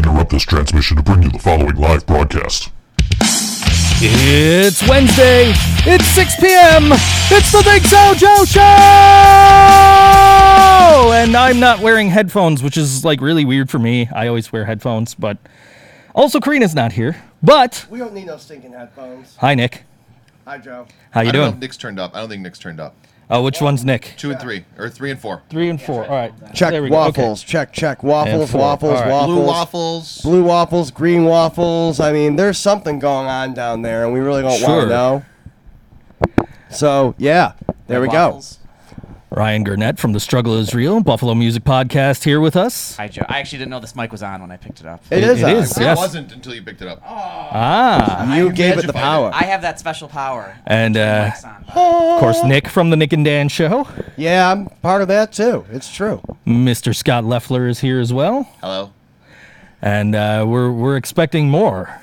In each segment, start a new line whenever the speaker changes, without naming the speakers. this transmission to bring you the following live broadcast.
It's Wednesday. It's 6 p.m. It's the Big Sojo Show! And I'm not wearing headphones, which is like really weird for me. I always wear headphones, but also Karina's not here. But
We don't need no stinking headphones.
hi, Nick.
Hi, Joe.
How you
I don't know if
doing?
Nick's turned up. I don't think Nick's turned up.
Oh, which one's Nick?
Two and three, or three and four.
Three and four. All right.
Check
There we go. Okay.
waffles. Check, check. Waffles,
four.
waffles,
All right.
waffles.
Blue waffles.
Blue waffles, green waffles. I mean, there's something going on down there, and we really don't want
Sure.
to know. So, yeah, there we
Ryan Gurnett from The Struggle Is Real, Buffalo Music Podcast, here with us.
Hi, Joe. I actually didn't know this mic was on when I picked it up.
go. It is.
it
on.
is.
It
Yes.
wasn't until you picked it up.
Ah.
You gave it the
magified it.
power.
I have that special power.
And, uh,
Mic's on, but-
Of course, Nick from The Nick and Dan Show.
yeah, I'm part of that too. It's true.
Mr. Scott Leffler is here as well.
Hello.
And uh, we're, we're expecting more.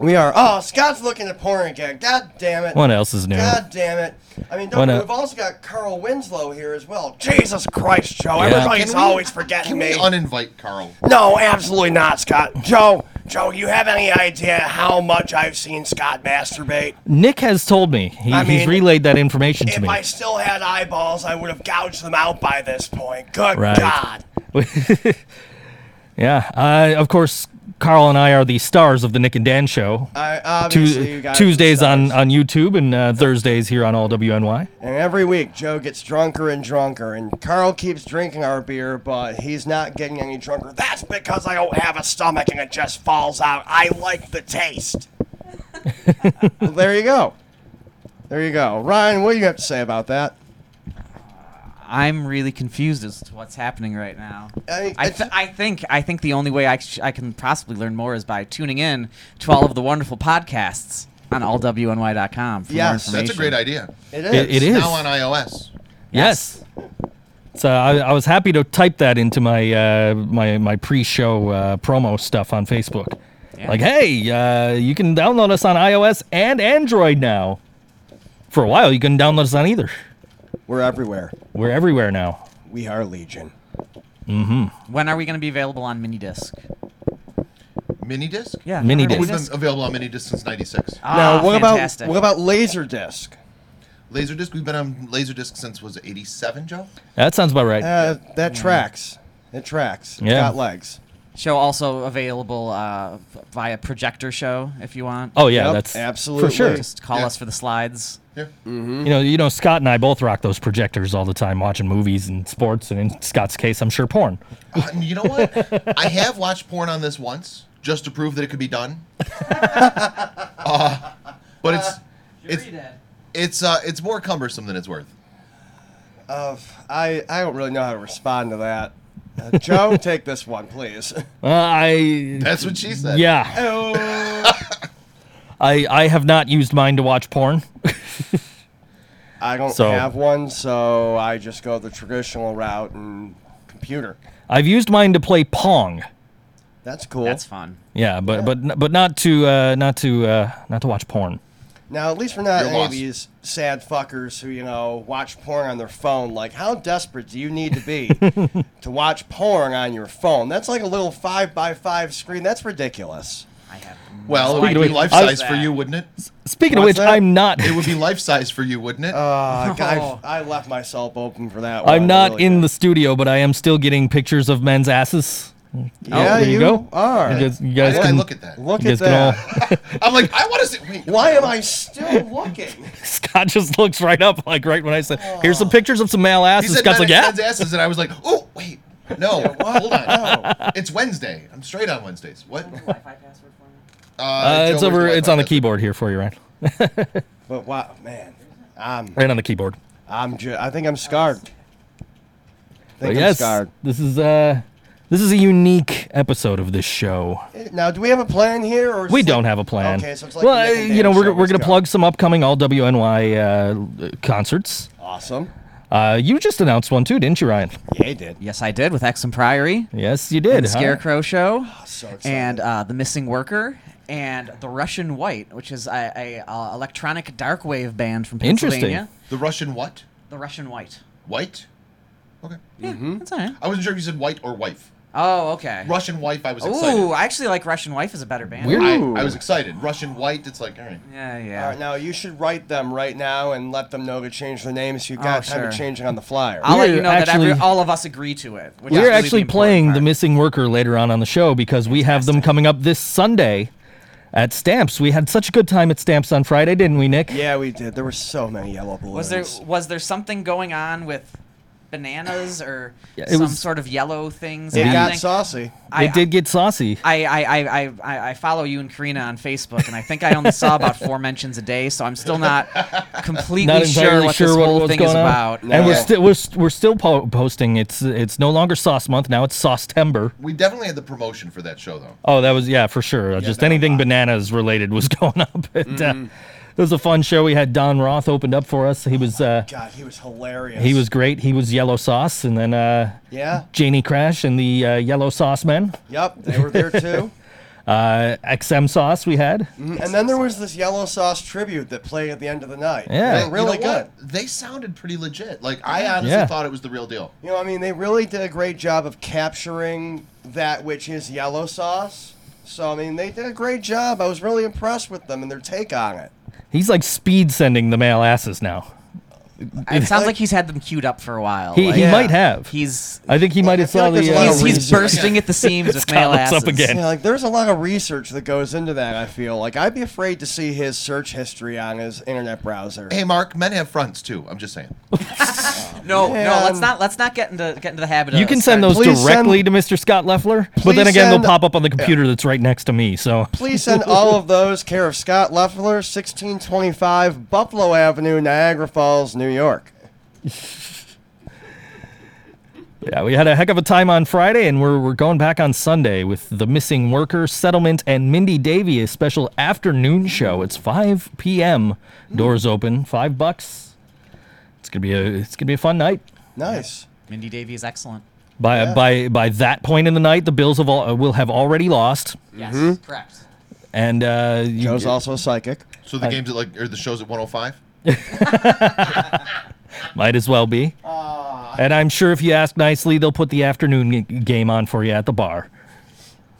We are. Oh, Scott's looking at porn again. God damn it.
What else is new?
God damn it. I mean,
What
don't,
a-
we've also got Carl Winslow here as well. Jesus Christ, Joe. Everybody's always forgetting
Can
me.
we uninvite Carl?
No, absolutely not, Scott. Joe, Joe, you have any idea how much I've seen Scott masturbate?
Nick has told me. He,
I
he's
mean,
relayed that information to
If
me.
I still had eyeballs, I would have gouged them out by this point. Good
Right.
God.
yeah. Uh, of course, Carl and I are the stars of the Nick and Dan show.
I
Tu-
obviously
Tuesdays on, on YouTube and uh, Thursdays here on All WNY.
and every week Joe gets drunker and drunker, and Carl keeps drinking our beer, but he's not getting any drunker. That's because I don't have a stomach and it just falls out. I like the taste. well, there you go. There you go, Ryan. What do you have to say about that?
I'm really confused as to what's happening right now.
I-
I,
it's-
th- I think I think the only way I, sh- I can possibly learn more is by tuning in to all of the wonderful podcasts on allwny.com. For more
Yes.
information.
That's a great idea.
It
It is.
Now on iOS.
Yes. So I, I was happy to type that into my uh, my my pre-show uh, promo stuff on Facebook.
Yeah.
Like, hey, uh, you can download us on iOS and Android now. For a while, you couldn't download us on either.
We're everywhere.
We're everywhere now. Mm-hmm.
We are Legion.
When are we going to be available on mini disc?
Mini disc?
Yeah.
Mini
remember
disc.
We've been available on mini disc since 96.
Ah,
now, what
fantastic.
about what about Laserdisc?
Laserdisc, we've been on Laserdisc since, was it 87, Joe?
That sounds about right.
Uh, that tracks. It tracks. It's
Mm. Yeah.
got legs.
show also available uh, v- via projector show if you want.
oh yeah,
yep,
that's
absolutely.
for sure. Mm-hmm.
Just call
Yeah.
us for the slides.
Yeah.
You know, you know, Scott and I both rock those projectors all the time, watching movies and sports, and in Scott's case, I'm sure porn.
Uh, you know what? I have watched porn on this once just to prove that it could be done. Uh, but it's it's it's uh, it's more cumbersome than it's worth.
Uh, I I don't really know how to respond to that. Uh, Joe, take this one, please.
Uh, I
That's what she said.
yeah,
Oh.
I I have not used mine to watch porn.
I don't
So-
have one, so I just go the traditional route and computer.
I've used mine to play Pong.
That's cool.
That's fun.
Yeah, but but but not to uh, not to uh, not to watch porn.
Now, at least we're not
You're
any
lost.
of these sad fuckers who, you know, watch porn on their phone. Like, how desperate do you need to be to watch porn on your phone? That's like a little 5 by 5 screen. That's ridiculous.
I have.
Well,
I
it would
do
be
use
life size
that.
for you, wouldn't it?
Speaking
What's
of which,
that?
I'm not
It would be life size for you, wouldn't it?
Uh,
Oh.
I, I left myself open for that one.
I'm not in
the.
the studio, but I am still getting pictures of men's asses.
Yeah,
there you
you,
go.
are.
You guys, you
Why
guys
did I
can
look at that?
Look
you
at
guys can
that.
all-
I'm like, I want to see. Wait,
Why am I still looking?
Scott just looks right up, like right when I said, "Here's some pictures of some male
Oh. He
asses."
said
Scott's like, "Yeah."
men's asses, and I was like, oh wait, no, hold on,
Oh,
it's Wednesday. I'm straight on Wednesdays. What?
Wi-Fi password for me.
Uh,
Uh,
Joe,
it's
where's
over.
Wi-Fi
It's on the
password?
keyboard here for you, Ryan.
but wow, man, I'm
Right on the keyboard.
I'm ju- I think I'm scarred. I
But
think I'm
yes,
scarred.
this is uh, this is a unique episode of this show.
Eh, Now, do we have a plan here, or is
We
this
don't
like-
have a plan.
Okay, so it's like
well, uh,
Nick and
you know,
Dan
we're,
show,
we're
let's
gonna
go.
plug some upcoming all WNY uh, concerts.
Awesome.
Uh, you just announced one too, didn't you, Ryan?
Yeah, he did.
Yes, I did with Exum Priory,
Yes, you did.
the
huh?
Scarecrow Show,
Ah, so excited.
and uh, the Missing Worker, and the Russian White, which is a, a uh, electronic dark wave band from
Interesting.
Pennsylvania.
The Russian what?
The Russian White.
White? Okay.
Yeah, that's all right.
Mm-hmm.
I wasn't sure if you said white or wife.
Oh, Oh, okay.
Russian Wife, I was excited.
Ooh, I actually like Russian Wife is a better band.
Weird.
I,
Ooh.
I was excited. Russian White, it's like, all right.
Yeah,
All
yeah.
right, now you should write them right now and let them know to change their names. You've got
Oh,
time
sure.
to change it on the flyer.
I'll let
We're
you know that every,
actually-
all of us agree to it. Which is
We're
really the
actually
important
playing
part.
the missing worker later on on the show because we have them coming up this Sunday at Stamps. We had such a good time at Stamps on Friday, didn't we, Nick?
yeah, we did. There were so many yellow balloons.
Was there was there something going on with bananas or
it
some
was-
sort of yellow things?
It got
happening?
saucy.
I,
it did get saucy.
I, I, I, I- I, I follow you and Karina on Facebook, and I think I only saw about four mentions a day, so I'm still not completely
Not
sure
entirely
what
sure
this
what
whole
was
thing
going
is
on.
about.
And we're
Yeah.
still we're, st- we're still po- posting. It's it's no longer Sauce Month now. It's Sauce Tember.
We definitely had the promotion for that show, though.
Oh, that was yeah for sure. Just
that was
anything
awesome.
bananas related was going up. And, uh, it was a fun show. We had Don Roth opened up for us. He was uh,
Oh, God, he was hilarious.
he was great. He was Yellow Sauce, and then uh,
Yeah.
Janie Crash and the uh, Yellow Sauce Men.
Yep, they were there too. Mm-hmm.
Uh, XM Sauce we had.
and then there was this yellow sauce tribute that played at the end of the night.
Yeah.
They
You
were
know
really good.
what? They sounded pretty legit. Like, I honestly
Yeah.
thought it was the real deal.
You know, I mean, they really did a great job of capturing that which is yellow sauce. So I mean, they did a great job. I was really impressed with them and their take on it.
He's like speed sending the male asses now.
It sounds like he's had them queued up for a while.
He,
like,
he
Yeah.
might have.
he's
I think he might have
feel
saw
like there's
the.
a lot
uh,
of
he's, he's
research.
bursting at the seams with male
Scott's
asses.
up again.
Yeah, like there's a lot of research that goes into that. I feel like I'd be afraid to see his search history on his internet browser.
Hey, Mark, men have fronts, too. I'm just saying.
No, no, let's
Man.
not let's not get into get into the habit.
you
of
can send
starting-
those
uh, Please
directly
send-
to Mr. Scott Leffler, but then
Please
again,
send-
they'll pop up on the computer that's right next to me. So
Please send all of those care of Scott Leffler, 1625 Buffalo Avenue, Niagara Falls, New York.
yeah, we had a heck of a time on Friday, and we're we're going back on Sunday with the missing worker settlement and Mindy Davy a special afternoon show. It's 5 p.m. Doors open. Five bucks. It's gonna be a it's gonna be a fun night.
Nice.
Mindy Davy is excellent.
By
Yeah.
by by that point in the night, the Bills have all, will have already lost,
Yes, correct.
and uh, you-
Mm-hmm. Joe's also a psychic.
So the game's at, like, or the show's at 105?
might as well be. and I'm sure if you ask nicely, they'll put the afternoon g- game on for you at the bar,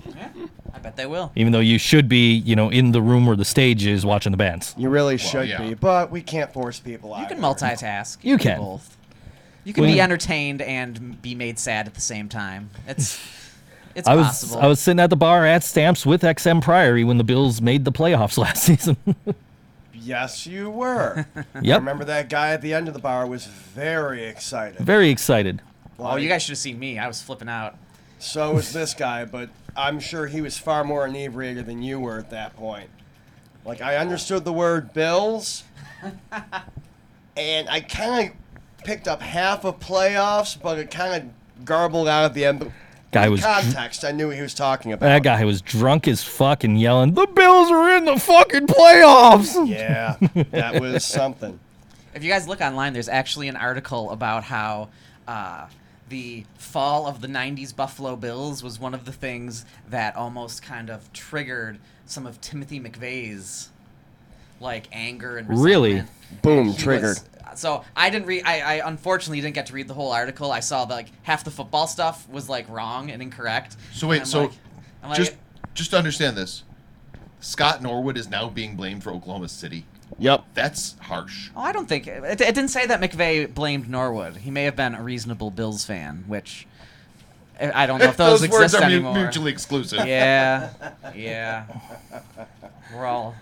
I bet they will.
even though you should be, you know, in the room where the stage is watching the bands.
You really should
yeah.
be, but we can't force people out.
You can multitask.
You
do
can.
both. You can
Well-
be entertained and be made sad at the same time. It's it's
I was
possible.
I was sitting at the bar at Stamps with XM Priory when the Bills made the playoffs last season.
Yes, you were. I
yep,
remember that guy at the end of the bar was very excited.
very excited.
oh, you guys should have seen me. I was flipping out.
So was this guy, but I'm sure he was far more inebriated than you were at that point. Like I understood the word bills, and I kind of picked up half of playoffs, but it kind of garbled out at the end. But
Guy was
context. I knew what he was talking about.
that guy was drunk as fuck and yelling, "The Bills are in the fucking playoffs!"
Yeah, that was something.
If you guys look online, there's actually an article about how uh, the fall of the 90s Buffalo Bills was one of the things that almost kind of triggered some of Timothy McVeigh's like anger and resentment.
Really?
Boom,
He was-
triggered.
so I didn't read. I, I unfortunately didn't get to read the whole article. I saw that like half the football stuff was like wrong and incorrect.
So
And
wait,
I'm
so
like- I'm like,
just just to understand this, Scott Norwood is now being blamed for Oklahoma City.
Yep.
That's harsh.
Oh, I don't think it, it didn't say that McVeigh blamed Norwood. He may have been a reasonable Bills fan, which I I don't know if those,
words
exist
are mu-
anymore.
mutually exclusive.
yeah, yeah. We're all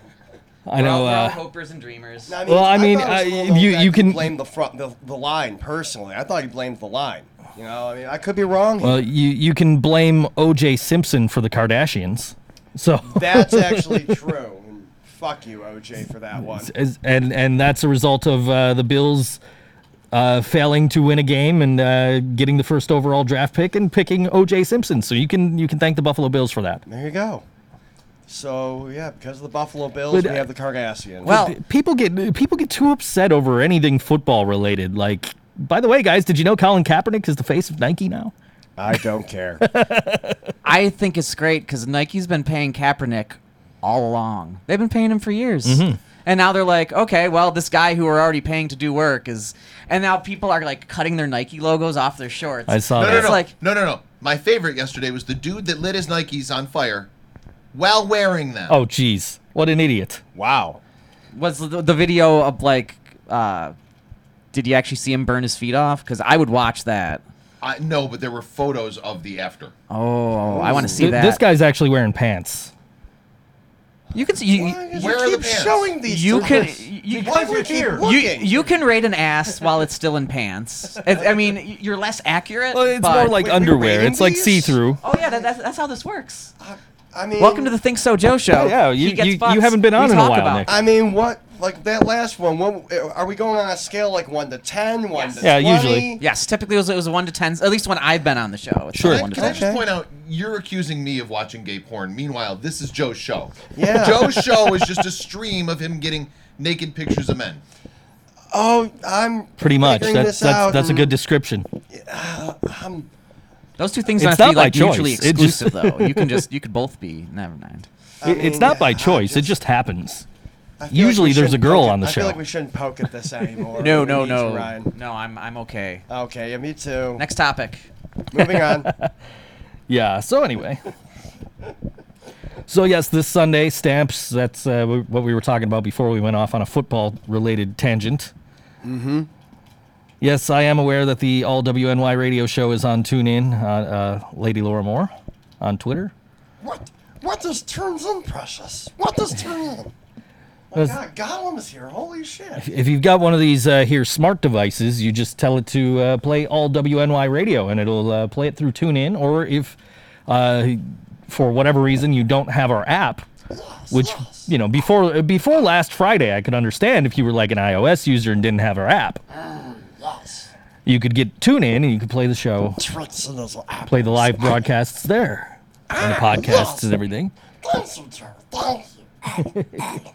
I know.
we're all
Uh,
hopers and dreamers.
I
Well, I mean,
thought it was
I-
cool, though,
you-
that
you
he
can-
blame the front, the, the line personally. I thought he blamed the line. You know, I mean, I could be wrong. here.
Well, you you can blame O.J. Simpson for the Kardashians. So
That's actually true. And fuck you, OJ, for that one.
as- and and that's a result of uh, the Bills uh, failing to win a game and uh, getting the first overall draft pick and picking O.J. Simpson. So you can you can thank the Buffalo Bills for that.
There you go. So yeah, because of the Buffalo Bills,
But,
we
uh,
have the Kardashians.
well,
People get people get too upset over anything football related. Like, by the way, guys, did you know Colin Kaepernick is the face of Nike now?
I don't care.
I think it's great because Nike's been paying Kaepernick all along. They've been paying him for years.
Mm-hmm.
And now they're like, okay, well, this guy who we're already paying to do work is, and now people are like cutting their Nike logos off their shorts.
I saw
No,
that.
no,
It's
no,
like-
no, no, no. My favorite yesterday was the dude that lit his Nikes on fire while wearing them.
Oh, jeez. What an idiot.
Wow.
Was the, the video of like, uh, did you actually see him burn his feet off? Because I would watch that.
I, no, but there were photos of the after.
Oh, I want to see
Th-
that.
This guy's actually wearing pants.
you can see. You,
Why does
Where
he
are the
keep
pants?
showing these
you
to
can.
us?
You,
Why do we keep
you,
looking?
you can rate an ass while it's still in pants. It, I mean, y- you're less accurate.
Well, it's
but-
more like
Wait, we're
underwear.
rating
It's like
these?
see through.
Oh yeah, that, that's, that's how this works.
I mean,
Welcome to the Think So Joe show.
Yeah, you-
He gets
you- you
butts.
haven't been
We
on in a
talk
while,
about
Nick.
I mean, what? Like that last one. What are we going on a scale like one to ten? One
Yes.
to
Yeah,
20?
usually.
Yes, typically it was, it was a one to ten. At least when I've been on the show, it's
Sure.
been a one to
Can I
ten.
just point out, you're accusing me of watching gay porn. Meanwhile, this is Joe's show.
Yeah.
Joe's show is just a stream of him getting naked pictures of men.
Oh, I'm
Pretty much.
figuring
That's
this
that's
out
that's a
and-
good description.
Those two things don't have
It's
to
not
be
by
like mutually
choice. It just-
exclusive, though. You can just you could both be. Never mind.
I
It- it's
mean,
not by
I
choice. It
just-
just happens.
I feel like
Usually
we
there's a
shouldn't
girl
poke at-
on the
I feel
show.
like we shouldn't poke at this anymore.
No,
We
no,
need to,
no,
Ryan.
no. I'm I'm okay.
Oh.
Okay, yeah, me too.
Next topic.
Moving on.
Yeah. So anyway. So yes, this Sunday stamps. That's uh, w- what we were talking about before we went off on a football-related tangent. Mm-hmm. Yes, I am aware that the All WNY radio show is on TuneIn. Uh, uh, Lady Laura Moore on Twitter.
What? What does turns in, precious? What does turn in? My
That's-
God, Gollum's here. Holy shit.
If you've got one of these uh, here smart devices, you just tell it to uh, play all WNY radio, and it'll uh, play it through TuneIn. Or if, uh, for whatever reason, you don't have our app, which you know before before last Friday, I could understand if you were like an iOS user and didn't have our app,
Yes.
you could get TuneIn and you could play the show,
Turns in those apples.
play the live broadcasts there, and the
Ah,
podcasts and everything.
Thank you, Joe. Thank you.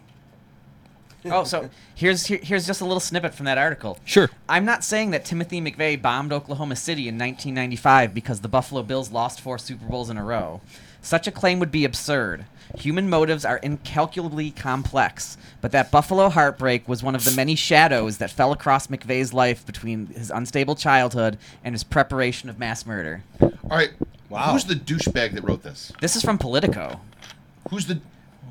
Oh, so here's here, here's just a little snippet from that article.
Sure.
I'm not saying that Timothy McVeigh bombed Oklahoma City in 1995 because the Buffalo Bills lost four Super Bowls in a row. Such a claim would be absurd. Human motives are incalculably complex, but that Buffalo heartbreak was one of the many shadows that fell across McVeigh's life between his unstable childhood and his preparation of mass murder.
All right. Wow. Who's the douchebag that wrote this?
This is from Politico.
Who's the?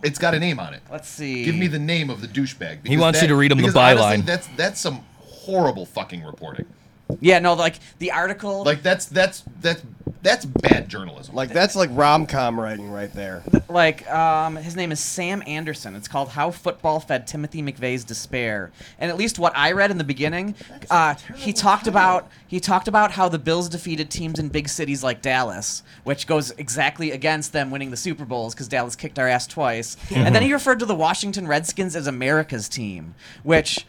It's got a name on it.
Let's see.
Give me the name of the douchebag. because
wants you to read him the
because honestly,
byline.
that's that's some horrible fucking reporting.
Yeah, no, like the article.
Like that's that's that's that's bad journalism.
Like that's like rom com writing right there.
like um, his name is Sam Anderson. It's called "How Football Fed Timothy McVeigh's Despair," and at least what I read in the beginning, uh, he talked about he talked about how the Bills defeated teams in big cities like Dallas, which goes exactly against them winning the Super Bowls because Dallas kicked our ass twice. And then he referred to the Washington Redskins as America's team, which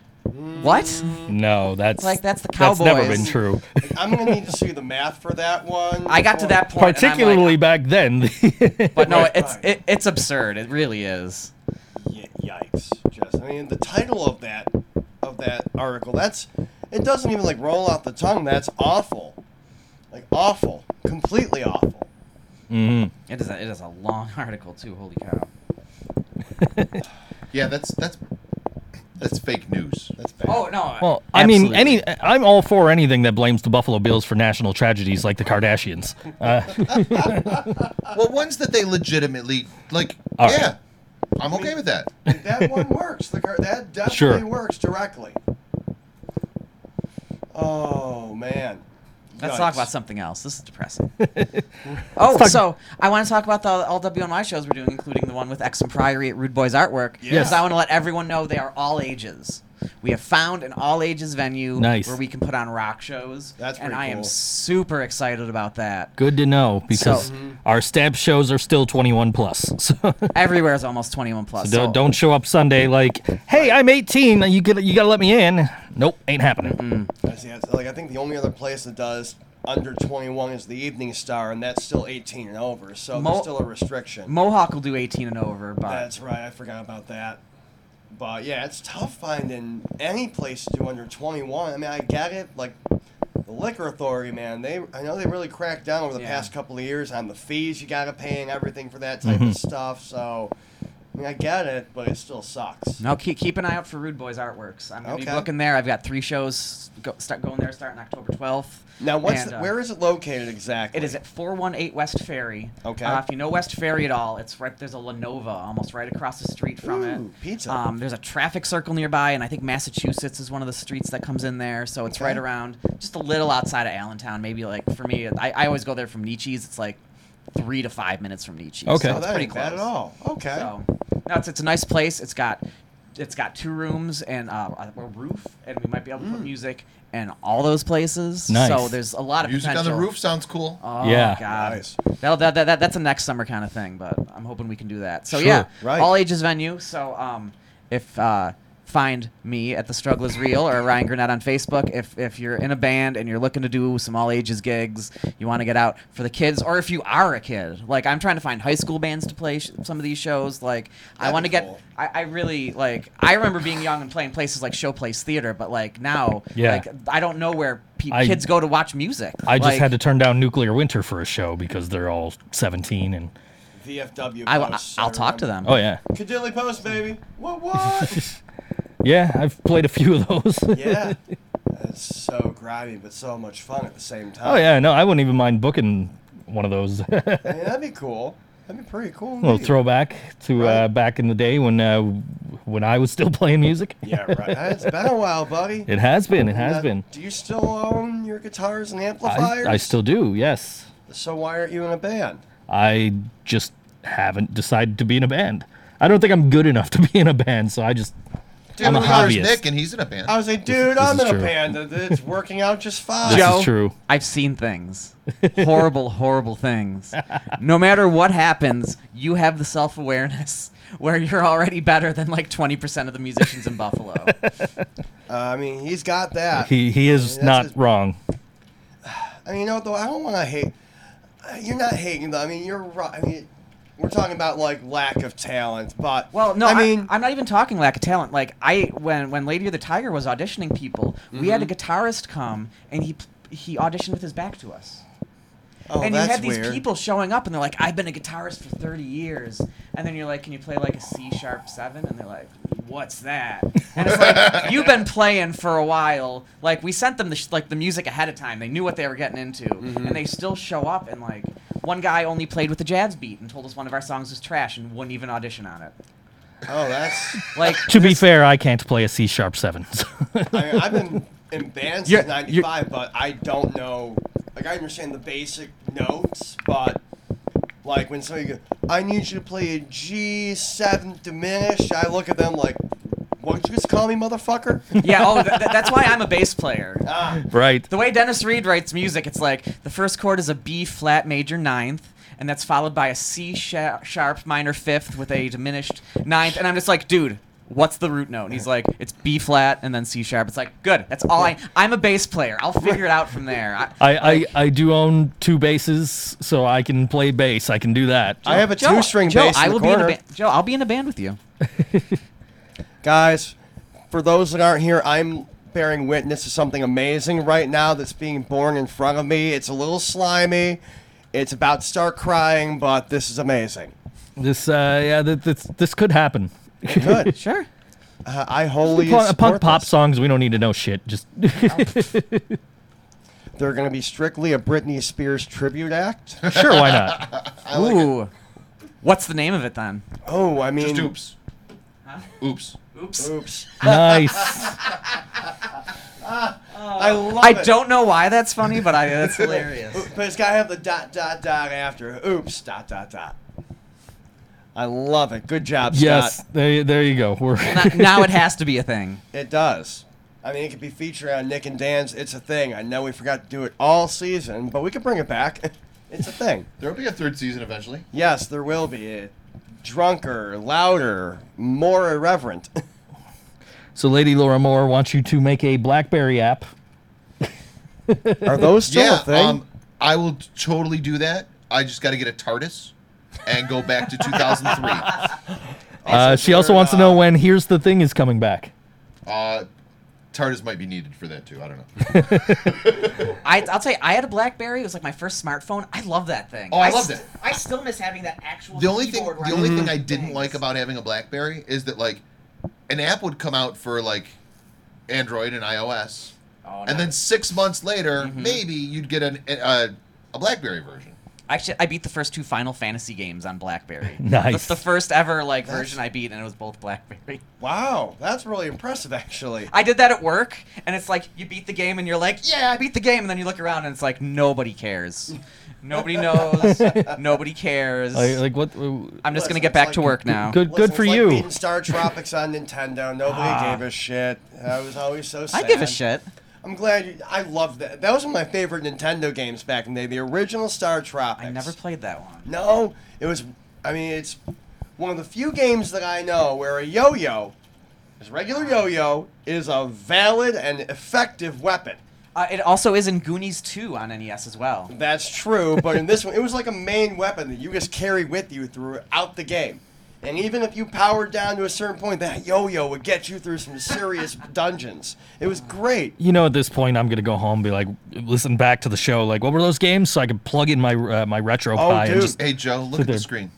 what?
No, that's
Like, that's the
That's never
Cowboys.
been true.
I'm gonna need to see the math for that one.
I got to that point, and I'm like, "Oh."
Particularly back then.
but no,
Right,
it's
right.
it, it's absurd. It really is.
Y- yikes! Just I mean the title of that of that article. That's it doesn't even like roll off the tongue. That's awful. Like awful. Completely awful.
It is a, it is a long article too. Holy cow.
yeah, that's that's that's fake news.
That's bad.
Oh no.
Well, I mean,
absolutely.
any I'm all for anything that blames the Buffalo Bills for national tragedies like the Kardashians. Uh,
Well, ones that they legitimately like.
All right.
yeah, I'm okay with that.
that one works. The car- that definitely
Sure.
works directly. Oh man.
Let's
Yikes.
talk about something else. This is depressing. oh, so I want to talk about the all WNY shows we're doing, including the one with X and Priory at Rude Boys Artwork.
Yes.
I want to let everyone know they are all ages. We have found an all ages venue
Nice.
where we can put on rock shows.
That's
and
pretty
I am
cool.
super excited about that.
Good to know because
So-
our stamp shows are still 21 plus. So
Everywhere is almost 21 plus. so-
don't, don't show up Sunday like, hey, I'm 18. You get you gotta let me in. Nope, ain't happening.
I see. It's- Like I think the only other place that does under 21 is the Evening Star, and that's still 18 and over. So
Mo-
there's still a restriction.
Mohawk will do 18 and over, but
That's right. I forgot about that. But yeah, it's tough finding any place to do under 21. I mean, I get it. Like the liquor authority, man. They I know they really cracked down over the
Yeah. Mm-hmm.
past couple of years on the fees you gotta pay and everything for that type of stuff. So I, mean, I get it, but it still sucks.
No, keep, keep an eye out for Rude Boy's artworks. I'm gonna be
Okay.
looking there. I've got three shows go, start going there starting October 12th.
Now, what's
And,
the,
uh,
where is it located exactly?
It is at 418 West Ferry.
Okay.
Uh, if you know West Ferry at all, it's right there's a Lenova almost right across the street from
Ooh,
it.
pizza.
Um, there's a traffic circle nearby, and I think Massachusetts is one of the streets that comes in there. So it's right
Okay.
around, just a little outside of Allentown. Maybe like for me, I, I always go there from Nietzsche's. It's like three to five minutes from Nietzsche's.
Okay.
so
Oh,
it's
that
pretty
ain't
close.
bad at all. Okay.
So no, it's, it's a nice place. It's got it's got two rooms and uh, a a roof, and we might be able to put
Mm.
music in all those places.
Nice.
So there's a lot of
Music on the
potential.
roof sounds cool.
Oh
Yeah.
God.
Nice.
That'll- That, that, that, that's a next summer kind of thing, but I'm hoping we can do that. So
Sure.
yeah,
Right.
all ages venue. So um, if uh, find me at the Struggle is Real or Ryan Grenett on Facebook. If if you're in a band and you're looking to do some all ages gigs, you want to get out for the kids, or if you are a kid, like I'm trying to find high school bands to play sh- some of these shows. Like I
That'd
want
be
to get.
cool.
I, I really like. I remember being young and playing places like Showplace Theater, but like now,
Yeah.
like I don't know where pe-
I-
kids go to watch music.
I just
Like,
had to turn down Nuclear Winter for a show because they're all 17 and
VFW.
I,
posts,
will talk to them.
remember.
oh yeah,
Cadilly post, baby. What? What?
yeah. I've played a few of those.
yeah. It's so grimy, but so much fun at the same time.
oh yeah, no, I wouldn't even mind booking one of those. a
I mean, that'd be cool. That'd be pretty cool.
little
indeed.
throwback to uh,
Right.
back in the day when uh, when I was still playing music.
Yeah, right. It's been a while, buddy.
It has been. It has
Uh,
been.
Do you still own your guitars and
I,
amplifiers?
I still do. Yes.
So why aren't you in a band?
I just haven't decided to be in a band. I don't think I'm good enough to be in a band, so I just
Dude,
I'm a
we are
hobbyist.
Nick, and he's in a band.
I was like, dude, I'm
is
in a
true.
band. and It's working out just fine.
This is
Joe,
true.
I've seen things. horrible, horrible things. No matter what happens, you have the self awareness where you're already better than like 20% of the musicians in Buffalo.
Uh, I mean, he's got that.
he he is
that's
not
his-
wrong.
I mean, you know, though, I don't want to hate. uh, You're not hating, though. I mean, you're right. I mean, we're talking about like lack of talent, but
Well, no,
I mean,
I, am not even talking lack of talent. Like I, when when Lady of the Tiger was auditioning people, we had a
Mm-hmm.
guitarist come and he he auditioned with his back to us.
oh,
and you
that's
had these
weird.
people showing up and they're like, I've been a guitarist for 30 years. And then you're like, Can you play like a C sharp seven? And they're like, What's that? And it's like, You've been playing for a while. Like, we sent them the sh- like the music ahead of time. They knew what they were getting into.
Mm-hmm.
And they still show up and like, one guy only played with the jazz beat and told us one of our songs was trash and wouldn't even audition on it.
Oh, that's.
Like,
To be fair, I can't play a C sharp seven. so-
I mean, I've been in bands
You're-
since '95, but I don't know. Like, I understand the basic notes, but like when somebody goes, "I need you to play a G seven diminished," I look at them like, "What'd you just call me, motherfucker?"
yeah, oh, th- th- that's why I'm a bass player.
Ah.
right.
The way Dennis Reed writes music, it's like the first chord is a B flat major ninth, and that's followed by a C sha- sharp minor fifth with a diminished ninth. And I'm just like, dude, what's the root note? And he's like, it's B flat and then C sharp. It's like, good. That's all I. I'm a bass player. I'll figure it out from there. I,
I, I, I do own two basses, so I can play bass. I can do that.
I have a
Joe,
two-string
Joe,
bass in
I
the
will
corner.
be in a band. Joe, I'll be in a band with you.
Guys, for those that aren't here, I'm bearing witness to something amazing right now that's being born in front of me. It's a little slimy. It's about to start crying, but this is amazing.
This uh yeah th- this this could happen.
Good.
Sure.
Uh, I wholly
Punk,
support
punk pop
this.
songs, we don't need to know shit. Just
They're going to be strictly a Britney Spears tribute act.
sure, why not?
Ooh. What's the name of it then?
Oh, I mean,
Just oops. Oops.
Oops.
oops.
Nice.
I love
I
it.
don't know why that's funny, but I that's hilarious.
But it's got to have the dot dot dot after. Oops. Dot dot dot. I love it. Good job,
yes,
Scott.
there there you go. We're
now, now it has to be a thing.
It does. I mean, it could be featured on Nick and Dan's It's a Thing. I know we forgot to do it all season, but we could bring it back. it's a thing.
There'll be a third season eventually.
Yes, there will be. Uh, Drunker, louder, more irreverent.
so Lady Laura Moore wants you to make a BlackBerry app.
Are those still
yeah.
a thing?
Um, I will t- totally do that. I just got to get a TARDIS and go back to 2003.
Uh, she also
we're,
wants to
uh,
know when Here's the Thing is coming back.
Uh, TARDIS might be needed for that too. I don't know.
I, I'll tell you, I had a BlackBerry. It was like my first smartphone. I love that thing.
Oh, I
s-
loved it.
I still miss having that actual.
the only thing
keyboard where
the only
can
thing
do
I didn't
things.
like about having a BlackBerry is that like an app would come out for like Android and iOS,
Oh, no.
and then six months later
Mm-hmm.
maybe you'd get an a, a BlackBerry version.
Actually, I beat the first two Final Fantasy games on BlackBerry.
Nice.
That's the first ever like version I beat, and it was both BlackBerry.
Wow, that's really impressive, actually.
I did that at work, and it's like you beat the game, and you're like, "Yeah, I beat the game," and then you look around, and it's like nobody cares, nobody knows, nobody cares.
Like, like what?
I'm just gonna
Listen,
get back
it's
to
like-
work now.
Good,
Listen,
good
it's
for
like
you.
beating Star Tropics on Nintendo. Nobody gave a shit. I was always so
Ah. I
sad.
give a shit.
I'm glad you. I love that. That was one of my favorite Nintendo games back in the day. The original Star Tropics.
I never played that one.
No, it was. I mean, it's one of the few games that I know where a yo-yo, this regular yo-yo, is a valid and effective weapon.
Uh, it also is in Goonies 2 on NES as well.
That's true, but in this one, it was like a main weapon that you just carry with you throughout the game. And even if you powered down to a certain point, that yo-yo would get you through some serious dungeons. It was great.
you know, at this point, I'm gonna go home, and be like, listen back to the show. Like, what were those games? So I could plug in my uh, my retro
Oh,
pie. And
dude.
just,
Hey Joe, look at the
there.
screen.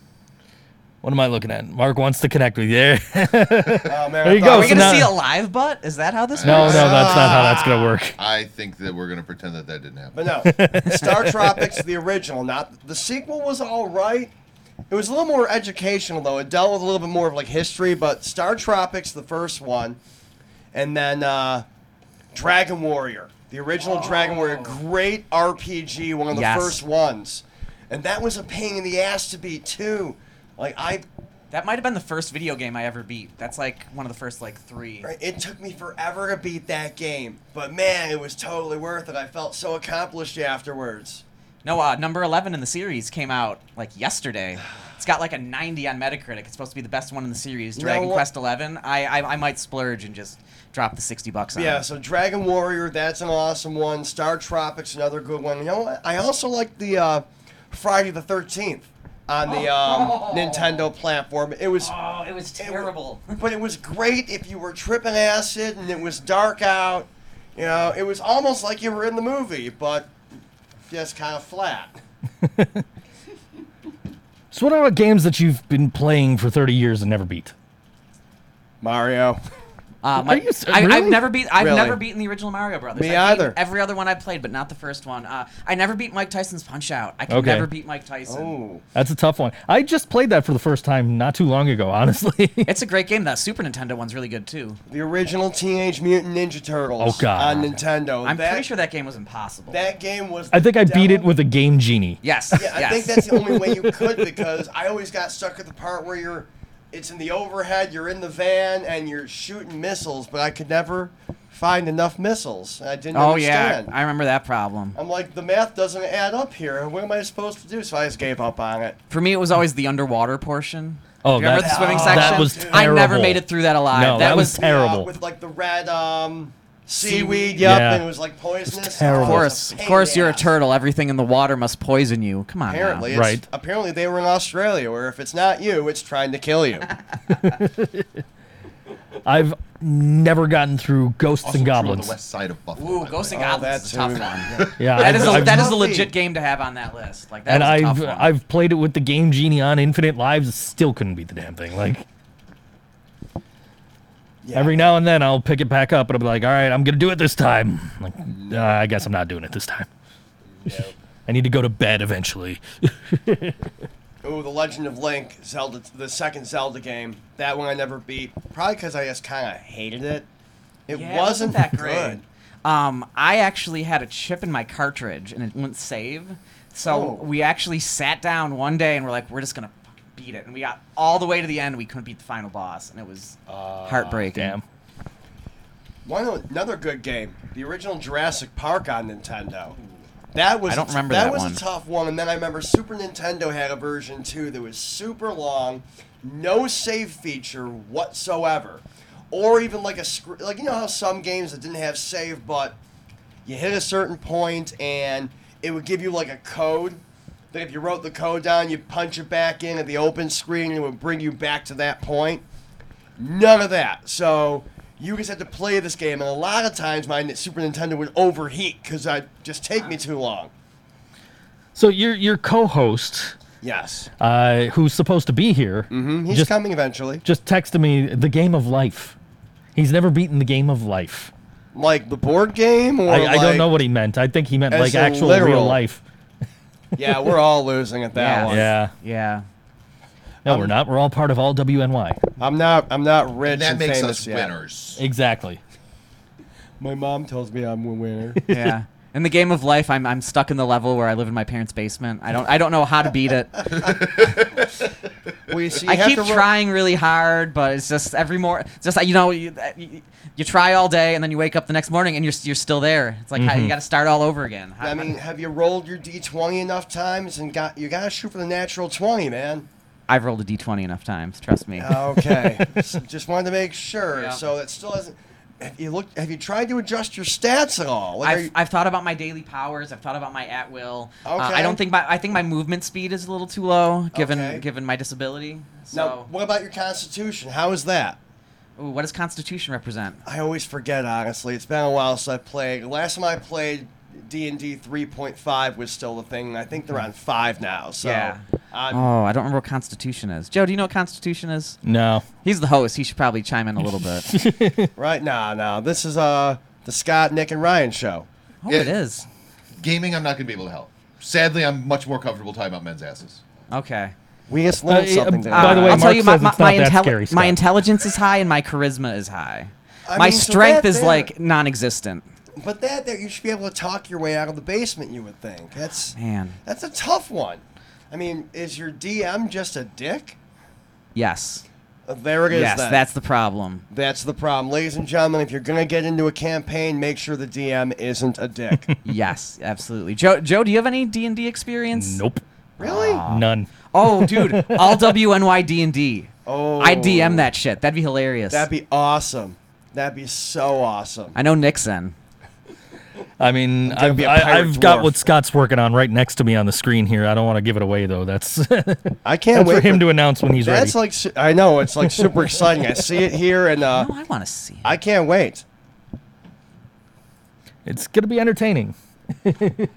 what am I looking at? Mark wants to connect with you. There.
Oh, man,
There
I
you
thought
go,
Are we
so
we could-
gonna
now-
see a live butt? Is that how this
no, no,
works?
that's not how that's gonna work.
I think that we're gonna pretend that that didn't happen.
But no, Star Tropics, the original, not the sequel was all right. It was a little more educational though. It dealt with a little bit more of like history, but Star Tropics, the first one, and then uh, Dragon Warrior, the original Dragon Warrior, great RPG, one of the
Yes.
first ones, and that was a pain in the ass to beat too. Like I,
That might have been the first video game I ever beat. That's like one of the first like three.
it took me forever to beat that game, but man, it was totally worth it. I felt so accomplished afterwards.
No, uh, number 11 in the series came out like yesterday. It's got like a 90 on Metacritic. It's supposed to be the best one in the series,
You
Dragon
know what?
Quest 11. I, I I might splurge and just drop the 60 bucks on
Yeah,
it.
so Dragon Warrior, that's an awesome one. Star Tropics, another good one. You know what? I also like the uh, Friday the 13th on the um, Nintendo platform. It was,
Oh, it was terrible.
but it was great if you were tripping acid and it was dark out. You know, it was almost like you were in the movie, but just kind of flat.
So, what are the games that you've been playing for 30 years and never beat?
Mario.
Uh, my-
Are you ser-
I, I've
really?
never beat. I've
Really?
never beaten the original Mario Brothers.
Me
I've beaten
either.
Every other one I played, but not the first one. Uh, I never beat Mike Tyson's Punch Out. I can
Okay.
never beat Mike Tyson.
Ooh.
That's a tough one. I just played that for the first time not too long ago, honestly.
It's a great game. That Super Nintendo one's really good too.
The original Teenage Mutant Ninja Turtles
Oh, God.
on Nintendo.
I'm
that,
pretty sure that game was impossible.
that game was.
I think
the
I beat it
devil-
with a Game Genie.
yes.
Yeah,
yes.
I think that's the only way you could because I always got stuck at the part where you're, it's in the overhead, you're in the van, and you're shooting missiles, but I could never find enough missiles. I didn't
oh yeah,
understand.
I remember that problem.
I'm like, the math doesn't add up here. What am I supposed to do? So I just gave up on it.
For me, it was always the underwater portion.
Oh,
Do you remember
that-
the swimming
oh,
section?
that
was
I never
terrible.
made it through that alive.
No, that was
Yeah,
Terrible.
with like the red um, seaweed,
Seaweed.
yep,
Yeah.
and it was like poisonous.
terrible.
Of
Of
course, of course, you're a turtle. Everything in the water must poison you. Come on. now.
Apparently, it's,
Right.
Apparently, they were in Australia, where if it's not you, it's trying to kill you.
I've never gotten through Ghosts
Also
and
true on
Goblins.
the west side of Buffalo. by
Ooh,
the
Ghost and
Oh,
Goblins is a
that
tough
too.
one.
Yeah,
That
I've-
is a,
I've-
that is a
Tough
legit
beat.
game to have on that list. Like that
and
was a tough
I've
one.
I've played it with the Game Genie on infinite lives. Still couldn't beat the damn thing. Like
Yeah.
every now and then, I'll pick it back up and I'll be like, "All right, I'm gonna do it this time." I'm like, "Uh, I guess I'm not doing it this time. I need to go to bed eventually.
Oh, The Legend of Link, Zelda, the second Zelda game. That one I never beat, probably because I just
uh,
kind of hated it. It
Yeah,
wasn't,
that
good.
great. Um, I actually had a chip in my cartridge and it wouldn't save. So
Oh.
we actually sat down one day and we're like, we're just gonna fucking beat it. And we got all the way to the end. We couldn't beat the final boss, and it was
Uh,
heartbreaking.
Damn.
One o- another good game, the original Jurassic Park on Nintendo. That was
I don't
a t-
remember that
was
one.
a tough one, and then I remember Super Nintendo had a version too that was super long, no save feature whatsoever, or even like a scr- like you know how some games that didn't have save, but you hit a certain point and it would give you like a code that if you wrote the code down, you punch it back in at the open screen and it would bring you back to that point. None of that. So you just had to play this game, and a lot of times my Super Nintendo would overheat because I just take me too long.
So your your co-host,
Yes,
uh, who's supposed to be here,
he's
just
coming eventually,
just texted me the game of life. He's never beaten the game of life.
like the board game, or
I, I
like-
don't know what he meant. I think he meant
as
like
in
actual real
literal.
life.
Yeah, we're all losing at that
Yeah.
one. Um,
Yeah.
Yeah.
No, we're not. We're all part of all WNY.
I'm not. I'm not rich
And
and,
that makes
famous
us
yet.
winners.
Exactly.
My mom tells me I'm a winner.
Yeah. In the game of life, I'm, I'm stuck in the level where I live in my parents' basement. I don't I don't know how to beat it.
well, you see, you
I
have
keep
to roll-
trying really hard, but it's just every more. It's just like, you know you, that- you, you try all day and then you wake up the next morning and you're s- you're still there. It's like how, you got to start all over again. How-
I mean, have you rolled your d20 enough times and got you got to shoot for the natural 20, man?
I've rolled a d20 enough times. Trust me.
Okay, S- just wanted to make sure.
Yeah.
So that still hasn't. Have you looked? Have you tried to adjust your stats at all? Like, are
I've,
you-
I've thought about my daily powers. I've thought about my at will. Uh, I
Okay.
don't think my I think my movement speed is a little too low given
Okay.
given my disability.
now,
So,
what about your constitution? How is that?
ooh, what does Constitution represent?
I always forget. Honestly, it's been a while since I played. Last time I played D and D 3.5 was still the thing. and I think they're on five now. So
Yeah.
I'm-
Oh, I don't remember what Constitution is. Joe, do you know what Constitution is?
No.
He's the host. He should probably chime in a little bit.
Right now, now this is uh the Scott, Nick, and Ryan show.
Oh,
Yeah.
it is.
Gaming, I'm not going to be able to help. Sadly, I'm much more comfortable talking about men's asses.
Okay.
We just learned
Uh,
something.
uh,
today.
By the way,
I'll tell
Mark
you, my,
says
my,
it's
my,
not that
intelli-
scary,
my
Scott.
intelligence is high and my charisma is high.
I
my
mean, so
strength
that
is
there-
like non-existent.
but that that you should be able to talk your way out of the basement. You would think that's
Man.
that's a tough one. I mean, is your DM just a dick?
Yes.
Uh, There it is.
yes,
then.
that's the problem.
that's the problem, ladies and gentlemen. If you're gonna get into a campaign, make sure the DM isn't a dick.
yes, absolutely. Joe, Joe, do you have any D and D experience?
Nope.
really?
None.
Oh, dude, all WNY D and D.
Oh.
I DM that shit. That'd be hilarious.
That'd be awesome. That'd be so awesome.
I know Nixon.
I mean,
gonna
I've,
be a
I,
pirate
I've got
dwarf.
what Scott's working on right next to me on the screen here. I don't want to give it away though. That's that's
I can't
for
wait
him to announce when he's ready.
That's like su- I know it's like super exciting. I see it here, and uh,
Oh, I want to see. it.
I can't wait.
it's gonna be entertaining.
Good,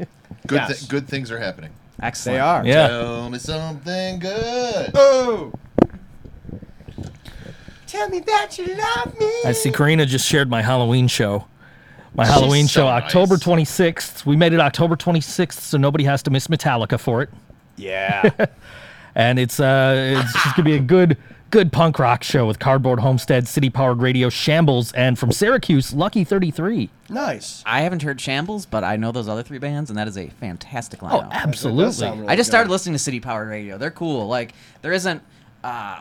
Yes.
thi- good things are happening.
Excellent.
They are.
Yeah.
Tell me something good.
Oh. Tell me that you love me.
I see Karina just shared my Halloween show. My Halloween
so
show,
nice.
October 26th. We made it October 26th, so nobody has to miss Metallica for it.
Yeah.
And it's uh, it's just gonna be a good, good punk rock show with Cardboard Homestead, City Powered Radio, Shambles, and from Syracuse, Lucky 33.
nice.
I haven't heard Shambles, but I know those other three bands, and that is a fantastic
Oh,
lineup.
absolutely.
sound really-
I just
good.
started listening to City Power Radio. They're cool. Like there isn't, uh,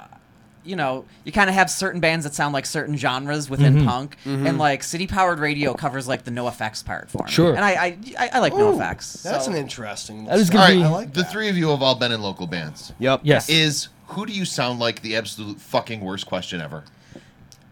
you know, you kind of have certain bands that sound like certain genres within
Mm-hmm.
punk, and like City Powered Radio covers like the No Effects part for me.
Sure.
And I I, I, I like No
Ooh,
Effects.
That's
so-
an interesting.
That was
All
gonna
right,
be-
I like
the
that.
three of you have all been in local bands.
Yep.
Yes.
Is who do you sound like the absolute fucking worst question ever?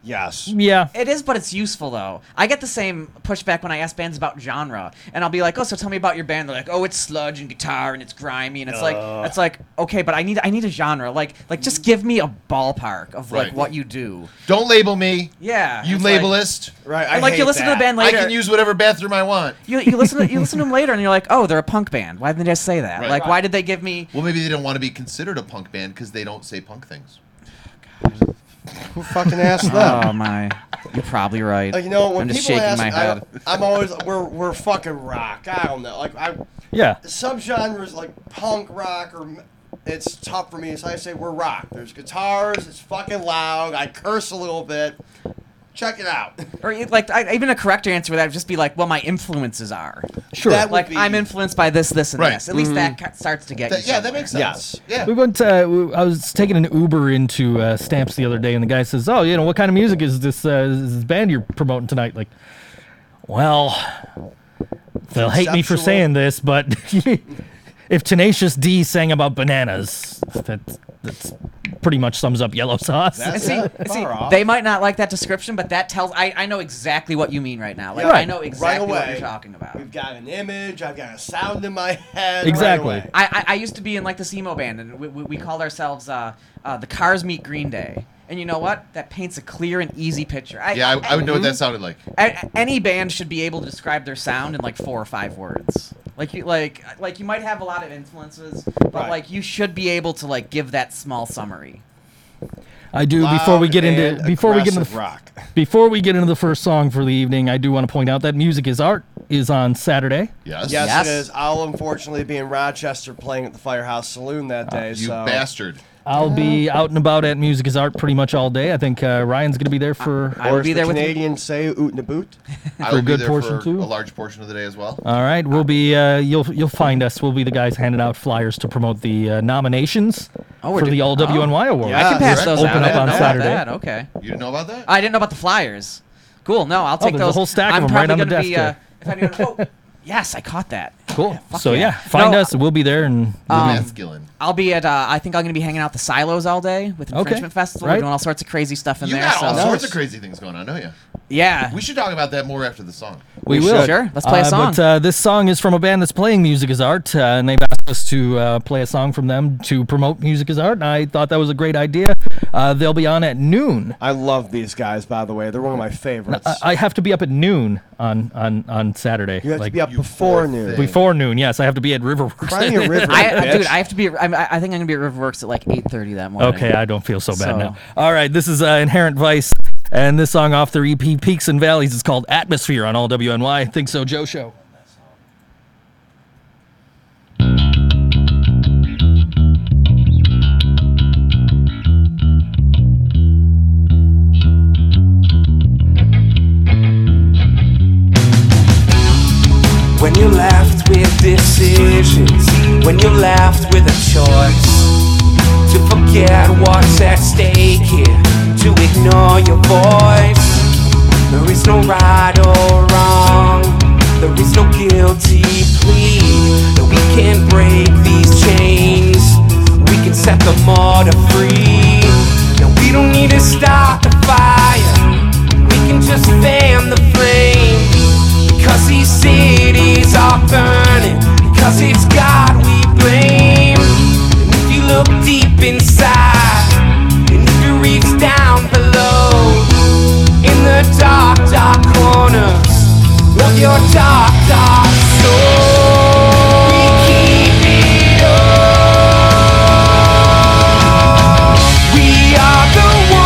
Yes.
yeah.
It is, but it's useful though. I get the same pushback when I ask bands about genre, and I'll be like, "Oh, so tell me about your band." They're like, "Oh, it's sludge and guitar, and it's grimy," and it's like, "It's like okay, but I need I need a genre. Like like just give me a ballpark of like
Right.
what you do."
Don't label me.
Yeah,
You
it's like-
labelist.
Right. I
And like you
hate
listen to
that.
the band
I
later.
can use whatever bathroom I want.
you, you listen to you listen to them later, and you're like, "Oh, they're a punk band. Why didn't they just say that?
Right.
Like, why did they give me?"
Well, maybe they don't want to be considered a punk band because they don't say punk things.
Who fucking asked that?
Oh my, you're probably right.
Like, you know, when
I'm just
people
shaking
ask,
my head.
I, I'm always we're we're fucking rock. I don't know. Like I
Yeah.
subgenres like punk rock or m- it's tough for me. So I say we're rock. There's guitars. It's fucking loud. I curse a little bit. Check it out.
or like I, even a correct answer would just be like, "Well, my influences are."
Sure.
That would
like
be-
I'm influenced by this, this, and
Right.
this. At least that ca- starts to get
That-
you.
yeah, that
somewhere.
makes sense. Yeah.
We went. Uh, we- I was taking an Uber into uh, Stamps the other day, and the guy says, "Oh, you know, what kind of music is this, uh, is this band you're promoting tonight?" Like, well, they'll hate me for
Conceptual.
saying this, but if Tenacious D sang about bananas, that that's pretty much sums up yellow sauce.
And
That's-
see,
not
and see,
far off.
they might not like that description, but that tells. I, I know exactly what you mean right now. Like
Yeah.
I know
Right.
exactly
right away.
what you're talking about.
We've got an image. I've got a sound in my head.
Exactly.
Right away.
I, I, I used to be in like this emo band, and we, we, we called ourselves uh, uh, the Cars Meet Green Day. And you know what? That paints a clear and easy picture. I, Mhm.
Yeah, I, I would know what that sounded like.
A- any band should be able to describe their sound in like four or five words. Like you like like you might have a lot of influences, but
Right.
like you should be able to like give that small summary.
I do before we
Loud
get into
and
before we get into
aggressive
the,
rock.
before we get into the first song for the evening. I do want to point out that music is art is on Saturday.
Yes.
Yes,
Yes.
it is. I'll unfortunately be in Rochester playing at the Firehouse Saloon that day.
Ah, You
so
bastard.
I'll be
Ah.
out and about at Music is Art pretty much all day. I think uh, Ryan's going to be there for.
I will
Or as
be
the
there with you.
Canadians say, oot in a boot.
I would
good
be there
portion,
for
too?
a large portion of the day as well.
all right, we'll be uh, you'll you'll find us. We'll be the guys handing out flyers to promote the uh, nominations
Oh, we're
for the
doing-
All WNY Award.
I can
Yeah,
pass
you're
those
right.
out.
Open
I
up
didn't
on
know about
Saturday.
that, Okay.
You didn't know about that?
I didn't know about the flyers. Cool. No, I'll take
Oh, there's a
those.
whole stack of
I'm
them right
probably
on the
gonna be,
desk
uh, if anyone, oh, yes, I caught that.
Cool.
fuck
so yeah,
yeah.
find
No,
us. We'll be there and
Lou
Um,
Maskelyne.
I'll be at. Uh, I think I'm going to be hanging out at the silos all day with
Okay,
infringement festival.
right.
We're doing all sorts of crazy stuff in
You
there.
got all
so
sorts of crazy things going on, don't you?
yeah,
We should talk about that more after the song.
we,
we
will.
should. Sure, let's play a
Uh, but
song.
uh, this song is from a band that's playing Music is Art, uh, and they've asked us to uh, play a song from them to promote Music is Art. And I thought that was a great idea. Uh, they'll be on at noon.
I love these guys, by the way. They're one of my favorites.
uh,
I, I have to be up at noon on on on Saturday.
you have
like
to be up
you
before
poor
noon.
thing.
before noon. Yes, I have to be at Riverworks.
Cry me a river,
I, I- dude,
bitch.
I have to be. I'm, I I think I'm going to be at Riverworks at like 8:30 that morning.
okay, I don't feel so bad
So-
now. All right, this is uh, Inherent Vice, and this song off their EP Peaks and Valleys is called Atmosphere on All WNY. Think so, Joe Show.
When you're left with decisions, when you're left with a choice to forget what's at stake here, to ignore your voice. There is no right or wrong, there is no guilty plea that we can break these chains. We can set the mortar free. No, we don't need to start the fire. We can just fan the flame Because these cities are burning Because it's God we blame And if you look deep inside And if you reach down below In the dark, dark corners Of your dark, dark soul We keep it all We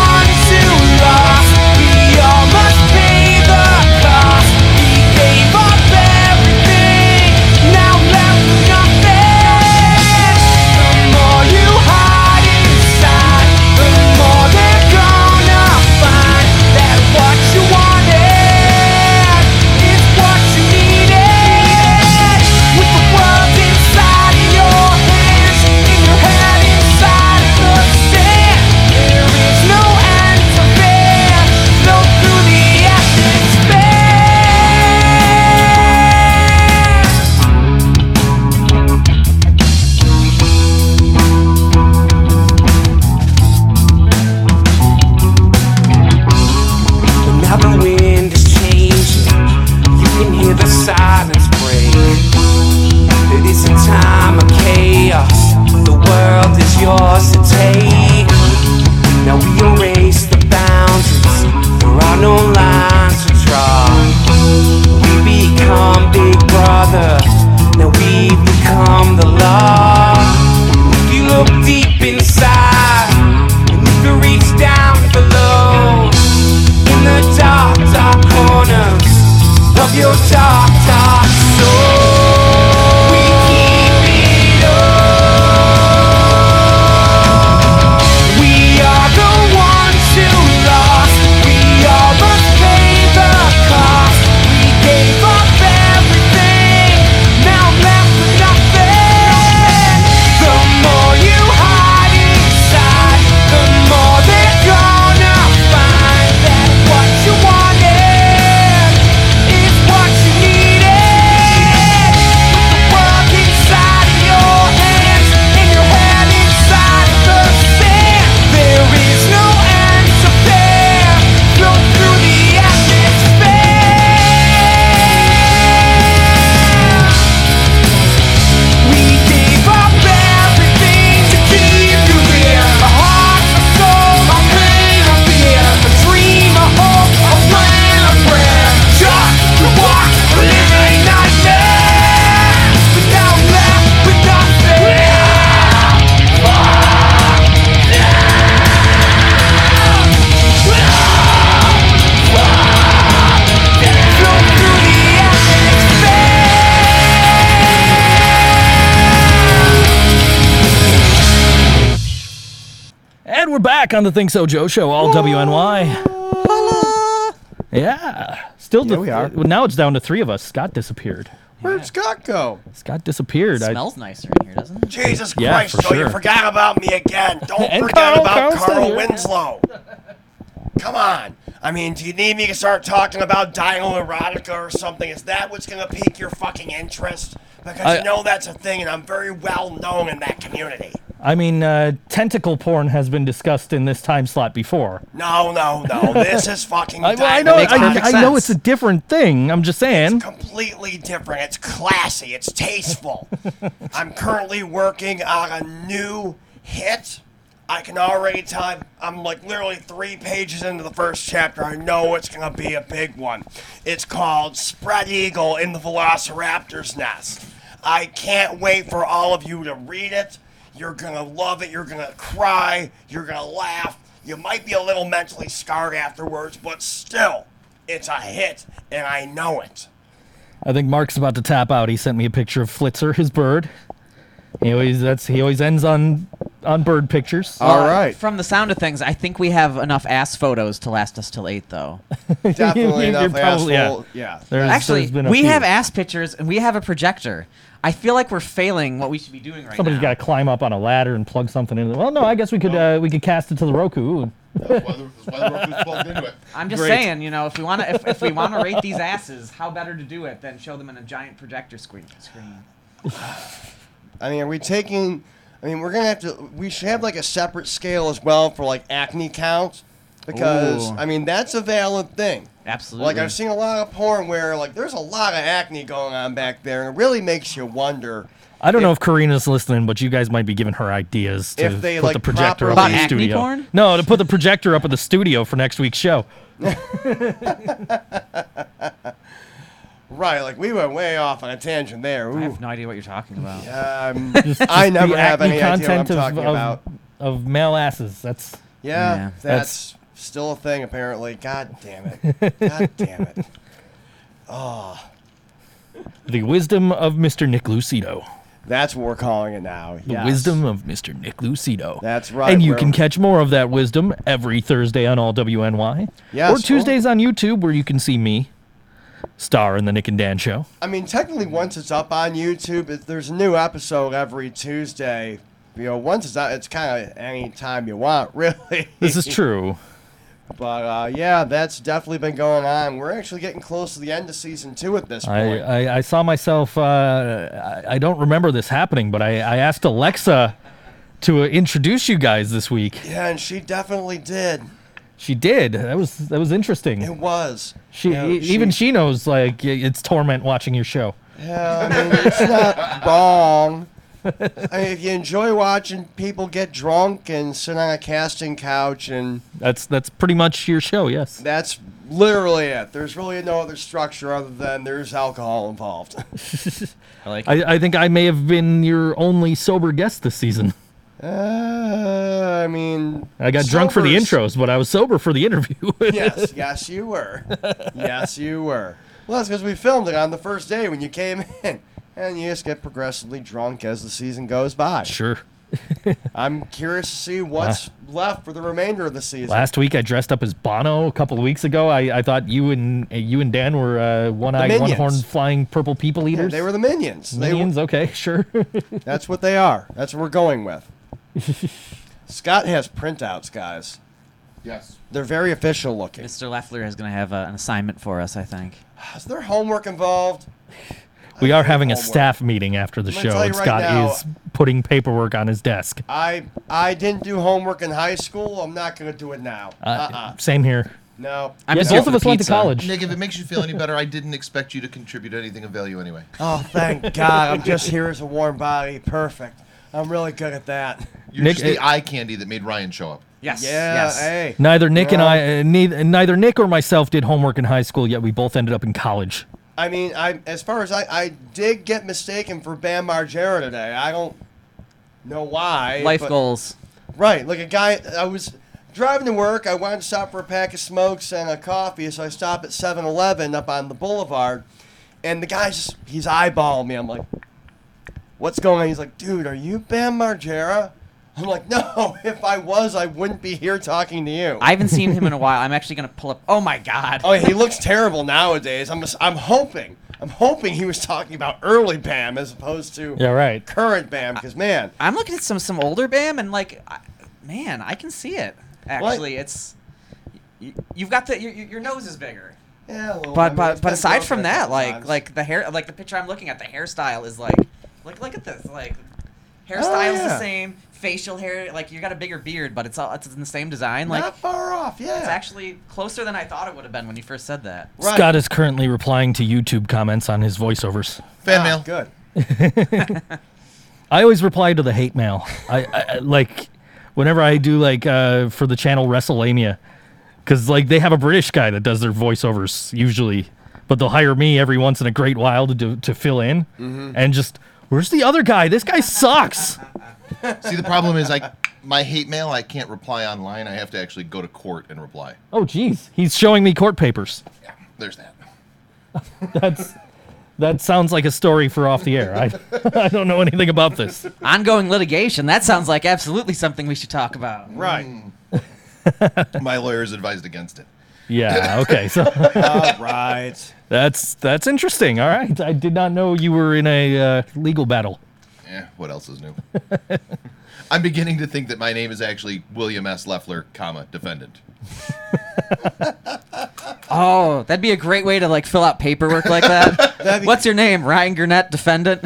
we're back on the Think So Joe show, all WNY. Yeah, still
Yeah,
the-
we are.
well, now it's down to three of us. Scott disappeared.
Where'd Scott go?
Scott disappeared. I-
Smells nicer in here, doesn't it?
Jesus
Yeah,
Christ,
for
Joe, you
sure.
forgot about me again. Don't
And
forget
Carl,
about
Carl's still
Carl
here.
Winslow. Come on. I mean, do you need me to start talking about Dino Erotica or something? Is that what's going to pique your fucking interest? Because
I-
you know that's a thing, and I'm very well known in that community.
I mean, uh, tentacle porn has been discussed in this time slot before.
No, no, no. This is fucking.
I, well, I
Dino
know,
makes
I,
perfect
I know
sense.
it's a different thing. I'm just saying.
completely different. It's classy. It's tasteful. I'm currently working on a new hit. I can already tell I'm like literally three pages into the first chapter. I know it's going to be a big one. It's called Spread Eagle in the Velociraptor's Nest. I can't wait for all of you to read it. You're going to love it. You're going to cry. You're going to laugh. You might be a little mentally scarred afterwards, but still, it's a hit, and I know it.
I think Mark's about to tap out. He sent me a picture of Flitzer, his bird. He always that's he always ends on on bird pictures.
All right.
From the sound of things, I think we have enough ass photos to last us till eight, though.
You're
Definitely enough
probably- yeah.
asshole. Yeah.
There's-
Actually,
there's been a
we
few.
have ass pictures and we have a projector. I feel like we're failing what we should be doing right
Somebody's
now.
got to climb up on a ladder and plug something in. Well, no, I guess we could uh, we could cast it to the Roku. Ooh.
That's why the- that's why the rope is plugged into it.
I'm just
Great.
saying, you know, if we want to, if, if we want to rate these asses, how better to do it than show them in a giant projector screen? Screen.
I mean, are we taking? I mean, we're gonna have to. We should have like a separate scale as well for like acne count, because
Ooh.
I mean that's a valid thing.
Absolutely.
Like I've seen a lot of porn where like there's a lot of acne going on back there, and it really makes you wonder
I don't know if Karina's listening, but you guys might be giving her ideas to
If they,
put
like,
the projector up in
properly-
the
About acne
studio.
porn?
No, to put the projector up in the studio for next week's show.
Right, like we went way off on a tangent there.
I
Ooh.
have no idea what you're talking about.
Um,
Just-
I
just
never
the
have
acne
any idea what I'm
content
talking
of,
about.
Of, of male asses. That's
Yeah,
Yeah.
that's, still a thing apparently. God damn it! God damn it! Ah,
the wisdom of Mr. Nick Lucido.
That's what we're calling it now.
The
yes.
wisdom of Mr. Nick Lucido.
That's right,
And you
where-
can catch more of that wisdom every Thursday on All WNY. Or
Yes,
Tuesdays on YouTube where you can see me star in the Nick and Dan show.
I mean, technically, once it's up on YouTube, it, there's a new episode every Tuesday. You know, once it's out, it's kind of any time you want, really.
This is true.
but uh, yeah, that's definitely been going on. We're actually getting close to the end of season two at this
I,
point.
I, I saw myself, uh, I, I don't remember this happening, but I, I asked Alexa to uh, introduce you guys this week.
yeah, and she definitely did.
She did. That was that was
It
interesting.
was.
She,
You know,
e- even she knows like y- it's torment watching your show.
Yeah, I mean, it's not wrong. I mean, if you enjoy watching people get drunk and sit on a casting couch, and
That's that's pretty much your show. Yes.
that's literally it. There's really no other structure other than there's alcohol involved.
I like
I, I think I may have been your only sober guest this season.
Uh, I mean,
I got drunk for the
sober's-
intros, but I was sober for the interview.
yes, yes, you were. Yes, you were. Well, that's because we filmed it on the first day when you came in, and you just get progressively drunk as the season goes by.
Sure.
I'm curious to see what's left for the remainder of the season.
Last week I dressed up as Bono. A couple of weeks ago, I, I thought you and uh, you and Dan were uh, one-eyed,
minions.
one-horned, flying purple people
Yeah,
eaters.
they were the minions. They were-
minions. okay, sure.
that's what they are. That's what we're going with. Scott has printouts, guys.
Yes.
They're very official looking.
Mr. Leffler is going to have uh, an assignment for us, I think.
Is there homework involved?
we are having a
homework.
staff meeting after the
I'm gonna
show,
tell you
and
right
Scott
now-
is putting paperwork on his desk.
I I didn't do homework in high school. I'm not gonna do it now.
Uh,
Uh-uh.
Same here.
No.
I'm
yeah,
just here
both
for
of
the
us went to
pizza.
college.
Nick, if it makes you feel any better, I didn't expect you to contribute anything of value anyway.
Oh, thank God. I'm just here as a warm body. Perfect. I'm really good at that.
You're
Nick,
just the
it-
eye candy that made Ryan show up.
Yes.
Yeah,
Yes.
hey.
Neither Nick and
Yeah.
I, uh, neither, neither Nick or myself did homework in high school. Yet we both ended up in college.
I mean, I as far as I, I did get mistaken for Bam Margera today. I don't know why.
Life
but-
goals.
Right, like a guy. I was driving to work. I wanted to stop for a pack of smokes and a coffee, so I stopped at 7-Eleven up on the boulevard, and the guy's just he's eyeballing me. I'm like, "What's going on?" He's like, "Dude, are you Bam Margera?" I'm like, no, if I was, I wouldn't be here talking to you.
I haven't seen him in a while. I'm actually gonna pull up. Oh my god.
oh, he looks terrible nowadays. I'm, just, I'm hoping, I'm hoping he was talking about early Bam as opposed to
Yeah, right.
current Bam, because man,
I'm looking at some some older Bam and like, I, man, I can see it. Actually, it's you, you've got the your, your your nose is bigger.
yeah. Well, I
But
mean,
but
it's
but
been
aside
broken
from
a
that,
couple
like
times.
like the hair, like the picture I'm looking at, the hairstyle is like, like look at this, like hairstyle's
Oh, yeah.
the same, facial hair, like you got a bigger beard, but it's all it's in the same design. Like
not far off, yeah.
it's actually closer than I thought it would have been when you first said that.
Right.
Scott is currently replying to YouTube comments on his voiceovers.
Fan
Ah,
mail.
Good.
I always reply to the hate mail. I, I I- like whenever I do like uh, for the channel WrestleMania, because like they have a British guy that does their voiceovers usually, but they'll hire me every once in a great while to do, to fill in, and just where's the other guy? This guy sucks.
See, the problem is, I my hate mail, I can't reply online. I have to actually go to court and reply.
oh jeez, he's showing me court papers.
Yeah, there's that.
That's that sounds like a story for off the air. I I don't know anything about this.
Ongoing litigation. That sounds like absolutely something we should talk about.
Right.
My lawyers advised against it.
Yeah. Okay. So.
Uh,
All right.
That's that's interesting. All right, I did not know you were in a uh, legal battle.
Eh, what else is new? I'm beginning to think that my name is actually William S. Leffler, comma defendant.
Oh, that'd be a great way to like fill out paperwork like that.
That'd be-
What's your name? Ryan Gurnett, defendant.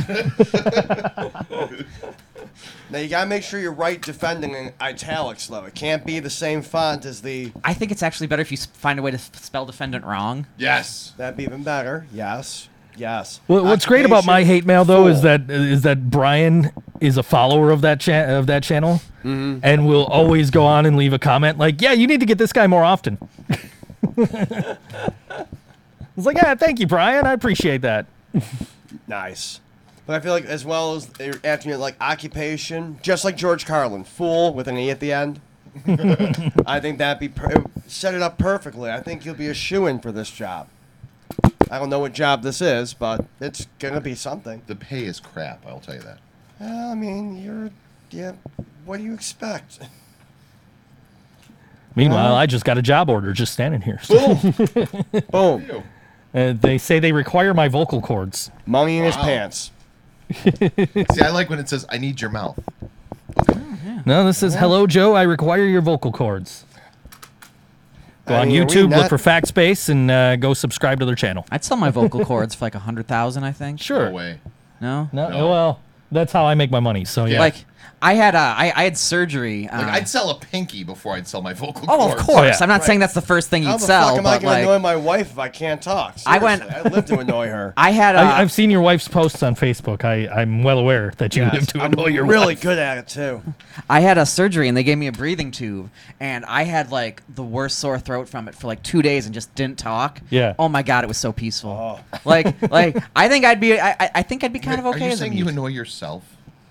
Now you gotta make sure you write defending in italics though. It can't be the same font as the.
I think it's actually better if you s- find a way to s- spell defendant wrong.
Yes.
That'd be even better. Yes. Yes.
Well, what's great about my hate mail though is
Occupation,
that is that Brian is a follower of that cha- of that channel, and will always go on and leave a comment like, "Yeah, you need to get this guy more often." it's like, yeah, thank you, Brian. I appreciate that.
fool. nice. But I feel like as well as the- after you like occupation, just like George Carlin, fool with an e at the end. I think that'd be per- it would set it up perfectly. I think you'll be a shoe in for this job. I don't know what job this is, but it's gonna be something.
The pay is crap. I'll tell you that.
Well, I mean, you're, yeah. What do you expect?
Meanwhile, I just got a job order just standing here.
Boom.
Ew.
Uh, they say they require my vocal cords.
Money in his
Wow.
pants.
See, I like when it says, "I need your mouth."
No, this says, "Hello, Joe. I require your vocal cords." Go
I
on
mean, are we
YouTube, look
not-
for Fact Space, and uh, go subscribe to their channel.
I'd sell my vocal cords for like a hundred thousand, I think.
Sure.
No way.
No.
No,
No.
well, that's how I make my money. So Oh, yeah.
Like I had uh, I I had surgery. Uh,
Like, I'd sell a pinky before I'd sell my vocal
oh,
cords.
of course.
Oh, yeah.
I'm not saying that's the first thing you'd
How the
sell,
fuck am I
but
gonna annoy
like
my wife if I can't talk?
I went-
Seriously, I live to annoy her.
I had uh,
I, I've seen your wife's posts on Facebook. I, I'm well aware that you
Yes,
live to
I'm
annoy your
really
wife.
good at it too.
I had a surgery and they gave me a breathing tube and I had like the worst sore throat from it for like two days and just didn't talk.
Yeah.
Oh my god, it was so peaceful.
Oh.
Like like I think I'd be I, I I think I'd be kind of
Are
okay
you
as a
saying you
mute.
annoy yourself?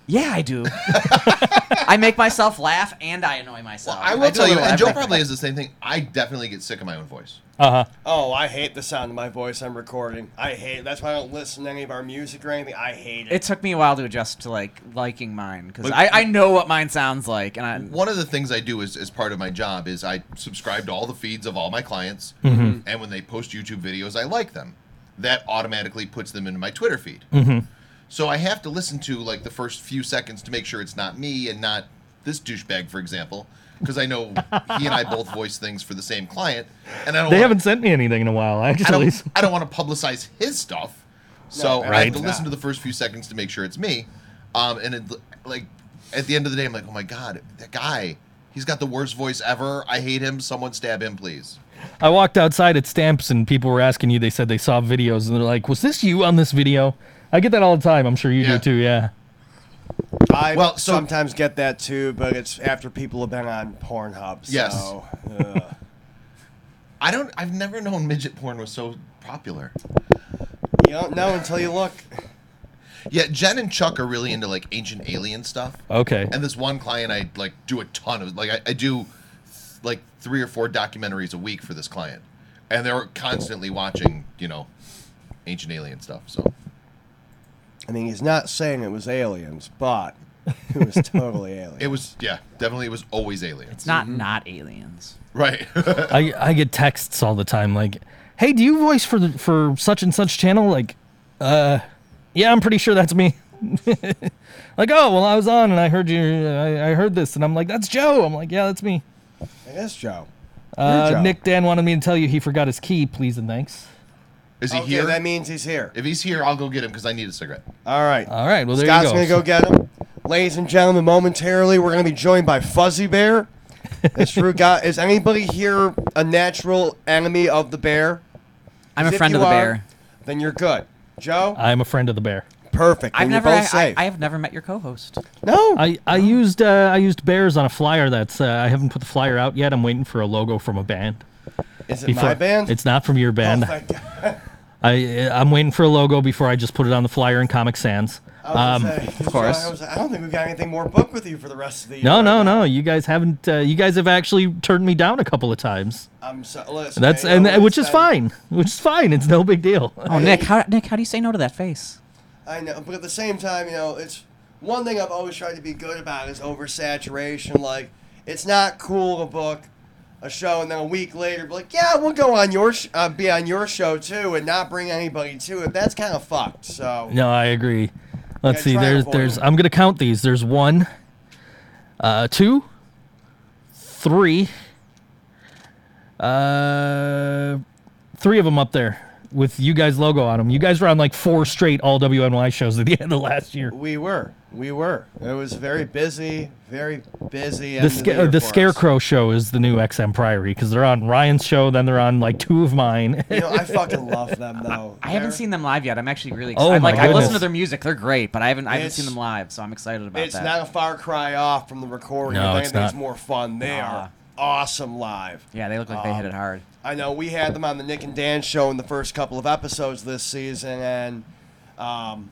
Yeah, I do. I make myself laugh and I annoy myself.
I will
do
tell
a
you,
little
and Joe
everything.
probably has the same thing. I definitely get sick of my own voice.
Uh huh.
Oh, I hate the sound of my voice. I'm recording. I hate. That's why I don't listen to any of our music or anything. I hate it.
It took me a while to adjust to like liking mine because I, I know what mine sounds like and I
One of the things I do as, as part of my job is I subscribe to all the feeds of all my clients,
Mm-hmm.
and when they post YouTube videos, I like them. That automatically puts them into my Twitter feed. So I have to listen to like the first few seconds to make sure it's not me and not this douchebag, for example, because I know he and I both voice things for the same client, and I don't.
They
wanna-
haven't sent me anything in a while,
I
actually.
don't, I don't want to publicize his stuff. So I
Right.
have to listen to the first few seconds to make sure it's me. Um, and it, like at the end of the day, I'm like, oh my god, that guy, he's got the worst voice ever. I hate him. Someone stab him, please.
I walked outside at Stamps and people were asking you. They said they saw videos and they're like, "Was this you on this video?" I get that all the time. I'm sure you
Yeah.
do too. Yeah.
I
well, so-
sometimes get that too, but it's after people have been on Pornhub. So, uh,
Yes.
ugh.
I don't. I've never known midget porn was so popular.
you don't know until you look.
Yeah, Jen and Chuck are really into like ancient alien stuff.
Okay.
And this one client, I like do a ton of like I, I do like three or four documentaries a week for this client, and they're constantly watching you know ancient alien stuff. So
I mean, he's not saying it was aliens, but It was totally alien.
It was yeah, definitely it was always aliens.
It's
Mm-hmm.
not not aliens.
Right.
I I get texts all the time like, "Hey, do you voice for the, for such and such channel?" Like, uh, yeah, I'm pretty sure that's me. like, oh well, I was on and I heard you. I, I heard this, and I'm like, that's Joe. I'm like, yeah, that's me.
it is Joe. Your
Uh,
Joe.
Nick Dan wanted me to tell you he forgot his key. Please and thanks.
Is he
Okay,
here?
that means he's here.
if he's here, I'll go get him because I need a cigarette.
All right.
All right, well there
Scott's
you go.
gonna go get him. Ladies and gentlemen, momentarily we're gonna be joined by Fuzzy Bear. It's true, God. Is anybody here a natural enemy of the bear?
I'm a
If
friend
you
of the
are,
bear. Uh,
Then you're good. Joe,
I'm a friend of the bear.
perfect.
I've
Then
never
You're
I,
both
I,
safe.
I have never met your co-host.
no.
I, I used uh, I used bears on a flyer that's uh, I haven't put the flyer out yet. I'm waiting for a logo from a band.
is it my
Before-
band?
It's not from your
oh,
band.
my God.
I uh, I'm waiting for a logo before I just put it on the flyer in Comic Sans.
I was
Um,
gonna say, Joe,
course.
I, was- I don't think we've got anything more booked with you for the rest of the year.
no,
right
no,
now.
no. You guys haven't. Uh, you guys have actually turned me down a couple of times.
I'm so, listen,
That's
man, you
and
know what,
which is
it's
fine. Which is fine. It's no big deal.
Oh, Nick, how Nick, how do you say no to that face?
I know, but at the same time, you know, it's one thing I've always tried to be good about is oversaturation. Like, it's not cool to book a show and then a week later be like, yeah, we'll go on your sh- uh, be on your show too, and not bring anybody to it. That's kind of fucked. So
No, I agree. Let's
Yeah,
see.
try to
There's
avoid
there's.
them.
I'm gonna count these. There's one, uh, two, three, uh, three of them up there with you guys logo on them. You guys were on like four straight all WNY shows at the end of last year.
we were, we were. It was very busy, very busy. end
The,
of
sca-
year
the
for us.
Scarecrow show is the new XM Priory because they're on Ryan's show, then they're on like two of mine.
You know, I fucking love them though.
I haven't
They're-
seen them live yet. I'm actually really
Oh
excited.
my
like I listen
goodness.
to their music; they're great, but I haven't I haven't seen
It's-
them live, so I'm excited about
It's
that.
not a far cry off from the recording.
No,
if
it's
anything, it's
not.
more fun. They are awesome live.
yeah, they look like
Um,
they hit it hard.
I know we had them on the Nick and Dan show in the first couple of episodes this season, and um,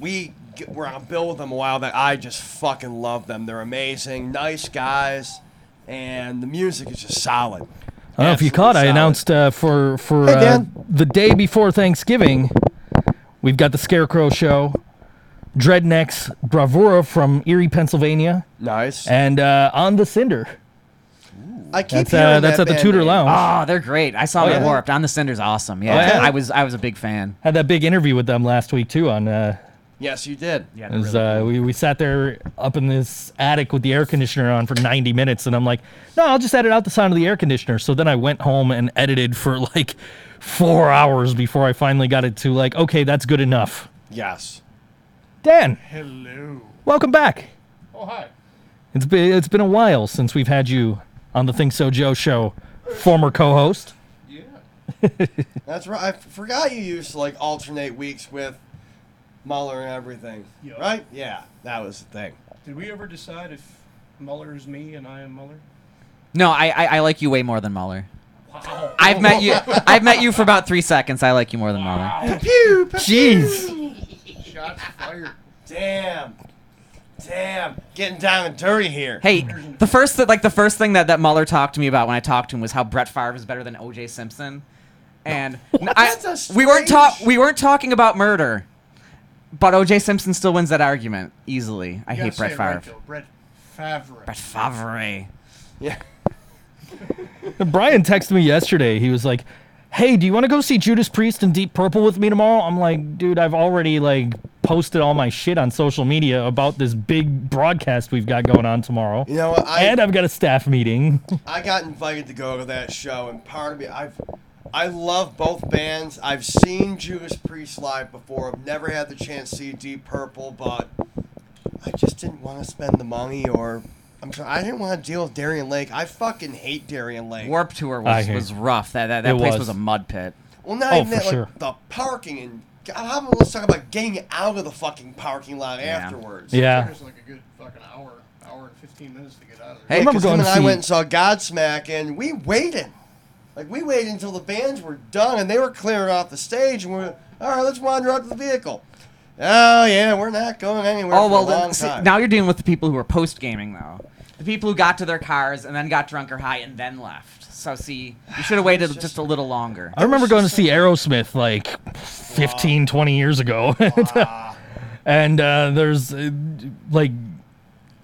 we g were on a bill with them a while that I just fucking love them. They're amazing, nice guys, and the music is just solid.
I don't know if you
Absolutely
caught. I
solid.
announced uh, for for
Hey,
uh,
Dan.
the day before Thanksgiving, we've got the Scarecrow show, Dreadnecks Bravura from Erie, Pennsylvania,
Nice.
and uh, on the Cinder.
I keep
That's
hearing
uh, that's
that
at the
band
Tudor
name.
Lounge.
Oh, they're great. I saw them at
yeah?
Warped. On the Cinder's awesome. Yeah,
Oh,
yeah?
I was I was a big fan.
Had that big interview with them last week too. On uh,
Yes, you did.
Yeah,
it
they're
was,
really
uh, we we sat there up in this attic with the air conditioner on for 90 minutes, and I'm like, no, I'll just edit out the sound of the air conditioner. So then I went home and edited for like four hours before I finally got it to like, okay, that's good enough.
Yes.
Dan. Hello. Welcome back.
Oh hi.
It's been it's been a while since we've had you on the Think So Joe show, former co-host.
Yeah.
That's right. I f- forgot you used to like alternate weeks with Muller and everything.
Yup.
Right? Yeah, that was the thing.
Did we ever decide if Muller is me and I am Muller?
No, I, I I like you way more than Muller.
Wow.
I've met you. I've met you for about three seconds. I like you more than Muller.
Pew.
Jeez.
Shots fired.
Damn. Damn. Getting down and dirty here.
Hey, the first that like the first thing that that Muller talked to me about when I talked to him was how Brett Favre is better than O.J. Simpson, and I,
That's a
we weren't talk
strange-
we weren't talking about murder, but O.J. Simpson still wins that argument easily. I
You
hate
gotta
Brett
say it
Favre.
right, though. Brett Favre.
Brett Favre.
Yeah.
Brian texted me yesterday. He was like, "Hey, do you want to go see Judas Priest and Deep Purple with me tomorrow?" I'm like, "Dude, I've already like posted all my shit on social media about this big broadcast we've got going on tomorrow."
You know, I
and I've got a staff meeting.
I got invited to go to that show, and part of me, I've, I love both bands. I've seen Judas Priest live before. I've never had the chance to see Deep Purple, but I just didn't want to spend the money, or I'm sorry, I didn't want to deal with Darien Lake. I fucking hate Darien Lake.
Warp tour
I
was,
hear
was
you.
rough. That that, that
It
place was.
was.
a mud pit.
Well, not
Oh,
even
for
that, like,
sure.
the parking and God, how about let's talk about getting out of the fucking parking lot afterwards.
yeah.
There's like a good fucking hour, hour and 15 minutes to get out of there.
Hey,
I remember
Because him
going
and
to
I
see-
went and saw Godsmack, and we waited. Like we waited until the bands were done and they were clearing off the stage, and we're all right. Let's wander out to the vehicle. Oh yeah, we're not going anywhere
Oh
for
well,
a long
then, see,
time.
now you're dealing with the people who are post gaming though. The people who got to their cars and then got drunk or high and then left. So see, you should have waited just a little longer.
I remember going to see Aerosmith like 15, 20 years ago. and uh, there's uh, like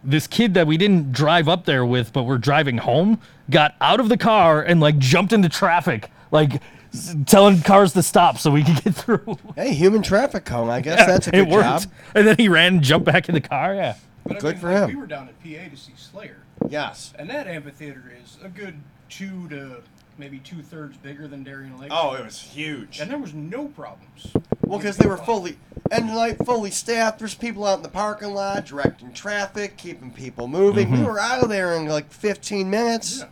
this kid that we didn't drive up there with, but we're driving home, got out of the car and like jumped into traffic, like s- telling cars to stop so we could get through.
Hey, human traffic cone. I guess that's a
it
good
worked.
job.
And then he ran and jumped back in the car. Yeah.
But
Good
I mean,
for
like,
him.
We were down at PA to see Slayer,
Yes.
and that amphitheater is a good two to maybe two thirds bigger than Darien Lake.
Oh, it was huge.
and there was no problems.
Well, because they were fully and like fully staffed. There's people out in the parking lot directing traffic, keeping people moving. We were out of there in like 15 minutes.
Yeah.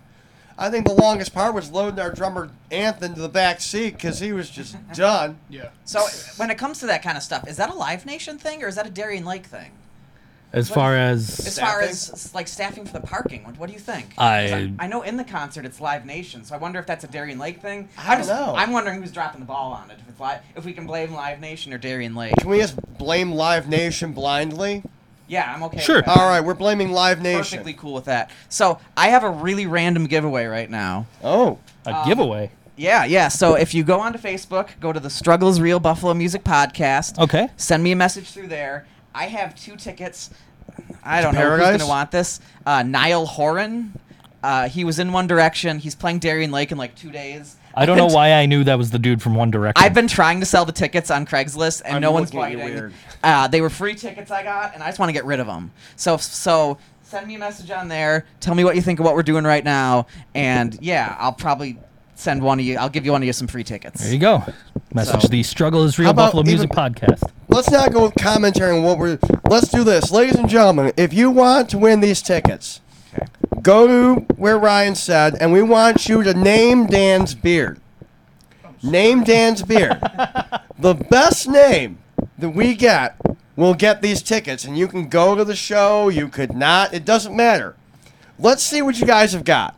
I think the longest part was loading our drummer Anthony to the back seat because he was just done.
Yeah.
So when it comes to that kind of stuff, is that a Live Nation thing or is that a Darien Lake thing?
As far
As
as Uh,
far
Staffing?
as s- like staffing for the parking, what, what do you think?
I-
'Cause I know in the concert it's Live Nation, so I wonder if that's a Darien Lake thing.
I
I'm
don't
just-
know.
I'm wondering who's dropping the ball on it. If it's live, if we can blame Live Nation or Darien Lake.
Can we just blame Live Nation blindly?
Yeah, I'm okay.
Sure.
With that.
All right, we're blaming Live Nation.
Perfectly cool with that. So I have a really random giveaway right now. Um,
Oh,
a giveaway.
Yeah, yeah. So if you go onto Facebook, go to the Struggles Real Buffalo Music Podcast.
Okay.
Send me a message through there. I have two tickets. I don't know
Paradise?
who's gonna want this. Uh, Niall Horan. Uh, he was in One Direction. He's playing Darien Lake in like two days.
I don't
I've
know
been-
why I knew that was the dude from One Direction.
I've been trying to sell the tickets on Craigslist and
I'm
no one's
looking at you
biting.
weird.
Uh, they were free tickets I got, and I just want to get rid of them. So, so send me a message on there. Tell me what you think of what we're doing right now, and yeah, I'll probably send one of you. I'll give you one of you some free tickets.
There you go. Message
So-
the Struggle is
How
Real
about
Buffalo Music
even-
Podcast.
let's not go with commentary on what we're. Let's do this, ladies and gentlemen. If you want to win these tickets, go to where Ryan said, and we want you to name Dan's beard. Name Dan's beard. the best name that we get will get these tickets, and you can go to the show. You could not. It doesn't matter. Let's see what you guys have got.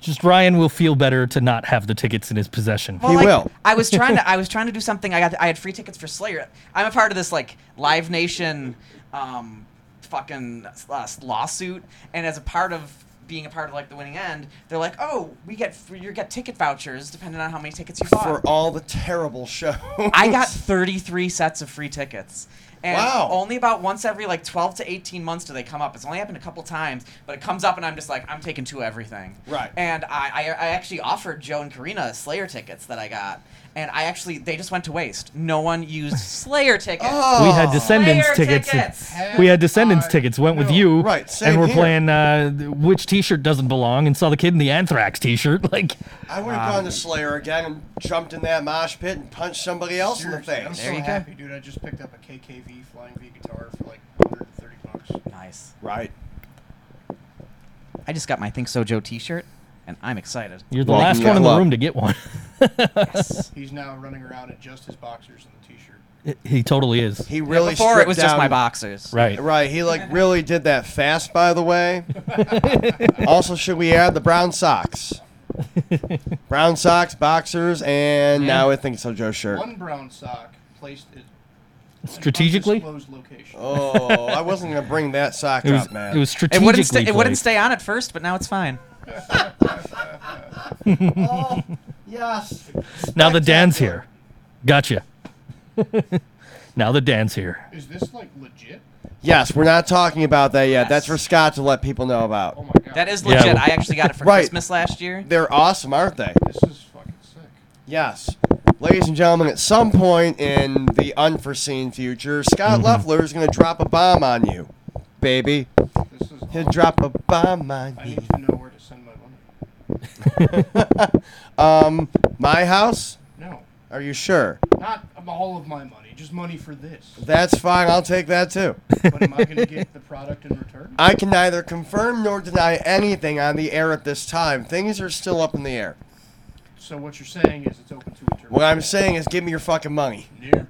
Just Ryan will feel better to not have the tickets in his possession.
Well,
He
like,
will.
I was trying to. I was trying to do something. I got. I had free tickets for Slayer. I'm a part of this like Live Nation, um, fucking uh, lawsuit. And as a part of being a part of like the winning end, they're like, oh, we get free, you get ticket vouchers depending on how many tickets you bought.
For all the terrible shows.
I got 33 sets of free tickets. And
Wow.
only about once every like 12 to 18 months do they come up. It's only happened a couple times, but it comes up and I'm just like, I'm taking two of everything.
Right.
And I, I, I actually offered Joe and Karina Slayer tickets that I got. And I actually, they just went to waste. No one used Slayer tickets.
Oh.
we had Descendants
Slayer
tickets.
tickets.
We had Descendants
I
tickets. Went with
know.
you,
Right,
And
same
we're
here.
playing uh, which T-shirt doesn't belong, and saw the kid in the Anthrax T-shirt. Like,
I would have
Um,
gone to Slayer again and jumped in that mosh pit and punched somebody else
Seriously,
in
I'm
the
so
face.
you go.
happy, dude. I just picked up a KKV Flying V guitar for like 130 bucks.
Nice.
Right.
I just got my Think So Joe t shirt, and I'm excited.
you're the
Welcome
last
to
one
the
in the
club.
room to get one.
He's now running around in just his boxers and the t-shirt.
he totally is.
He really
Before it was
stripped
just my
down-
boxers.
Right.
Right, he like really did that fast by the way. also, should we add the brown socks? brown socks, boxers, and now I think it's a Joe shirt.
One brown sock placed it
Strategically?
Closed location.
Oh, I wasn't gonna bring that sock
It was,
up, man.
it was
It
strategically.
wouldn't, sta- it wouldn't
placed.
stay on at first, but now it's fine.
oh, yes.
Now the Dan's here. Gotcha. now the Dan's here.
Is this like legit?
Yes, we're not talking about that yet. That's
Yes.
for Scott to let people know about.
Oh my god.
That is
Yeah.
legit. I actually got it for
Right.
Christmas last year.
They're awesome, aren't they?
This is fucking sick.
Yes. Ladies and gentlemen, at some point in the unforeseen future, Scott Leffler is going to drop a bomb on you, baby.
This is.
He'll
awesome.
drop a bomb on
I
you.
need to know where to send my money.
Um, my house?
No,
Are you sure?
not of all of my money, just money for this.
That's fine. I'll take that too.
but am I gonna get the product in return?
I can neither confirm nor deny anything on the air at this time. Things are still up in the air.
So what you're saying is it's open to interpretation.
What I'm saying is, give me your fucking money.
Yeah.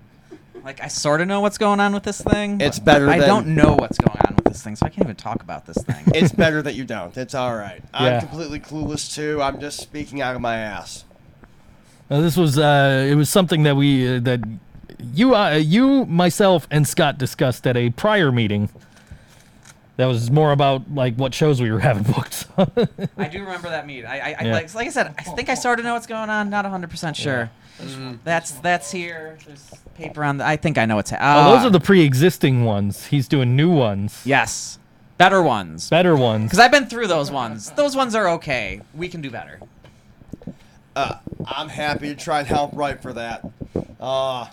Like I sort of know what's going on with this thing.
It's
but
better
I
than-
don't know what's going on with this thing, so I can't even talk about this thing.
It's better that you don't. It's all right.
Yeah.
I'm completely clueless too. I'm just speaking out of my ass.
Now, this was uh, it was something that we uh, that you uh, you myself and Scott discussed at a prior meeting, That was more about like what shows we were having booked.
Ah. I do remember that meet. I, I, I
Yeah.
like, like I said, I think I sort of know what's going on. Not 100 percent sure. That's that's here. There's paper on. The, I think I know what's. Ha-
Oh, those
Ah,
are the pre-existing ones. He's doing new ones,
yes, better ones.
better ones.
Because oh, I've been through those ones. Those ones are okay. We can do better.
Uh, I'm happy to try and help right for that. Uh,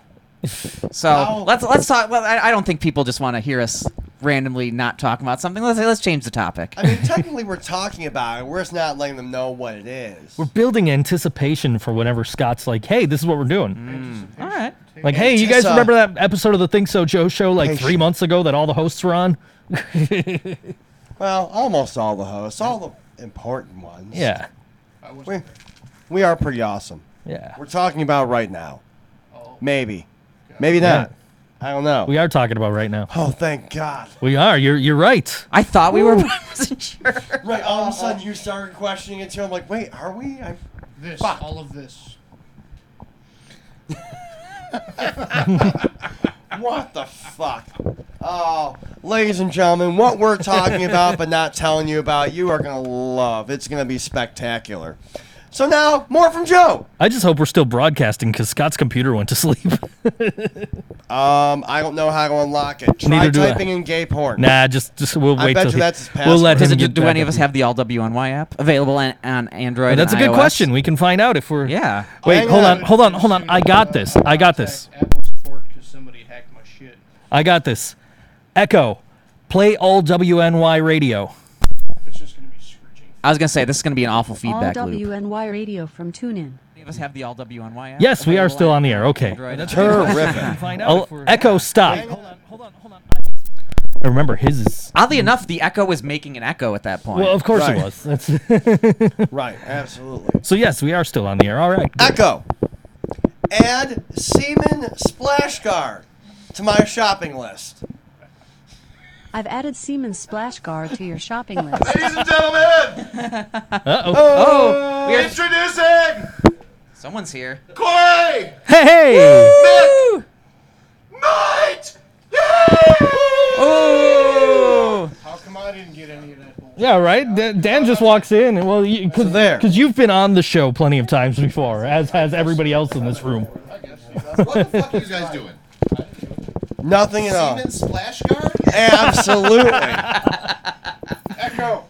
So
Now-
let's let's talk. Well, I, I don't think people just want to hear us randomly not talking about something. Let's let's change the topic.
I mean, technically, we're talking about it. We're just not letting them know what it is.
We're building anticipation for whenever Scott's like, "Hey, this is what we're doing."
Hmm. All right.
Like, hey, you guys
Antissa.
remember that episode of the Think So Joe show like three
Patient.
months ago that all the hosts were on?
well, almost all the hosts, all the important ones.
Yeah,
I was
We, we are pretty awesome.
yeah.
We're talking about right now.
Oh.
Maybe. Maybe not. I don't
Oh.
know.
We are talking about right now.
oh, thank God.
We are. You're you're right.
I thought we were. but I wasn't sure.
Right, all of a sudden you started questioning it too. I'm like, wait, are we? I'm,
this, all of this.
what the fuck? Oh, ladies and gentlemen, what we're talking about but not telling you about, you are going to love. It's going to be spectacular. So now, more from Joe.
I just hope we're still broadcasting because Scott's computer went to sleep.
Um, I don't know how to unlock it. Try
Neither do I.
typing in gay porn.
nah, just just we'll
I
wait
bet
till
you
he-
that's his
we'll let
password.
him
Does it,
get
do
back
any of
up
us
to-
have the all WNY app available on, on Android?
That's a
and
good
iOS?
question. We can find out if we're.
Yeah.
Wait,
Hang
hold on,
on.
hold on, hold on. I got this. I got this.
Apple support because somebody hacked my shit.
I got this. Echo, play all WNY radio.
It's just gonna be screeching.
I was gonna say this is gonna be an awful
All
feedback loop.
WNY radio from TuneIn.
Any of us have the all WNY app?
Yes, we are
available
still on the air. Okay.
Android?
Terrific.
Oh, Echo, stop. hold on, hold on, hold on. I remember his is.
Oddly enough, the echo was making an echo at that point.
Well, of course it
Right.
was. That's,
right, absolutely.
so yes, we are still on the air. All right. good.
Echo, add semen splash guard to my shopping list.
I've added Siemens Splash Guard to your shopping list.
Ladies and gentlemen,
uh,
oh, we are-
introducing
someone's here.
Corey
Hey, hey.
Mick Knight. Yay!
Oh!
Ooh.
How come I didn't get any of that bullshit?
Yeah, right. Dan, Dan just walks in, and well, you, cause,
there.
because you've been on the show plenty of times before, as has everybody else in this room.
What the fuck are you guys doing?
Nothing at all.
Semen splash guard?
Absolutely.
Echo,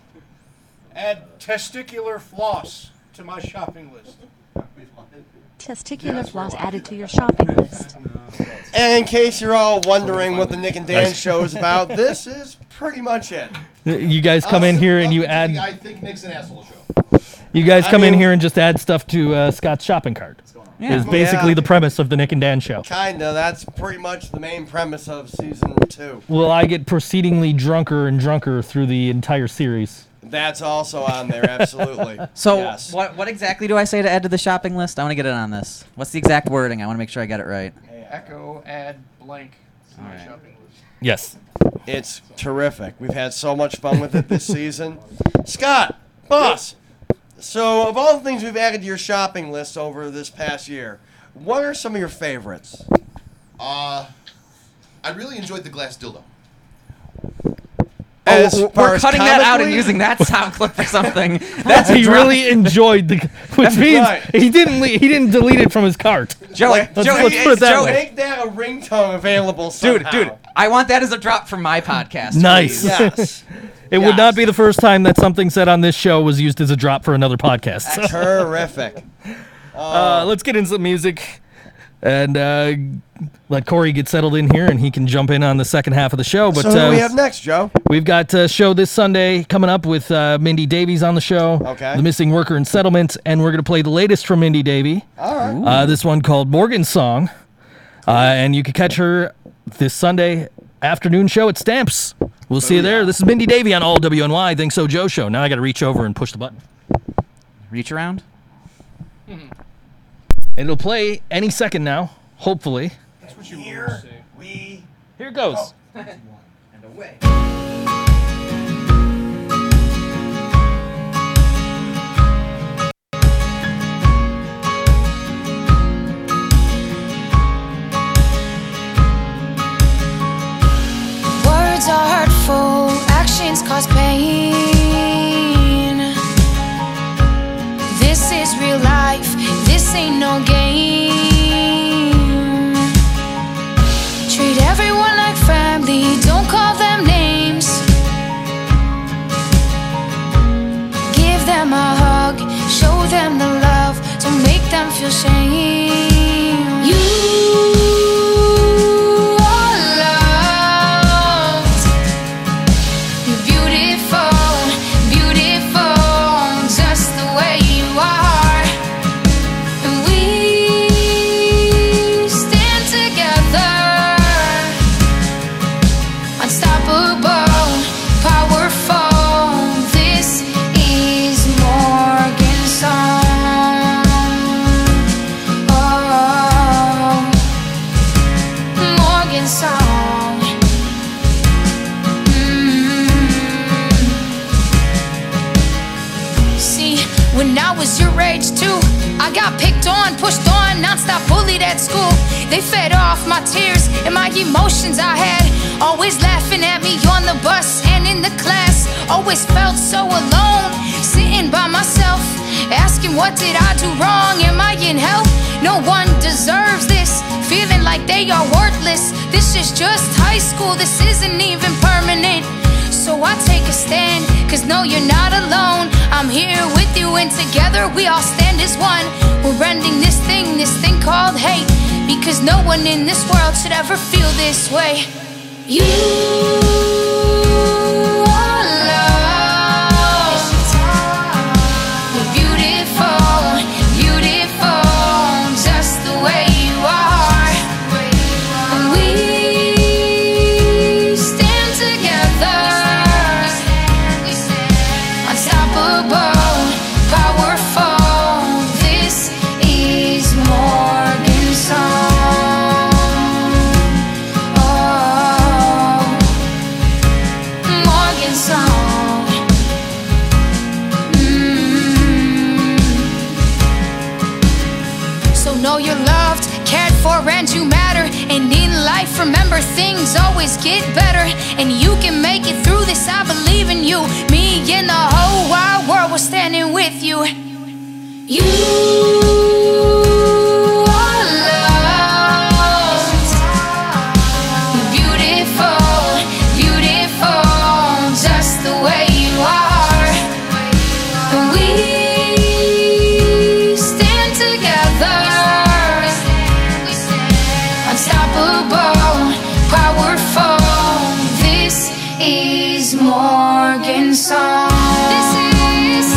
add testicular floss to my shopping list.
Testicular floss added to your shopping list.
And in case you're all wondering what the Nick and Dan
Nice.
show is about, this is pretty much it.
Uh, You guys come in here and you
Uh, Welcome to the
add.
I think Nick's an asshole show.
You guys
I
come in
mean-
here and just add stuff to uh, Scott's shopping cart. Is basically
Yeah.
the premise of the Nick and Dan show.
Kinda, that's pretty much the main premise of season two.
Will I get proceedingly drunker and drunker through the entire series?
That's also on there, absolutely.
So
yes.
what what exactly do I say to add to the shopping list? I want to get in on this. What's the exact wording? I want to make sure I get it right.
Echo, add blank to my shopping list.
Yes.
It's terrific. We've had so much fun with it this season. Scott, boss. So of all the things we've added to your shopping list over this past year, what are some of your favorites?
Uh,
I really enjoyed the glass dildo.
Oh, As
We're-
far
We're
as
cutting that out and
comically-
using that sound clip for something. That's
he really enjoyed the, which means
right.
he didn't le- he didn't delete it from his cart.
Joe.
Let's-
Joe,
let's put it that
Joe,
way.
Make that a ringtone available
dude,
somehow.
dude, I want that as a drop for my podcast.
Nice.
please.
Yes.
It would not be the first time that something said on this show was used as a drop for another podcast. So,
Terrific.
uh, let's get into some music and uh, let Corey get settled in here, and he can jump in on the second half of the show. But
so who do
uh,
we have next, Joe?
We've got a show this Sunday coming up with uh, Mindy Davies on the show.
Okay.
The Missing Worker and Settlement. And we're going to play the latest from Mindy Davy. All right. Uh, this one called Morgan's Song. Uh, and you can catch her this Sunday afternoon show at Stamps. We'll see you there. This is Mindy Davy on All WNY. Think So Joe Show. Now I got to reach over and push the button.
Reach around.
And it'll play any second now, hopefully.
That's what you were saying.
We
Here goes.
Words are hurtful, action This ain't no game. Treat everyone like family, don't call them names. Give them a hug, show them the love, don't make them feel shame. You are loved. You're beautiful, beautiful, just the way you are. And we stand together, unstoppable, powerful. This is Morgan's song. Oh, Morgan's song. See, when I was your age too, I got picked on, pushed on, nonstop bullied at school. They fed off my tears and my emotions I had. Always laughing at me on the bus and in the class. Always felt so alone, sitting by myself, asking what did I do wrong? Am I in hell? No one deserves this. Feeling like they are worthless. This is just high school. This isn't even permanent. So I take a stand, cause no, you're not alone. I'm here with you, and together we all stand as one. We're ending this thing, this thing called hate, because no one in this world should ever feel this way. You. are loved. You're beautiful, beautiful, just the way you are. And we stand together, unstoppable, powerful. This is Morgan's song. Oh, Morgan's song. Mm. So know you're loved, cared for, and you matter. And in life, remember things always get better. And you can make it through this. I believe in you. Me and the whole wide world, we're standing with you. You. are loved. You're beautiful, beautiful, Just the way you are. We stand together, unstoppable, powerful. This is Morgan's song. This is,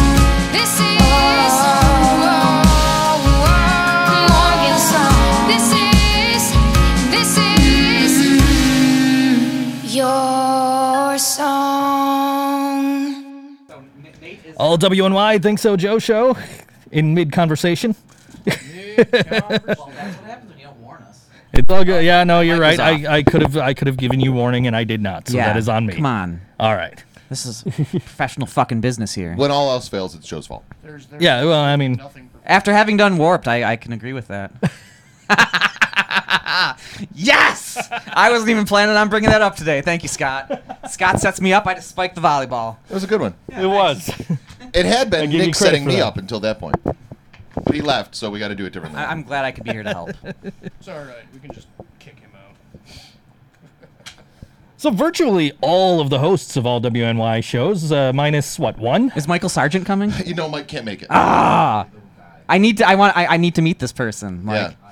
this is oh, Morgan's song. This is, this is your song.
So N- Nate is
All WNY, think so, Joe show in mid conversation.
well. That's what happens when you don't warn us.
It's all good. Yeah, no, you're
Mic
right.
was
I, I could have I could have given you warning and I did not. So that is on me.
Come on,
All right.
this is professional fucking business here.
When all else fails, it's Joe's fault.
There's, there's
Yeah, well, I mean,
nothing. for-
After having done Warped, I, I can agree with that. yes! I wasn't even planning on bringing that up today. Thank you, Scott. Scott sets me up. I just spiked the volleyball.
That was a good one.
it was.
It had
I
been
give you
Nick
credit
setting
for
me
that.
up until that point. But he left, so we got to do it differently.
I- I'm glad I could be here to help.
It's all right. We can just kick him out.
so virtually all of the hosts of all WNY shows, uh, minus what one? Ah.
Is Michael Sargent coming?
you know, Mike can't make it.
Ah. I need to. I want. I, I need to meet this person. Like,
yeah.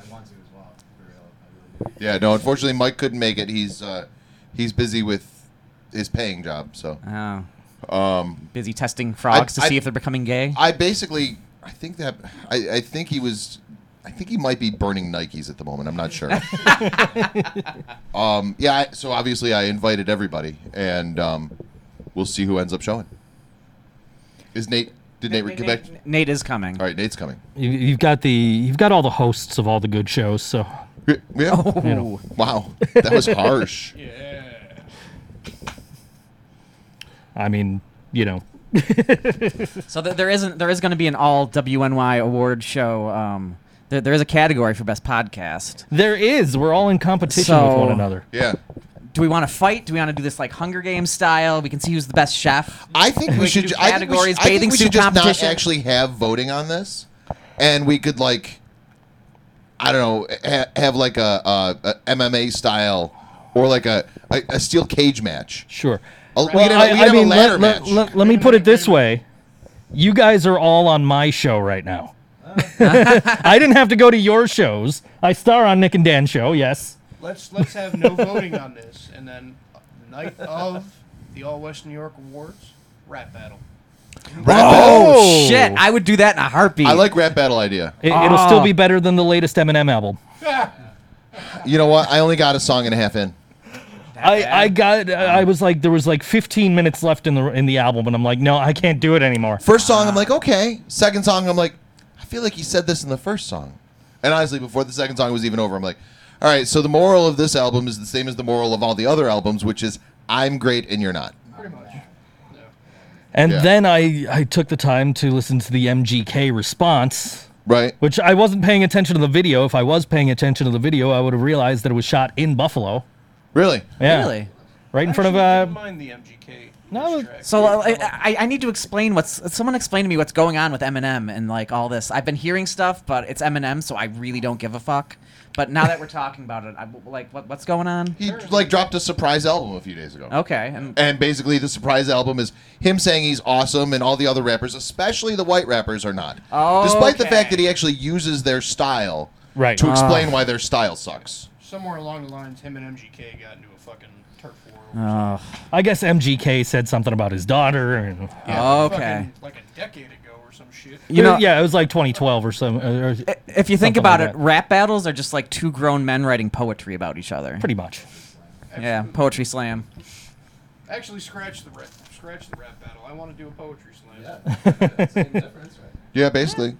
Yeah, no, unfortunately, Mike couldn't make it. He's uh, he's busy with his paying job, so. Um,
Oh. Busy testing frogs to
I-
see if they're becoming gay.
I basically, I think that, I, I think he was, I think he might be burning Nikes at the moment. I'm not sure. um, yeah, I, so obviously I invited everybody, and um, we'll see who ends up showing. Is Nate? Did Nate, get back?
Nate, Nate is coming.
All right, Nate's coming.
You, you've got the you've got all the hosts of all the good shows. So
Yeah.
Ooh.
Wow, that was harsh.
Yeah.
I mean, you know,
So th- there isn't. There is going to be an all WNY award show. Um, there, there is a category for best podcast.
there is. We're all in competition with
So-
one another.
Yeah,
Do we want to fight? Do we want to do this like Hunger Games style? We can see who's the best chef.
I think we
We
should.
could do
ju- I think we should,
categories,
I think
bathing
we should
suit
just not
competition.
actually have voting on this, and we could like I don't know, ha- have like a, a, a MMA style or like a, a, a steel cage match.
Sure.
Oh, we could have- we could have a ladder
let, let-
match.
let- let me put it this way. You guys are all on my show right now. I didn't have to go to your shows. I star on Nick and Dan show, yes.
Let's let's have no voting on this, and then the night of the All West New York Awards, rap battle.
Oh shit! I would do that in a heartbeat. Ah.
I like rap battle idea.
It, It'll
Ah.
still be better than the latest Eminem album.
You know what? I only got a song and a half in.
I, I got uh, I was like there was like 15 minutes left in the in the album and I'm like no I can't do it anymore.
First song, I'm like, okay. Second song, I'm like, I feel like he said this in the first song. And honestly, before the second song was even over, I'm like, all right, so the moral of this album is the same as the moral of all the other albums, which is I'm great and you're not.
And
Yeah.
then I I took the time to listen to the MGK response
Right?
which I wasn't paying attention to the video. If I was paying attention to the video, I would have realized that it was shot in Buffalo.
Really?
Yeah.
Really?
Right in front of
Actually,
uh
didn't mind the MGK.
no,
diss track.
So I, I, I need to explain what's someone explain to me what's going on with Eminem and like all this. I've been hearing stuff, but it's Eminem, so I really don't give a fuck. But now that we're talking about it, I'm like, what, what's going on?
He like dropped a surprise album a few days ago.
Okay, and
And basically, the surprise album is him saying he's awesome, and all the other rappers, especially the white rappers, are not. Despite the fact that he actually uses their style
Right.
Ah.
to explain why their style sucks.
somewhere along the lines, him and MGK got into a fucking turf war.
I guess MGK said something about his daughter and
Yeah,
okay.
fucking, like a decade ago or some shit.
you know,
yeah, it was like 2012 or some or
if you think
Something
about
like
it,
that.
rap battles are just like two grown men writing poetry about each other.
pretty much.
yeah, poetry slam.
Actually, scratch the rap, scratch the rap battle. I want to do a poetry slam.
Yeah, basically.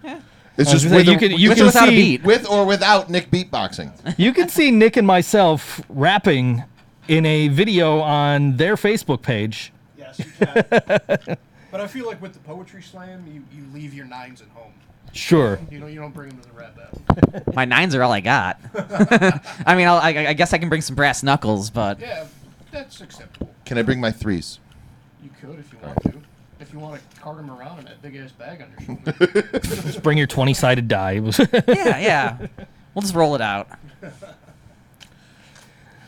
It's
I was
just
gonna
with,
say,
or,
Uh, you can you
with or
can
without a
see
beat.
with or without Nick beatboxing.
you can see Nick and myself rapping in a video on their Facebook page.
Yes, you can. but I feel like with the poetry slam, you, you leave your nines at home.
Sure.
You know, you don't bring them to the rap battle.
My nines are all I got. I mean, I'll, I, I guess I can bring some brass knuckles, but
Yeah, that's acceptable.
Can I bring my threes?
You could if you want to. If you want to cart them around in that big ass bag on your shoulder.
Just bring your 20-sided die.
yeah, yeah. We'll just roll it out.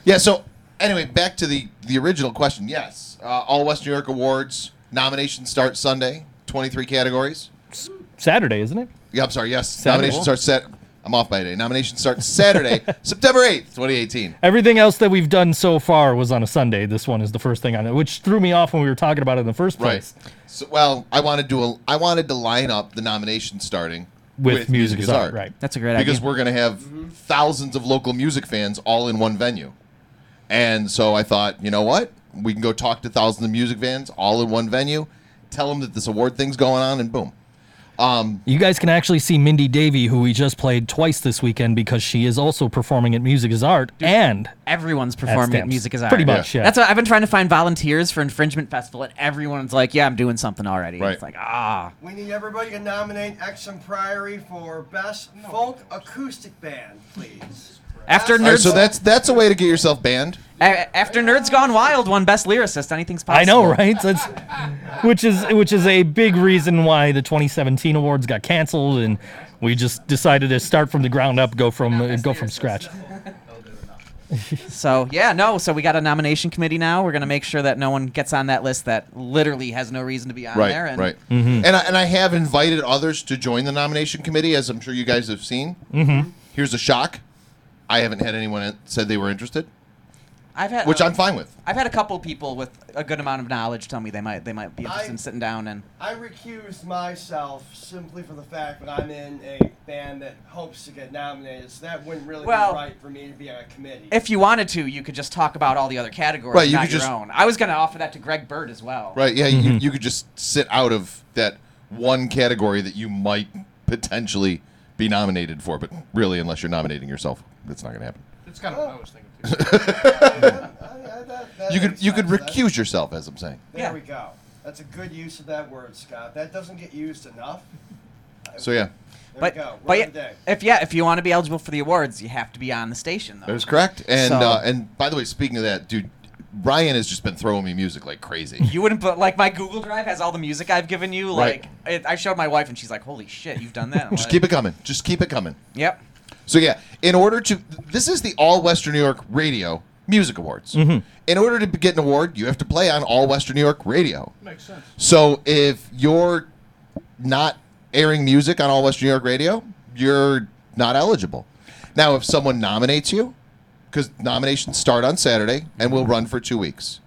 Yeah. So anyway, back to the the original question. Yes, uh, all West New York Awards nominations start Sunday. Twenty three categories.
Saturday, isn't it?
Yeah, I'm sorry. Yes,
Saturday.
nominations start set. I'm off by a day. Nominations start Saturday, September eighth, twenty eighteen.
Everything else that we've done so far was on a Sunday. This one is the first thing on it, which threw me off when we were talking about it in the first
Right.
place.
So, well, I wanted to a, I wanted to line up the nominations starting
With, music, is art, right?
That's a great
because
idea.
we're going to have thousands of local music fans all in one venue. And so I thought, you know what? We can go talk to thousands of music fans all in one venue, tell them that this award thing's going on, and boom. Um,
You guys can actually see Mindy Davey, who we just played twice this weekend because she is also performing at Music is Art. and
Everyone's performing at
Stamps.
music is art.
Pretty much, Yeah. yeah.
That's what I've been trying to find volunteers for Infringement Festival, and everyone's like, "Yeah, I'm doing something already."
Right.
It's like, ah,
We need everybody to nominate Exxon Priory for Best Folk Acoustic Band, please.
after
All right,
nerds,
so that's that's a way to get yourself banned.
a- after nerds gone wild, won best lyricist. Anything's possible.
I know, right? That's which is which is a big reason why the 2017 awards got canceled, and we just decided to start from the ground up, go from uh, go from scratch.
So yeah, no. So we got a nomination committee now. We're gonna make sure that no one gets on that list that literally has no reason to be on there.
Right,
And
right.
Mm-hmm.
And, I, and I have invited others to join the nomination committee, as I'm sure you guys have seen. Mm-hmm. Here's a shock. I haven't had anyone said they were interested,
I've had
which I'm fine with.
I've had a couple people with a good amount of knowledge tell me they might they might be interested
I-
in sitting down and
I recuse myself simply for the fact that I'm in a band that hopes to get nominated, so that wouldn't really
Well-
be right for me to be on a committee.
if you wanted to, you could just talk about all the other categories,
Right, you
not
could
your
just-
own. I was gonna offer that to Greg Bird as well.
Right. Yeah.
Mm-hmm.
You, you could just sit out of that one category that you might potentially be nominated for, but really, unless you're nominating yourself, that's not going to happen.
That's kind of what I was thinking too.
Uh, yeah, that- that
You could
makes
you could
sense. That-
recuse yourself, as I'm saying.
There
Yeah.
we go. That's a good use of that word, Scott. That doesn't get used enough.
So yeah,
There
But
we go. Word
but
of the
yeah,
day.
if yeah, if you want to be eligible for the awards, you have to be on the station though.
that's correct. And
So-
uh, and by the way, speaking of that, dude, Ryan has just been throwing me music like crazy.
you wouldn't put like my Google Drive has all the music I've given you.
Right.
Like it, I showed my wife and she's like, "Holy shit, you've done that!" I'm
Just
like,
keep it coming. Just keep it coming.
Yep.
So yeah, in order to this is the All Western New York Radio Music Awards. In order to get an award, you have to play on All Western New York Radio.
Makes sense.
So if you're not airing music on All Western New York Radio, you're not eligible. Now, if someone nominates you, because nominations start on Saturday and will run for two weeks.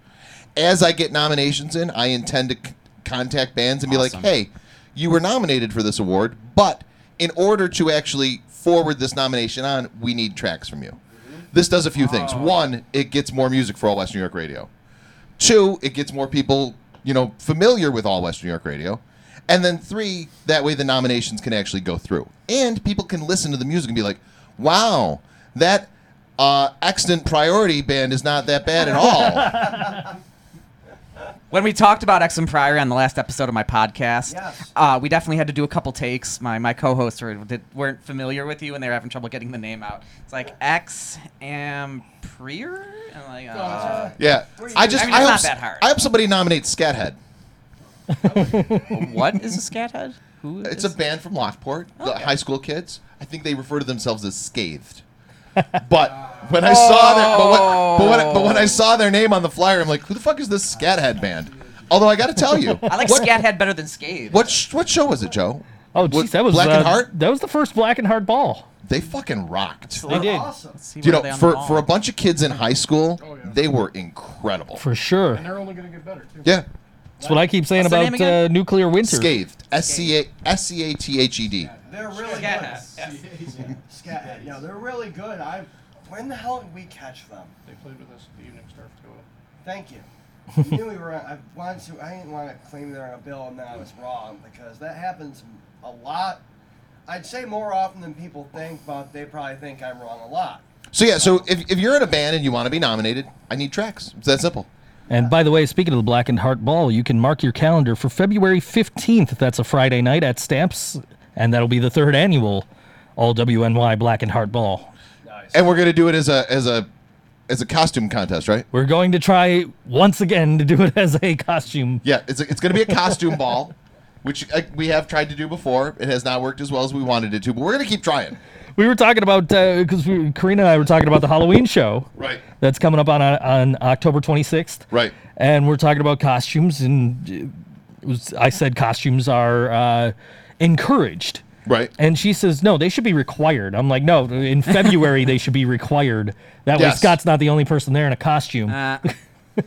As I get nominations in, I intend to c- contact bands and be like, "Hey, you were nominated for this award, but in order to actually forward this nomination on, we need tracks from you." This does a few things. One, it gets more music for All Western New York Radio. Two, it gets more people, you know, familiar with All West New York Radio. And then three, that way the nominations can actually go through. And people can listen to the music and be like, wow, that uh, accident priority band is not that bad at all.
When we talked about Exxon Priory on the last episode of my podcast,
Yes.
uh, we definitely had to do a couple takes. My my co-hosts were, did, weren't familiar with you, and they were having trouble getting the name out. It's like X Am Prior, and like uh,
yeah. I just,
I mean,
I,
it's
hope,
not
s-
that hard.
I hope somebody nominates Scathead.
what is a scat head? Who is
It's a band from Lockport, the high school kids. I think they refer to themselves as Scathed. But when I saw their, but when, but, when, but
Oh.
when I saw their name on the flyer, I'm like, who the fuck is this Scathead band? Although I got to tell you,
I like
what-
scat head better than scathe.
What sh- what show was it, Joe?
Oh,
What-
jeez, that was
Black
uh,
and Heart.
That was the first black and heart ball.
They fucking rocked.
They did
Awesome.
Let's see,
You
where
know,
are they on the
for
ball?
for a bunch of kids in high school,
Oh, yeah.
they were incredible.
for sure.
And they're only going to get better, too.
Yeah,
That's what I keep saying
What's their name
about uh,
again?
nuclear winter.
scathed. S C A S C A T H E D.
They're really
Scat
good.
Hat.
Yes.
Scat. No, they're really good. I. When the hell did we catch them?
They played with us at the evening star for
Thank you. I knew we were. I wanted to. I didn't want to claim they're on a bill, and then I was wrong because that happens a lot. I'd say more often than people think, but they probably think I'm wrong a lot.
So yeah, so if, if you're in a band and you want to be nominated, I need tracks. It's that simple.
And by the way, speaking of the Black and Heart Ball, you can mark your calendar for February 15th. That's a Friday night at Stamps, and that'll be the third annual All WNY Black and Heart Ball.
And we're gonna do it as a as a as a costume contest, right?
We're going to try once again to do it as a costume.
Yeah, it's a, it's gonna be a costume ball, which uh, we have tried to do before. It has not worked as well as we wanted it to, but we're gonna keep trying.
We were talking about because we Karina and I were talking about the Halloween show.
Right.
That's coming up on on October 26th.
Right.
And we're talking about costumes, and uh, it was, I said costumes are uh, encouraged.
Right.
And she says, no, they should be required. I'm like, no, in February they should be required. That way
Yes.
Scott's not the only person there in a costume.
Uh,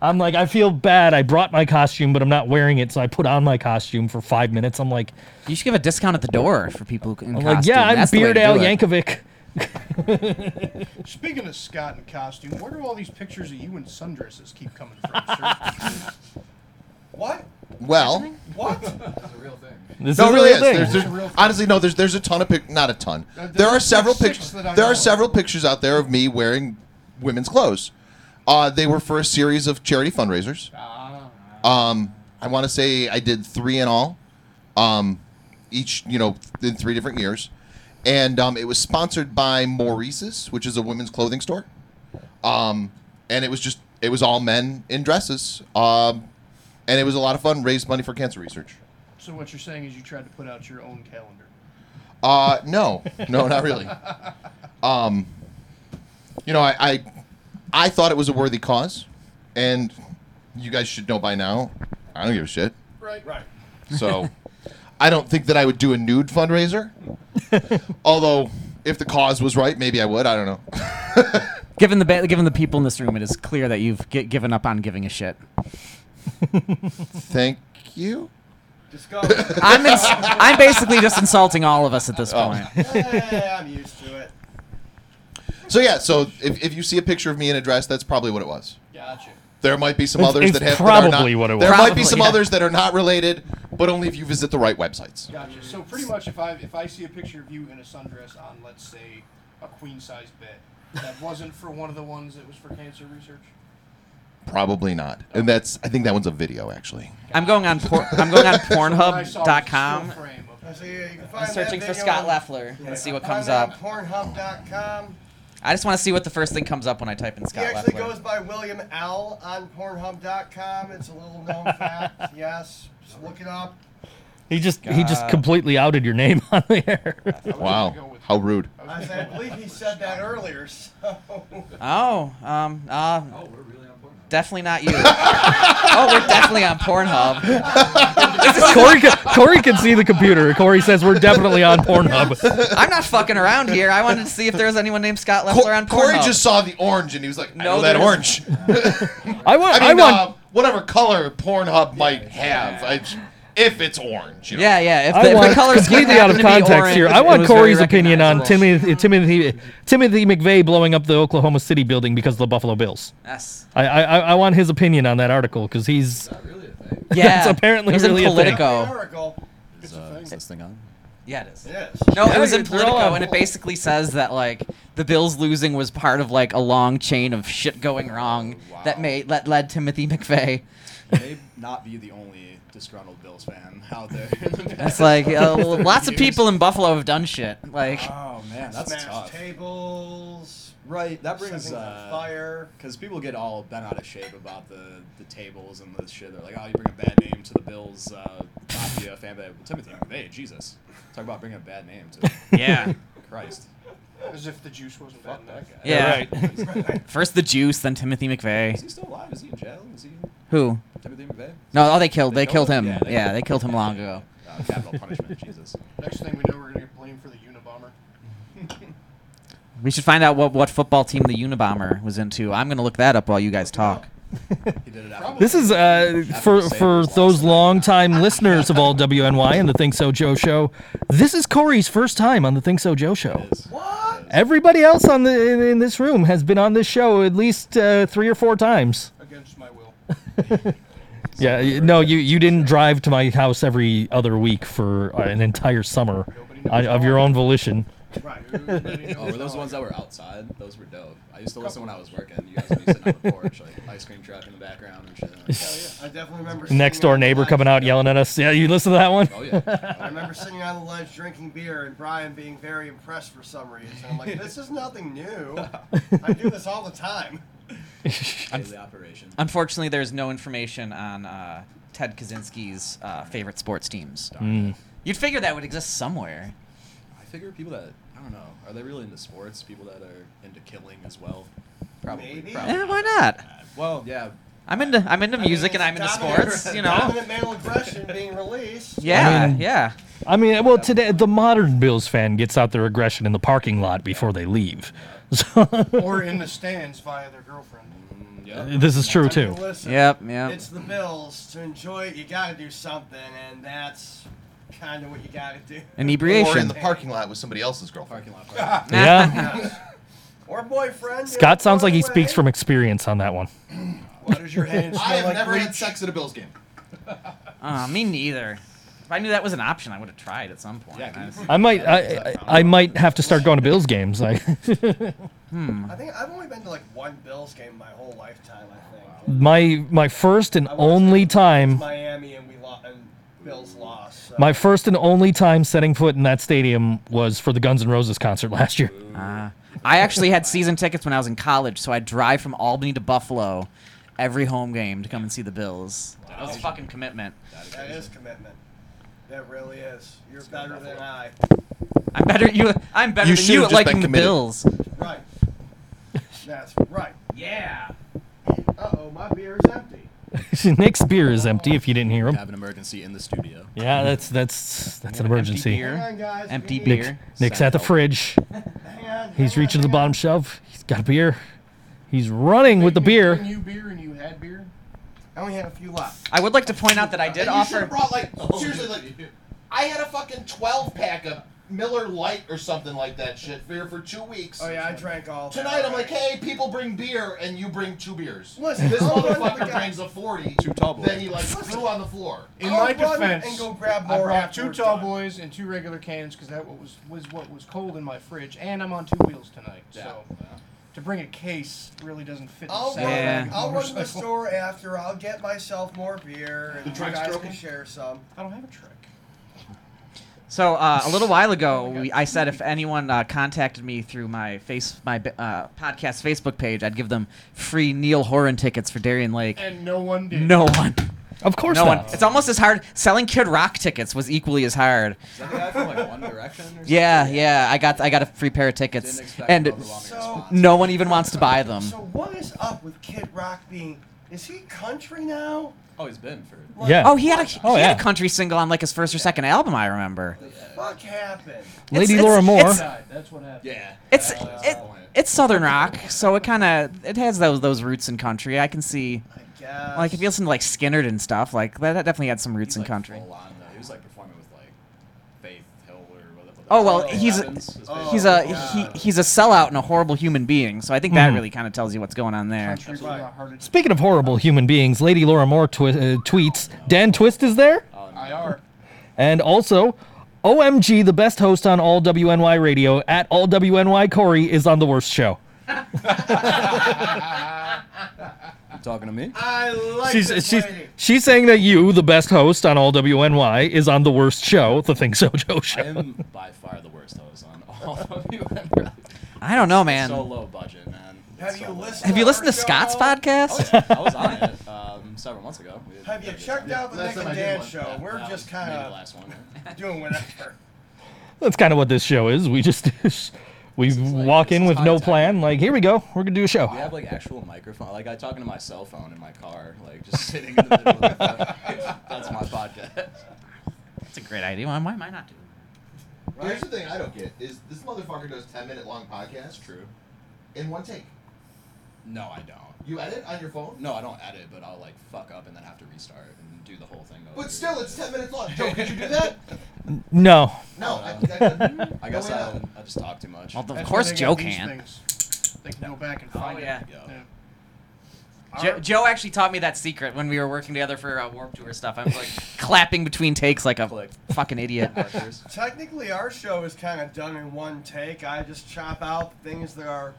I'm like, I feel bad. I brought my costume, but I'm not wearing it. So I put on my costume for five minutes. I'm like,
you should give a discount at the door for people who in
I'm
costume.
like yeah, I'm
That's the way to
Beard
do
Al
it.
Yankovic.
a while. Speaking of Scott in costume, where do all these pictures of you in sundresses keep coming from, sir?
What?
Well.
What?
This
No,
is
it
a
really
real
is.
thing.
There's,
a real
there's,
thing.
honestly, no. There's there's a ton of pic- not a ton.
there's
There are
like
several
six
pictures.
that I
There
know
are
of.
several pictures out there of me wearing women's clothes. Uh, they were for a series of charity fundraisers.
Ah.
Um, I want to say I did three in all, um, each you know in three different years, and um, it was sponsored by Maurice's, which is a women's clothing store. Um, and it was just it was all men in dresses. Um, and it was a lot of fun. Raised money for cancer research.
so what you're saying is you tried to put out your own calendar.
Uh, no, no, not really. Um, you know, I, I, I thought it was a worthy cause, and you guys should know by now. I don't give a shit.
Right. Right.
So, I don't think that I would do a nude fundraiser. Although, if the cause was right, maybe I would. I don't know.
Given the ba- given the people in this room, it is clear that you've gi- given up on giving a shit.
Thank you.
Discover.
I'm ins- I'm basically just insulting all of us at this
Oh.
point.
Eh, I'm used to it.
So yeah, so if, if you see a picture of me in a dress, that's probably what it was.
Gotcha.
There might be some
It's-
others
it's
that have that are
probably
not,
what it
There
was.
might be
Probably,
some
yeah.
others that are not related, but only if you visit the right websites.
Gotcha. So pretty much, if I if I see a picture of you in a sundress on, let's say, a queen size bed, that wasn't for one of the ones that was for cancer research.
Probably not. And that's I think that one's a video actually.
I'm going on por- I'm going on Pornhub.com.
So you, you can find
I'm
that
searching for
video
Scott
on-
Leffler. Let's see what
Find
comes
that
up.
on Pornhub.com.
I just want to see what the first thing comes up when I type in
He
Scott
actually
Leffler.
goes by William L on Pornhub.com. It's a little known fact. Yes, just look it up.
He just he just completely outed your name on the air.
Wow. How rude.
I said, I believe he said that earlier. So.
Oh, um, uh,
Oh,
definitely not you. oh, we're definitely on Pornhub.
Corey can, Corey can see the computer. Corey says we're definitely on Pornhub.
I'm not fucking around here. I wanted to see if there was anyone named Scott Leffler
Cor-
on Pornhub.
Corey just saw the orange and he was like, I
No,
know that
there
orange.
I want
I mean,
want
uh, whatever color Pornhub might have, I j if it's orange. You know?
Yeah, yeah. If
I
the, if
want
the colors
completely
happen
out of
to be
context
orange,
here. I
it
want
was very
Corey's opinion on
recognizable.
Timothy Timothy Timothy McVeigh blowing up the Oklahoma City building because of the Buffalo Bills.
Yes.
I I, I I want his opinion on that article because he's
Yeah.
That's apparently
it was
really a
in
thing.
Politico.
It's a thing.
this thing on?
Yeah, it is.
Yes.
No, it was in
you're all
Politico,
on
and it
board.
basically says that like the Bills losing was part of like a long chain of shit going wrong that made that led Timothy McVeigh.
May not be the only disgruntled Bills fan out there.
That's like uh, lots of people in Buffalo have done shit. Like
Oh man, that's
Smashed
tough.
tables.
Right, that brings
Setting on
uh,
fire.
because people get all bent out of shape about the, the tables and the shit. They're like, oh, you bring a bad name to the Bills uh, mafia fan base. Well, Timothy McVeigh, Jesus, talk about bringing a bad name to
yeah,
Christ.
As if the juice wasn't bad enough.
yeah.
Is
First the juice, then Timothy McVeigh.
he still alive? Is he in jail? Is he
Who?
Timothy McVeigh?
No, oh, they killed. They,
killed
killed him.
him. Yeah, they
yeah,
killed
they
him.
killed him long ago.
Uh, capital punishment, Jesus.
Next thing we know, we're gonna get blamed for the Unabomber.
We should find out what, what football team the Unabomber was into. I'm gonna look that up while you guys talk.
He did it after.
This is uh, for for those longtime listeners of all WNY and the Think So Joe show. This is Corey's first time on the Think So Joe show. Everybody else on the in, in this room has been on this show at least uh, three or four times.
Against my will.
Yeah, y- no, you you didn't drive to my house every other week for uh, an entire summer uh, of your own volition.
Right.
Oh, were those the ones that were outside? Those were dope. I used to listen when I was working. You guys would be sitting on the porch, like ice cream truck in the background and shit. Like,
I definitely remember.
Next
sitting
door
on the
neighbor
ledge.
coming out yelling at us. Yeah, you listen to that one.
oh yeah.
I remember sitting on the ledge drinking beer and Brian being very impressed for some reason. I'm like, this is nothing new. I do this all the time.
Daily operation.
Unfortunately, there's no information on uh, Ted Kaczynski's uh, favorite sports teams. You'd figure that would exist somewhere.
I figure people that I don't know are they really into sports? People that are into killing as well. Probably.
Maybe.
probably.
Eh, why not?
Well, yeah.
I'm into I'm into music and I'm into
Dominant-
sports. You know.
Dominant male aggression being released.
Yeah,
I mean-
yeah.
I mean, well, today the modern Bills fan gets out their aggression in the parking lot before they leave. So
or in the stands via their girlfriend.
Mm, Yeah.
this is true
I
too.
mean, listen,
Yep, yep.
It's the Bills. To enjoy it, you got to do something, and that's kind of what you got to do.
Or in
Inebriation.
the parking lot with somebody else's girlfriend.
Parking lot. Parking.
Yeah,
Or boyfriend.
Scott sounds like he speaks from experience on that one.
Why does your hand smell
I have
like
never
bleach?
had sex at a Bills game.
Uh, me neither. If I knew that was an option, I would have tried at some point.
Yeah, can you-
I-
I might, I, I, I might have to start going to Bills games. Like
I think I've only been to like one Bills game my whole lifetime. I think
my my first and
I was
only time,
Miami and we lost and Bills lost. so-
my first and only time setting foot in that stadium was for the Guns N' Roses concert last year.
Uh, I actually had season tickets when I was in college, so I'd drive from Albany to Buffalo every home game to come and see the Bills. That was a fucking commitment.
That is commitment. That really is. You're better than I.
I'm better you. I'm better
You
than
should've
you at
just
liking
been
the
committed.
Bills.
Right. That's right.
Yeah.
Uh oh, my beer is empty.
Nick's beer is empty. If you didn't hear him,
Have an emergency in the studio.
yeah, that's that's that's an emergency.
beer.
Hang on, guys.
Empty
we need-
beer. oh
Nick's at the fridge.
Hang on,
He's
hang on,
reaching the
hang
bottom
on.
shelf. He's got a beer. He's running with the
You've given
beer.
You beer and you had beer.
I only have a few left.
I would like to point out that I did
And you should
offer.
have brought like seriously like I had a fucking twelve pack of Miller Light or something like that shit for for two weeks.
Oh yeah, I drank all. that
Tonight I'm like,
already.
hey, people bring beer and you bring two beers.
Listen,
this
I'm one of the
motherfucker
guys-
brings a forty.
Two tall boys.
Then he like threw on the floor.
In
I'll
my
Oh, run
defense,
and go grab
I
more
brought
after
two
we're
tall
done.
boys and two regular cans because that what was was what was cold in my fridge, and I'm on two wheels tonight. So to bring a case really doesn't fit.
I'll
the
run.
Yeah.
I'll run to the
motorcycle.
store after. I'll get myself more beer, and you
drink's
guys
broken?
can share some.
I don't have a trick.
So uh, a little while ago, we, I said if anyone uh, contacted me through my face my uh, podcast Facebook page, I'd give them free Neil Horan tickets for Darien Lake.
And no one did.
No one.
Of course
no
not.
one. It's almost as hard. Selling Kid Rock tickets was equally as hard.
Is that the guy from like One Direction? Or something?
Yeah, yeah. I got I got a free pair of tickets,
Didn't expect
and
an overwhelming
So-
response.
no one even wants to buy them.
Um, So what is up with Kid Rock being? Is he country now?
Oh, he's been for.
yeah.
Oh, he had a
Oh,
he
yeah.
had a country single on like his first or second album. I remember.
Fuck happened.
Lady
it's-
Laura
it's-
Moore.
it's-
Died. That's what happened.
Yeah.
It's
Yeah, that's
it,
the point.
it's southern rock, so it kind of it has those those roots in country. I can see
I guess.
like if you listen to like Skinnerd and stuff, like that, that definitely had some roots
He's,
in
like,
country.
full on, though. He was like performing with like Faith Hill or whatever.
Oh well,
Faith
he's a,
Evans was
Oh,
he's
Faith
a
Hill.
he, he's a sellout and a horrible human being. So I think that
Mhm.
really kind of tells you what's going on there.
Country
Absolutely.
rock hearted.
Speaking of horrible human beings, Lady Laura Moore twi- uh, tweets Dan Twist is there,
IR.
and also OMG, the best host on all WNY radio at all WNY Corey is on the worst show.
You talking to me?
I like
She's
this
she's
lady.
she's saying that you, the best host on all WNY, is on the worst show, the Think So Joe
I
show.
am by far the worst host on all of you.
I don't know, man.
so low budget, man. It's
Have
so
you
low budget.
listened?
Have you listened to
Show.
Scott's podcast?
I was on it um, several months ago. We did
Have you
very good
checked
time.
out the
last
Nick
time I
and
did
Dan
one.
show?
Yeah,
We're
that
just
was maybe
kind
the
of
last one.
doing whatever.
That's kind of what this show is. We just we
like-
walk
this
in
is
with
high
no
tech.
plan. Like here we go, we're gonna do a show.
We have like actual microphone. Like I talking to my cell phone in my car, like just sitting in the middle of the car. That's my podcast.
That's a great idea. Why, why am I not doing? that?
Here's the thing I don't get is this motherfucker does 10 minute long podcasts
True.
in one take.
No, I don't.
You edit on your phone?
No, I don't edit, but I'll like fuck up and then have to restart and do the whole thing. Over.
But still, it's 10 minutes long. Joe, could you do that?
No,
No. I, I,
I guess
No, why
I,
not?
I just talk too much.
Well, of
That's
course
why they
Joe
got these
can.
things. They can go back and find
Oh, yeah.
it.
Yeah.
Joe, Joe actually taught me that secret when we were working together for uh, Warp Tour stuff. I was like clapping between takes like a
Click.
fucking idiot.
Markers.
Technically, our show is kind of done in one take. I just chop out things that are,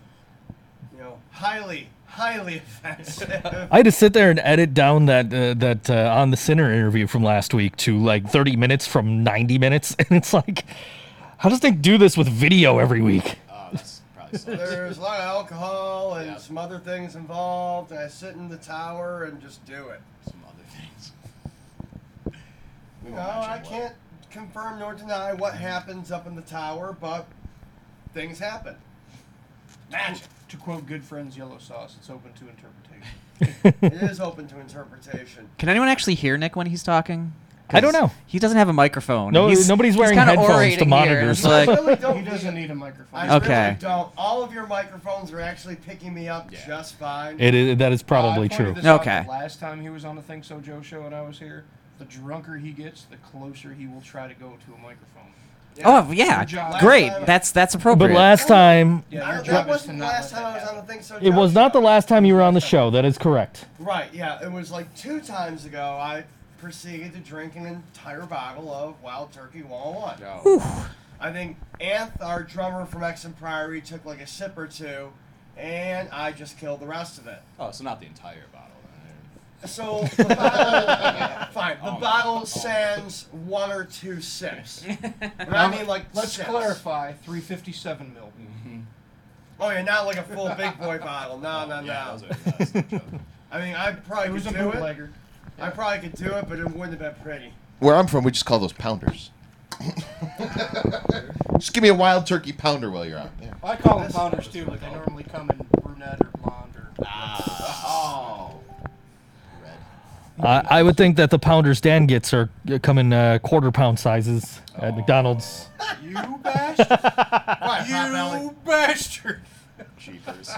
you know, highly, highly offensive.
I had to sit there and edit down that uh, that uh, on the sinner interview from last week to like 30 minutes from 90 minutes, and it's like, how does they do this with video every week?
Oh, that's probably sucks.
There's a lot of alcohol and
Yeah.
some other things involved. And I sit in the tower and just do it.
Some other things. We won't
No,
mention
I
what.
can't confirm nor deny what happens up in the tower, but things happen. Magic.
To quote good friends, yellow sauce. It's open to interpretation.
it is open to interpretation.
Can anyone actually hear Nick when he's talking? 'Cause
I don't know.
He doesn't have a microphone.
No,
He's-
nobody's
he's
wearing
kinda
headphones to
orating here, and
monitor,
it's
so-
like-
I really don't
He doesn't need a microphone.
I
Okay.
really don't. All of your microphones are actually picking me up
Yeah.
just fine.
It is that is probably
I pointed
true.
this out
Okay.
the Last time he was on the Think So Joe show and I was here, the drunker he gets, the closer he will try to go to a microphone.
Oh yeah,
Your job.
great.
Last time-
That's that's
But
appropriate.
last time,
Yeah,
I,
your
that
job is to
wasn't the
not
last
let
time I
that
was on the
happen.
Think So.
it
Joe
was not the
show.
last time you were on the show. That is correct.
Right, yeah. It was like two times ago I proceeded to drink an entire bottle of Wild Turkey 101.
Yo,
I think Anth, our drummer from X and Priory, took like a sip or two, and I just killed the rest of it.
oh, so not the entire bottle. then.
So the bottle, fine, the bottle sends one or two sips. And I mean like
Let's
sips.
clarify 357 mil.
Oh yeah, not like a full big boy bottle. No, no,
Yeah, that
no.
was a- that was a joke.
I mean, I
It
probably
was a
could do it.
bootlegger.
I probably could do it, but it wouldn't have been pretty.
Where I'm from, we just call those pounders. just give me a wild turkey pounder while you're on. Yeah.
I call them pounders too, but they normally come in brunette or blonde or.
Oh.
Red.
I, I would think that the pounders Dan gets are coming uh, quarter pound sizes at McDonald's.
You bastard!
Right, Hot Belly.
you bastard!
Jeepers.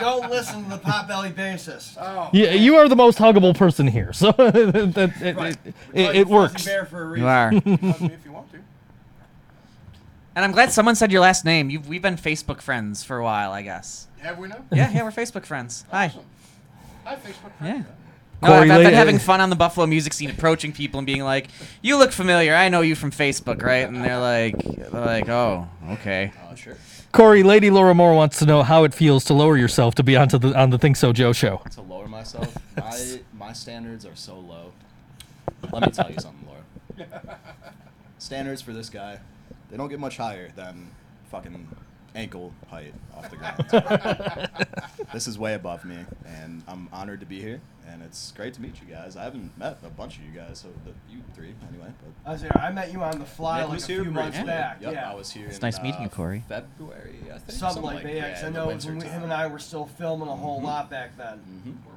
Don't listen to the Pot Belly bassist.
Oh,
Yeah, you are the most huggable person here, so that, that- it,
Right.
it,
We call
it,
you
it
Fuzzy
works.
Bear for a
you
reason.
are. and
hug me if you want to.
I'm glad someone said your last name. You've, we've been Facebook friends for a while, I guess.
Have we now?
Yeah, yeah, we're Facebook friends. Hi.
Awesome. Hi, Facebook
Yeah.
friend.
No,
Corey
I've, I've
Lee-
been having fun on the Buffalo music scene, approaching people and being like, "You look familiar. I know you from Facebook, right?" And they're like, "They're like, oh, okay."
Oh, sure.
Corey, Lady Laura Moore wants to know how it feels to lower yourself to be onto the on the Think So Joe show.
To lower myself, my my standards are so low. Let me tell you something, Laura. Standards for this guy, they don't get much higher than fucking ankle height off the ground. this is way above me, and I'm honored to be here. And it's great to meet you guys. I haven't met a bunch of you guys, so the, you three anyway. But
I was there. I met you on the fly
Nick
like a
was here
few months
briefly.
back.
Yep,
yeah.
I was here.
It's
in,
nice meeting
uh,
you, Corey.
February, I think.
Something like that.
yeah,
'cause I
in the
know it was
winter
when we, him
time. Mm-hmm.
and I were still filming a whole lot back then.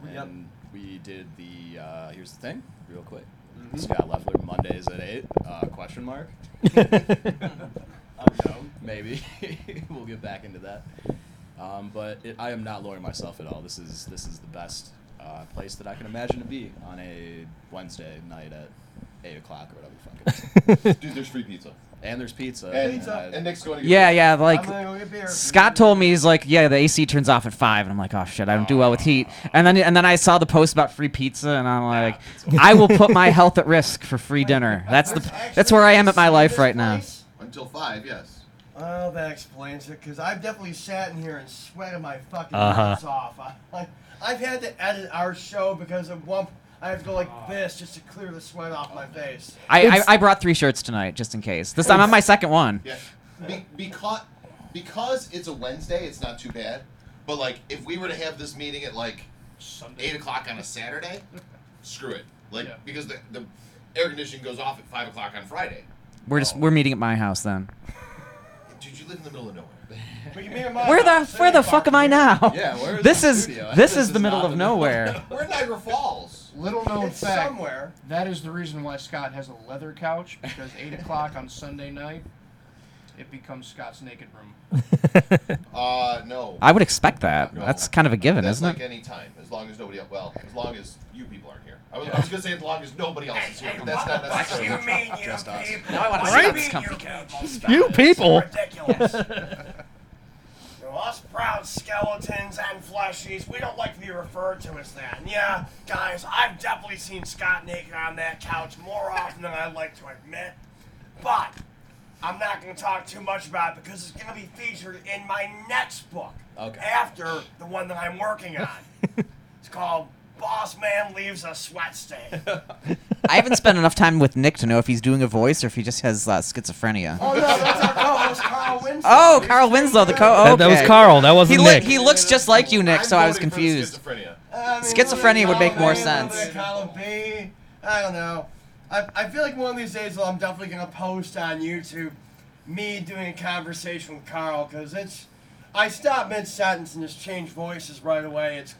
Mhm.
Yep.
And we did the uh, here's the thing, real quick.
Mm-hmm.
Scott Leffler Mondays at eight? Uh, question mark. I don't know. Maybe we'll get back into that. Um, but it, I am not lowering myself at all. This is this is the best uh, place that I can imagine to be on a Wednesday night at eight o'clock or whatever the fuck it is.
Dude, there's free pizza.
and there's pizza.
And,
and uh, I-
and Nick's going to get
Yeah, yeah, like
I'm gonna go get beer.
Scott told me he's like, yeah, the AC turns off at five, and I'm like, oh shit, I don't do well with heat. And then and then I saw the post about free pizza, and I'm like, I will put my health at risk for free dinner. That's the
Actually,
that's where I am at my
see
life
this
right now.
place?
Until five, yes.
Well, that explains it, because I've definitely sat in here and sweated my fucking
Uh-huh.
nuts off. I, I, I've had to edit our show because of one. I have to go like this just to clear the sweat off my face.
I, I I brought three shirts tonight just in case. This I'm on my second one.
Yeah. Be- because because it's a Wednesday, it's not too bad. But like, if we were to have this meeting at like
Sunday.
eight o'clock on a Saturday, screw it. Like
Yeah.
because the, the air conditioning goes off at five o'clock on Friday.
We're just we're meeting at my house then.
Dude, you live in the middle of nowhere.
But you mean in my
Where the
house,
where the
ain't
fuck am
fucking
I now?
Yeah, where is
This
the
is
studio?
this is the
not
middle of
the middle.
nowhere.
We're in Niagara Falls.
Little known
here. It's
fact.
somewhere.
That is the reason why Scott has a leather couch because eight o'clock on Sunday night, it becomes Scott's naked room.
Uh, no.
I would expect that.
No.
That's kind of a given,
That's
isn't
like
it?
any time, as long as nobody else. Well, as long as you people aren't here. I was, I was gonna say as long as nobody else is here, but that's not necessarily
You
true.
mean you
Just us.
people?
Now I wanna
What
sit
do
on this
you mean
comfy
you people? Stop
You
it.
people.
It's ridiculous. You know, us proud skeletons and fleshies, we don't like to be referred to as that. And yeah, guys, I've definitely seen Scott naked on that couch more often than I like to admit. But I'm not going to talk too much about it because it's going to be featured in my next book
Okay.
after the one that I'm working on. it's called Boss Man Leaves a Sweat Stain.
I haven't spent enough time with Nick to know if he's doing a voice or if he just has uh, schizophrenia.
Oh no, that's our co-host Carl Winslow.
Oh, Carl Winslow, the co.
That, that was
okay.
Carl. That
He
wasn't
look
Nick.
he looks just like you, Nick.
I'm
So I was
voting for the
confused.
Schizophrenia.
I mean,
Schizophrenia would make
column
more
A, little bit
sense.
of Column B. I don't know. I, I feel like one of these days I'm definitely gonna post on YouTube me doing a conversation with Carl because it's I stop mid sentence and just change voices right away. It's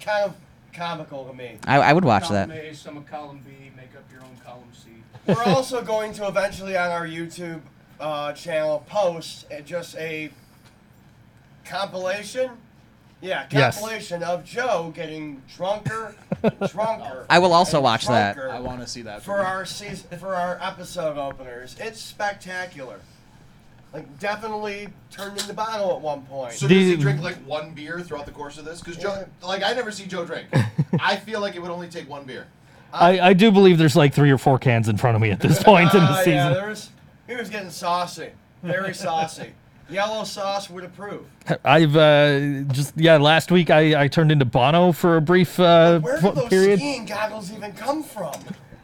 kind of comical to me.
I, I would watch
column
that.
A, some of column B, make up your own column C.
We're also going to eventually on our YouTube uh, channel post uh, just a compilation. Yeah,
Yes.
compilation of Joe getting drunker, drunker.
I will also
and
watch that.
drunker
I want to see that.
for our season, for our episode openers. It's spectacular. Like definitely turned in the bottle at one point.
So does he
The-
drink like one beer throughout the course of this? Because Joe, like I never see Joe drink. I feel like it would only take one beer.
I, I do believe there's like three or four cans in front of me at this point in the
Ah, yeah,
season.
there was, he was getting saucy, very saucy. Yellow sauce would approve.
I've uh, just yeah. Last week I, I turned into Bono for a brief uh,
Where
fo-
did those
period.
skiing goggles even come from?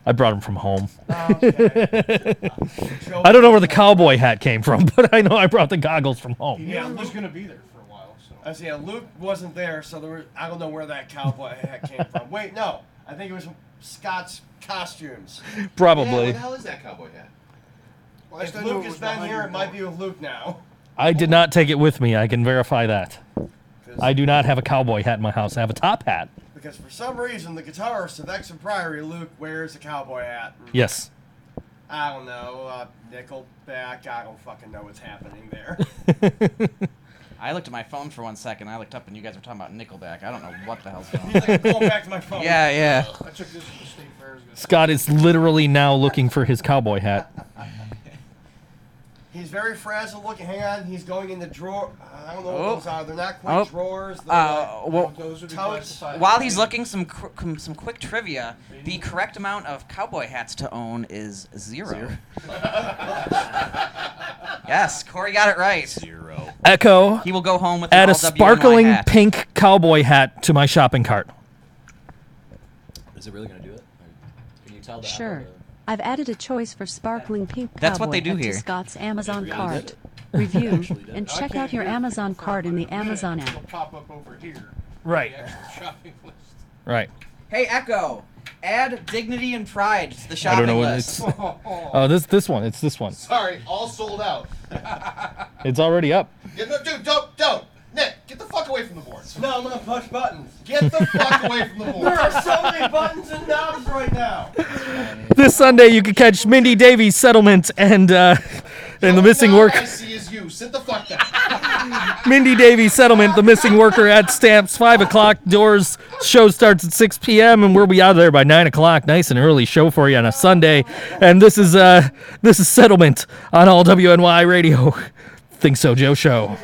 I brought him from home.
Oh, Joe,
I don't know where the cowboy hat came from, but I know I brought the goggles from home.
Yeah,
Yeah,
Luke was
Luke.
gonna be there for a while, so.
I see. Yeah, Luke wasn't there, so there were, I don't know where that cowboy hat came from. Wait, no, I think it was Scott's costumes.
Yeah, what
Probably.
the hell is that cowboy hat?
Well, I
If
just didn't know
Luke
it
has
was
been
behind
here,
your
it might
door.
be with Luke now.
I did not take it with me. I can verify that.
'Cause-
I do not have a cowboy hat in my house. I have a top hat.
Because for some reason, the guitarist of Exit Priory, Luke, wears a cowboy hat.
Yes.
I don't know, uh, Nickelback. I don't fucking know what's happening there.
I looked at my phone for one second. I looked up and you guys were talking about Nickelback. I don't know what the hell's going on.
He's like, going back to my phone.
yeah, yeah.
I took this to the state fair. as good.
Scott is literally now looking for his cowboy hat.
He's very frazzled looking. Hang on, he's going in the drawer. I don't know
Oh.
what those are. They're not quite
Oh.
drawers. They're
Uh,
like-
well,
Those would be
Tell us-
classified.
while he's looking some qu- com- some quick trivia, the correct amount of cowboy hats to own is zero. yes, Corey got it right.
zero.
Echo,
He will go home with
add
an
a
all WNY
sparkling
hat.
pink cowboy hat to my shopping cart.
Is it really gonna do it? Or Can you tell that?
Sure.
Uh,
I've added a choice for sparkling pink
That's what
cowboy
they do
up to
here.
Scott's Amazon
Yeah, they
cart.
did.
Review
Actually did.
and
I
check
can't
out your
hear you.
Amazon card in the Amazon
It'll
app.
pop up over here.
Right.
The actual shopping list.
Right.
Hey, Echo, add dignity and pride to the
I
shopping
don't know what
list.
it's. Oh, this this one. It's this one.
Sorry, all sold out.
It's already up.
Yeah, no, dude, don't, don't. Nick, get the fuck away from the board.
No, I'm gonna push buttons.
Get the fuck away from the
There
board.
are so many buttons and knobs right now.
This Sunday, you can catch Mindy Davies' settlement and uh, and the missing
Now
work.
I see is you. Sit the fuck down.
Mindy Davies settlement, the missing worker at Stamps, 5 o'clock. Doors show starts at 6 p.m. and we'll be out of there by 9 o'clock. Nice and early show for you on a Sunday. And this is uh this is settlement on all WNY radio. Think so, Joe Show.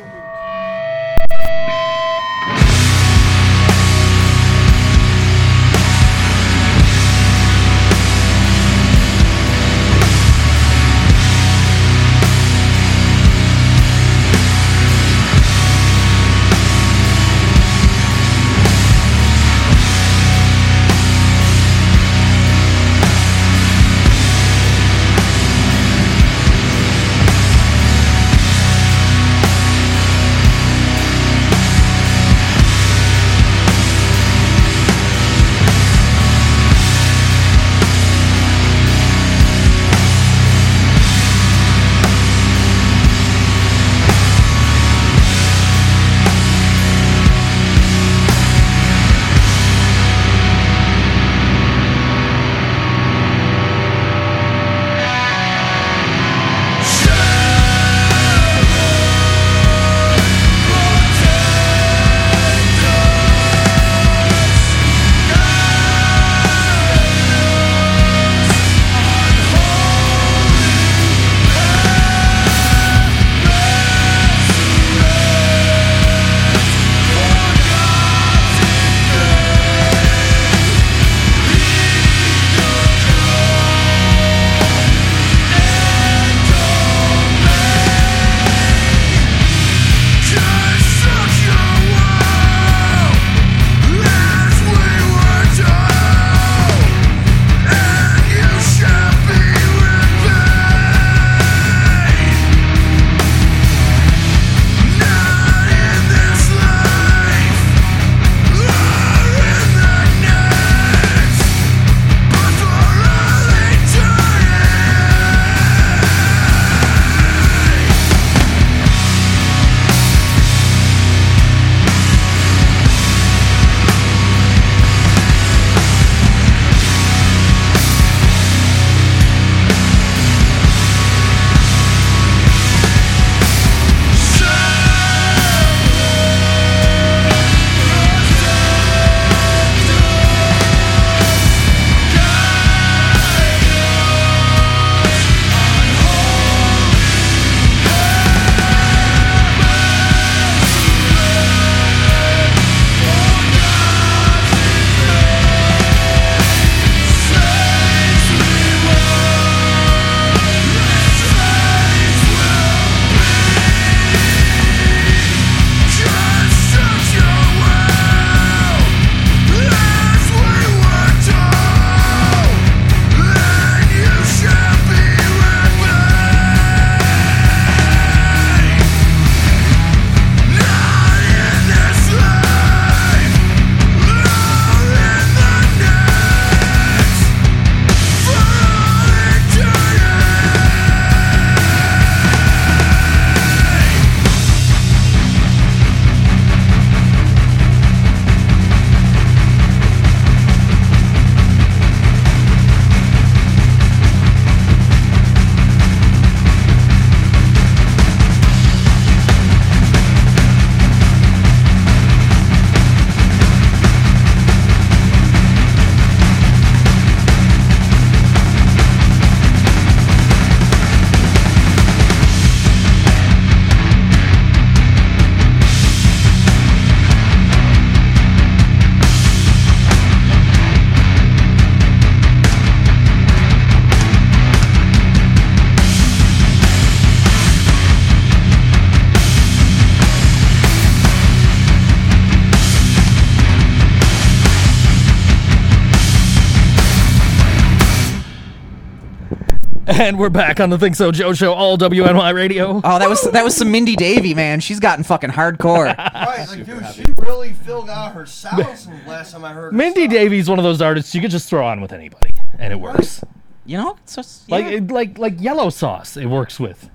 And we're back on the Think So Joe Show, all WNY radio.
Oh, that was that was some Mindy Davy, man. She's gotten fucking hardcore.
Right, like, dude, she really filled out her sounds from the last time I heard her
Mindy
song.
Davies one of those artists you could just throw on with anybody, and it works.
You know, so it's-
Like
yeah.
it, like like yellow sauce, it works with.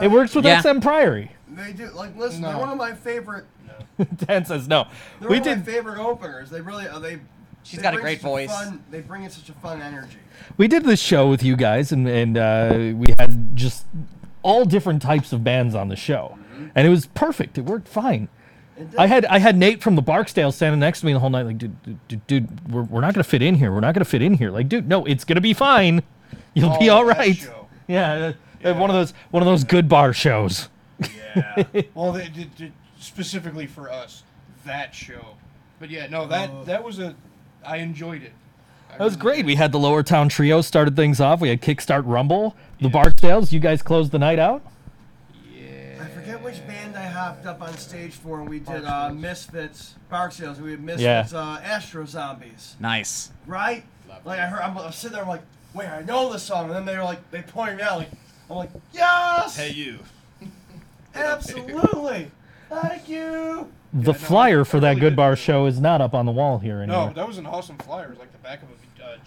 It works with
Yeah.
XM Priory.
They do like listen. They're
No.
one of my favorite.
Dan says no.
They're
we
one of
did
my favorite openers. They really are. They.
She's
they
got a
bring
great
such
voice.
Fun, they bring in such a fun energy.
we did this show with you guys, and and uh, we had just all different types of bands on the show,
Mm-hmm.
and it was perfect. It worked fine. I had I had Nate from the Barksdale standing next to me the whole night, like, dude, dude, dude, dude, we're, we're not gonna fit in here. We're not gonna fit in here. Like, dude, no, it's gonna be fine. You'll be
Oh,
all
that
right.
show.
Yeah, uh, uh, one of those one of those good bar shows.
Yeah. well, they, they, they- specifically for us, that show. But yeah, no, that
Oh.
that was a. I enjoyed it. I
That was
really
great.
did.
We had the Lower Town Trio started things off. We had Kickstart Rumble, the Barksdales. You guys closed the night out.
I forget which band I hopped up on stage for, and we did uh, Misfits, Barksdales. We had Misfits, uh, Astro Zombies,
nice.
right? Like I heard, I'm, I'm sitting there, I'm like, wait, I know this song, and then they were like, they pointed me out, like, I'm like, yes,
Hey, you.
absolutely, thank you.
The
no,
flyer for
I
that
really
good
did.
bar show is not up on the wall here anymore.
No, that was an awesome flyer. It was like the back of a. Uh,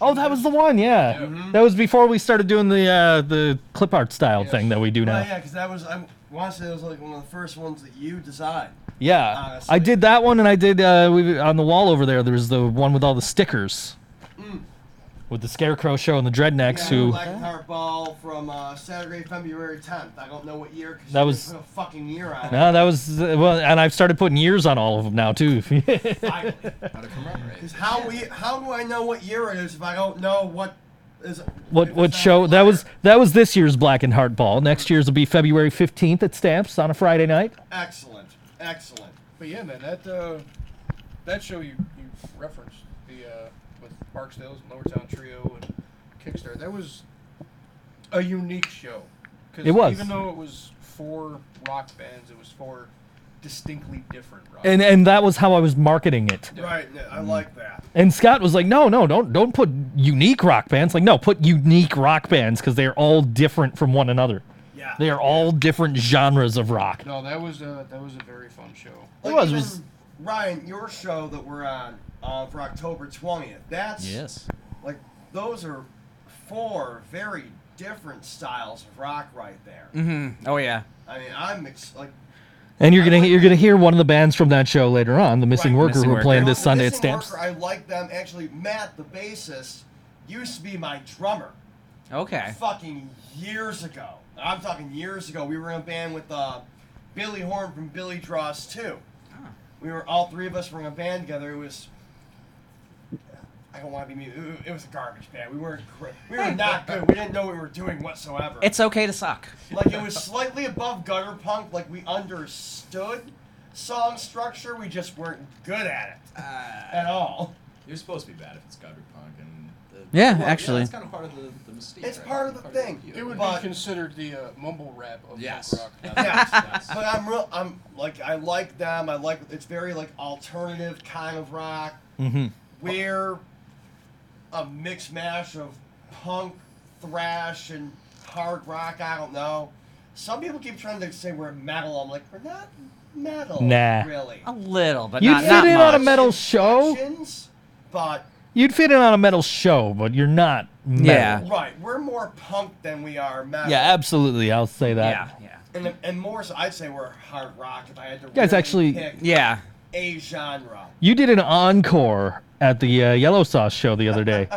Oh, that was the one, yeah.
Mm-hmm.
That was before we started doing the uh, the clip art style thing that we do
Oh
now.
yeah, because that was I want to say it was like one of the first ones that you designed.
yeah, I
Honestly.
did that one, and I did uh, we, on the wall over there. There was the one with all the stickers, with the Scarecrow show and the Dreadnecks.
Mm. Yeah,
who
Black Heart Ball from uh, Saturday, February 10th. I don't know what year. 'cause
That
you
was-
didn't put a fucking year on. it.
no, that was uh, well, and I've started putting years on all of them now too.
How to commemorate.
Because how we how do I know what year it is if I don't know what is
what
if
what
it's on
show
the
that was
flyer?
that was this year's Black and Heart Ball. Next year's will be February fifteenth at Stamps on a Friday night.
Excellent, excellent.
But yeah, man, that uh, that show you, you referenced the uh, with Barksdale's and Lower Town Trio and Kickstarter. That was a unique show. 'Cause
It was.
Even though it was four rock bands, it was four distinctly different rock.
And and that was how I was marketing it.
Right, yeah, I like that.
Mm. And Scott was like, "No, no, don't don't put unique rock bands. Like, no, put unique rock bands because they are all different from one another.
Yeah.
They are all different genres of rock.
no, that was a that was a very fun show.
Like,
was-
even,
was-
Ryan, your show that we're on uh, for October 20th. That's like those are four very different styles of rock right there.
Mm-hmm.
Oh yeah.
I mean, I'm ex- like
And you're gonna you're gonna hear one of the bands from that show later on, the Missing
Right,
Worker,
Missing
who
Worker.
are playing
You know,
this Sunday at
Missing
Stamps.
Worker, I like them. Actually, Matt, the bassist, used to be my drummer
Okay.
fucking years ago. I'm talking years ago. We were in a band with uh, Billy Horn from Billy Draws 2. We were all three of us were in a band together. It was. I don't want to be mean. It- It was a garbage band. We weren't. gr- We were not good. We didn't know what we were doing whatsoever.
It's okay to suck.
Like it was slightly above gutter punk. Like we understood song structure. We just weren't good at it at all.
Uh, You're supposed to be bad if it's gutter punk and. The,
Yeah, actually.
it's kind of part of the, the mystique.
It's
right?
part of the thing.
appeal.
It would
But-
be considered the uh, mumble rap of
Yes.
punk rock.
Yes.
Yes.
But I'm real. I'm like I like them. I like it's very like alternative kind of rock.
Mm-hmm.
We're a mixed mash of punk, thrash, and hard rock. I don't know. Some people keep trying to say we're metal. I'm like we're not metal.
Nah.
Really.
A little, but
You'd
not,
fit
not
in
much.
on a metal show.
Sections, But
You'd fit in on a metal show, but you're not. Metal.
Yeah.
right, we're more punk than we are metal.
Yeah, absolutely. I'll say that.
Yeah, yeah,
And, and more so, I'd say we're hard rock. If I had to
guys
really
actually-
pick
yeah.
a genre.
You did an encore at the uh, Yellow Sauce show the other day,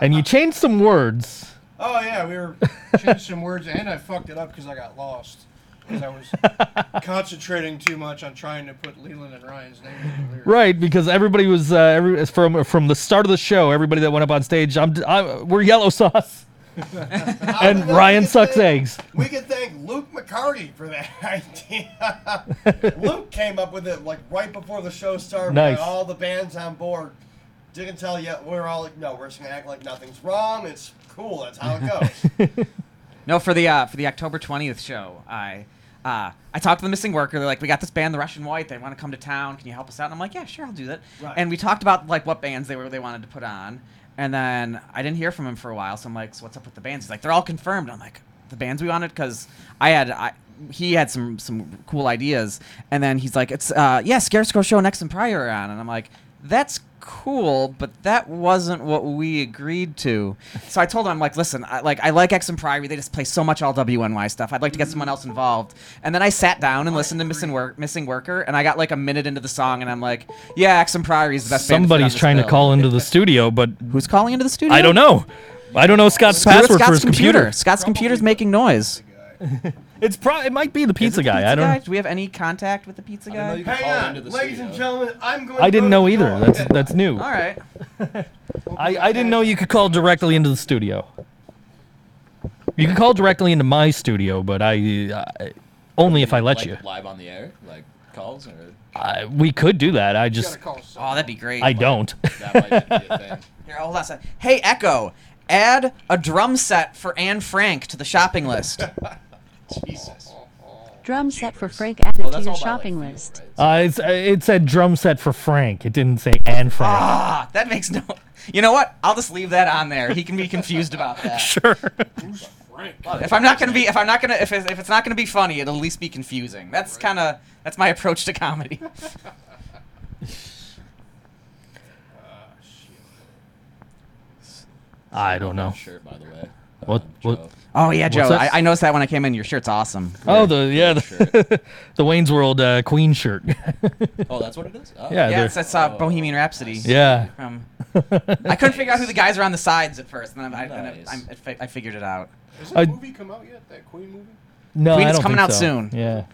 and you changed some words.
Oh yeah, we were
changed some words and I fucked it up because I got lost. Because I was concentrating too much on trying to put Leland and Ryan's name in the lyrics.
Right, because everybody was uh, every, from from the start of the show. Everybody that went up on stage, I'm, i we're yellow sauce, and Ryan sucks eggs.
We could thank Luke McCarty for that idea. Luke came up with it like right before the show started. We had
Nice.
All the bands on board. Didn't tell yet. We're all like, no, we're just gonna act like nothing's wrong. It's cool. That's how it goes.
No, for the uh, for the October twentieth show, I uh, I talked to the missing worker. They're like, we got this band, the Russian White. They want to come to town. Can you help us out? And I'm like, yeah, sure, I'll do that.
Right.
And we talked about like what bands they were they wanted to put on. And then I didn't hear from him for a while, so I'm like, "So what's up with the bands?" He's like, "They're all confirmed." I'm like, "The bands we wanted?" Because I had, I, he had some some cool ideas, and then he's like, "It's uh, yeah, Scarecrow Show next and Pryor are on," and I'm like, "That's cool, but that wasn't what we agreed to." So I told him, "I'm like, listen, I, like I like X and Pryor, they just play so much all WNY stuff. I'd like to get someone else involved." And then I sat down and listened to Missing Work, Missing Worker, and I got like a minute into the song, and I'm like, "Yeah, X and Pryor is the best." band fit on
Somebody's
this
trying to
bill."
call into the studio, but
Who's calling into the studio?
I don't know. I don't know Scott's
Screw it,
password for
Scott's
his computer.
Scott's computer's making noise.
It's pro- It might be the pizza guy. I
Pizza
don't.
guy? Do we have any contact with the pizza
I know
guy?
you can
Hang
call
on,
into the
ladies
studio.
and gentlemen, I'm going.
I didn't
to
know
close the
either.
door.
That's that's new.
All right.
I, I didn't know you could call directly into the studio. You can call directly into my studio, but I, I only if I let
like,
you.
Live on the air, like calls, or
I, we could do that. I
You gotta
just
call someone.
Oh, that'd be great.
I don't.
that might be a thing.
Here, hold on a sec. Hey, Echo, add a drum set for Anne Frank to the shopping list.
Jesus.
Drum set for Frank added to
Oh, that's
your
all by, like,
shopping
feet,
list.
right?
Uh, it's, uh, it said drum set for Frank. It didn't say and Frank.
ah, that makes no. You know what? I'll just leave that on there. He can be confused about that.
sure.
If I'm not gonna be, if I'm not gonna, if it's, if it's not gonna be funny, it'll at least be confusing. That's kind of that's my approach to comedy.
Ah,
I don't know.
Sure, by the way.
What-
Um,
what-
Joe.
Oh yeah, Joe,
What's that?
I, I noticed that when I came in. Your shirt's awesome.
Oh, the yeah, the,
Shirt.
the Wayne's World uh, Queen shirt.
Oh, that's what it is. Oh.
Yeah,
Yeah. they're-
it's, that's uh, Bohemian Rhapsody.
yeah.
Um, I couldn't figure out who the guys were on the sides at first, and then I, then I-
Nice.
I'm- I, fi- I figured it out.
Has
I-
that movie come out yet? That Queen movie?
No,
Queen
I
is
don't
coming
think
out
so.
soon.
Yeah.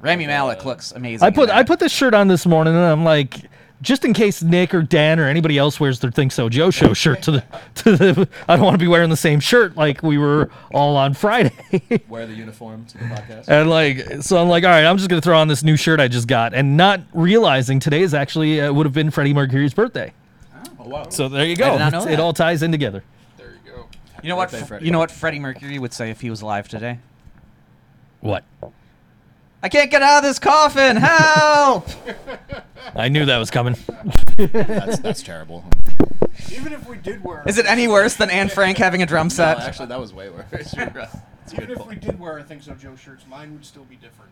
Rami Malek
Uh,
looks amazing.
I put
in
I
that.
put this shirt on this morning, and I'm like, just in case Nick or Dan or anybody else wears their think so Joe show shirt to the to the. I don't want to be wearing the same shirt like we were all on Friday.
Wear the uniform to the podcast.
And like, so I'm like, all right, I'm just gonna throw on this new shirt I just got, and not realizing today is actually uh, would have been Freddie Mercury's birthday.
oh, wow.
So there you go.
did not know
It's- It
that.
all ties in together.
There you go.
You know what?
Birthday,
F-
Freddie.
you know what Freddie Mercury would say if he was alive today?
What?
I can't get out of this coffin. Help!
I knew that was coming.
that's, that's terrible.
Even if we did wear,
Is it any worse than Anne Frank having a drum
No,
set?
actually, that was way worse. It's
Um,
a
Even
good
if we
point.
did wear our Think So Joe shirts, mine would still be different.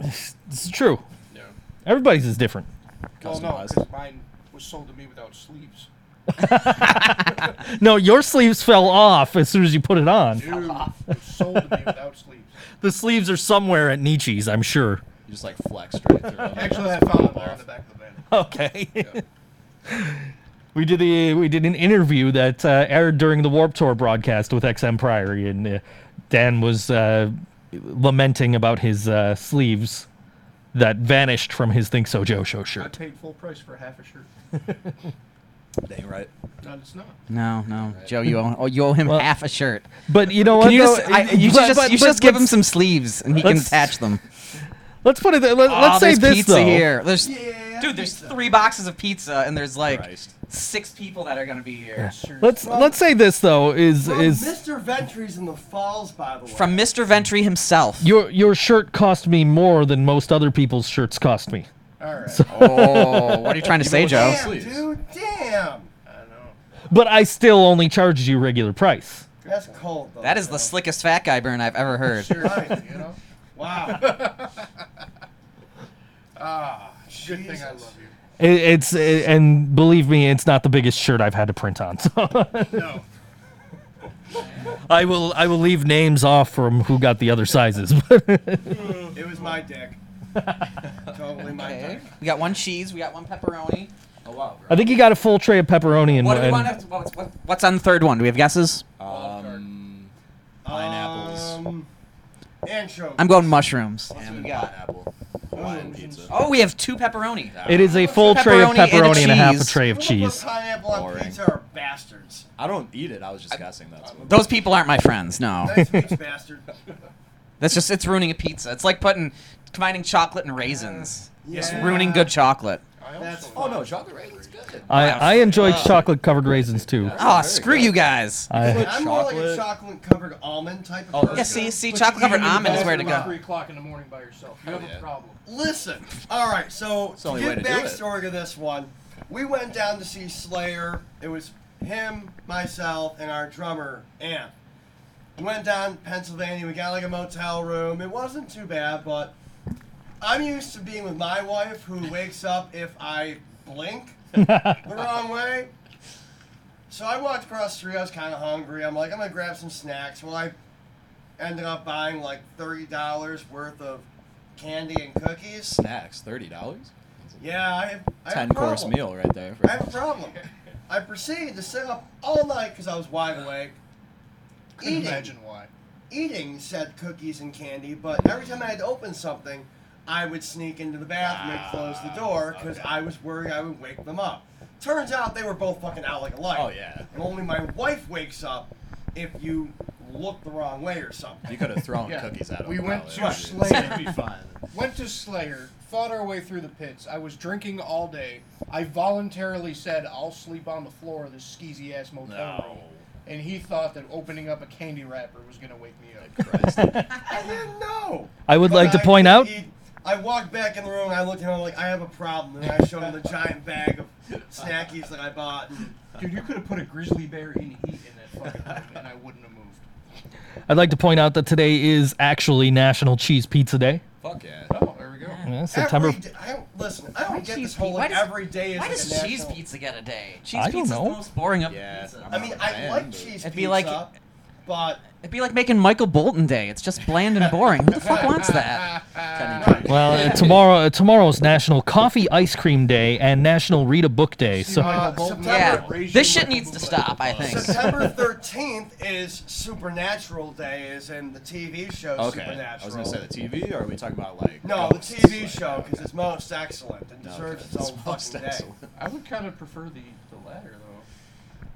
It's true.
No.
Everybody's is different.
Well, no,
Customized.
because mine was sold to me without sleeves.
No, your sleeves fell off as soon as you put it on.
Dude, it was sold to me without sleeves.
The sleeves are somewhere at Nietzsche's, I'm sure.
You just like flexed right through. them.
Actually, I found them there in the back of the van.
Okay. we did the we did an interview that uh, aired during the Warp Tour broadcast with XM Priory, and uh, Dan was uh, lamenting about his uh, sleeves that vanished from his Think So Joe show
I
shirt.
paid full price for half a shirt.
Dang right.
No, it's not.
No, no, Joe, you owe, oh, you owe him half a shirt.
But you know what?
Can you
though?
just, I, you should
But-
just,
but-
you should
but
just give him
let's-
some sleeves, and he can
let's-
attach them.
Let's put it. There. Let,
Oh,
us say
there's
this
pizza
though.
here. There's, dude, there's three boxes of pizza, and there's like
Christ.
six people that are gonna be here.
Let's let's say this though is is
Mr. Ventry's in the falls, by the way.
From Mr. Ventry himself.
your your shirt cost me more than most other people's shirts cost me.
All right.
oh, what are you trying to say, Joe?
damn, dude. Damn. I know.
But I still only charged you regular price.
That's cold, though.
That is the
Joe.
slickest fat guy burn I've ever heard.
You're right, you know?
Wow.
Ah, good thing I love you.
It, it's it, and believe me, it's not the biggest shirt I've had to print on. So
No.
I will I will leave names off from who got the other sizes.
It was my dick.
totally my
Okay.
dick.
We got one cheese. We got one pepperoni.
Oh wow.
I think you got a full tray of pepperoni and,
What do we
and-
want? to- What's, what- what's on the third one? Do we have guesses?
Um, pineapples.
Um, anchovies.
I'm going mushrooms.
ham
we
and
got-
pineapple. Hawaiian pizza.
Oh, we have two pepperoni.
it is a full tray of
Pepperoni and a
pepperoni and a half a
cheese.
tray of
Who the fuck
cheese.
Pineapple on
Boring.
pizza are bastards.
I don't eat it. I was just guessing. That's what.
Those people aren't my friends. No,
Nice meat, bastard.
that's just it's ruining a pizza. It's like putting combining chocolate and raisins. It's
Yeah.
ruining good chocolate.
That's
Oh no, chocolate raisin's good.
I I enjoyed chocolate covered raisins too.
Oh,
Very
screw
good.
you guys.
I,
I'm more like a chocolate covered almond type of
Oh,
person.
Yeah, see, see, chocolate covered almond is where to
Three
go.
o'clock in the morning by yourself. You have a problem.
Listen, all right. So
the
to
only
give
way to do it.
backstory to this one, we went down to see Slayer. It was him, myself, and our drummer, Ant. We went down Pennsylvania. We got like a motel room. It wasn't too bad, but I'm used to being with my wife, who wakes up if I blink the wrong way. So I walked across the street. I was kind of hungry. I'm like, I'm gonna grab some snacks. Well, I ended up buying like thirty dollars worth of candy and cookies.
Snacks, thirty dollars.
Yeah, I have, I have
Ten
a
course
problem.
meal right there.
I have a problem. I proceeded to sit up all night because I was wide awake.
Couldn't
Eating,
imagine why.
eating said cookies and candy, but every time I had to open something, I would sneak into the bathroom and close the
Ah,
door because I was worried I would wake them up. Turns out they were both fucking out like a light.
Oh, yeah.
And only my wife wakes up if you look the wrong way or something.
You could have thrown
Yeah.
cookies at him.
We went
probably.
to Slayer. Went to Slayer. Fought our way through the pits. I was drinking all day. I voluntarily said I'll sleep on the floor of this skeezy ass motel
No.
room. And he thought that opening up a candy wrapper was gonna wake me up.
I didn't know.
I would
But
like to point
did
out.
eat- I walked back in the room and I looked at him I'm like, I have a problem. And I showed him the giant bag of snackies that I bought. And
Dude, you could have put a grizzly bear in heat in that fucking room, and I wouldn't have moved.
I'd like to point out that today is actually National Cheese Pizza Day.
Fuck yeah.
Oh, there we go.
Yeah, September.
Every day, I don't, listen, I don't get
cheese
this whole
pe-
like,
why does-
every day is
Why
like a
does cheese
national-
pizza get a day? Cheese
I don't
pizza's
know.
the most boring of
Yeah.
pizza.
I mean, I
Man,
like
dude.
cheese
It'd
pizza,
be like-
but
It'd be like making Michael Bolton Day. It's just bland and boring. Who the fuck wants that?
Well, uh, tomorrow uh, tomorrow's National Coffee Ice Cream Day and National Read a Book Day. So
uh,
Yeah,
September,
this shit needs to stop. I think.
September 13th is Supernatural Day, is in the TV show
Okay.
Supernatural.
I was gonna say the TV, or are we talking about like?
no, the
ghosts?
TV
Like,
show
okay.
because it's most excellent and
No, okay.
deserves its own
It's most
fucking day.
excellent.
I would kind of prefer the the latter though.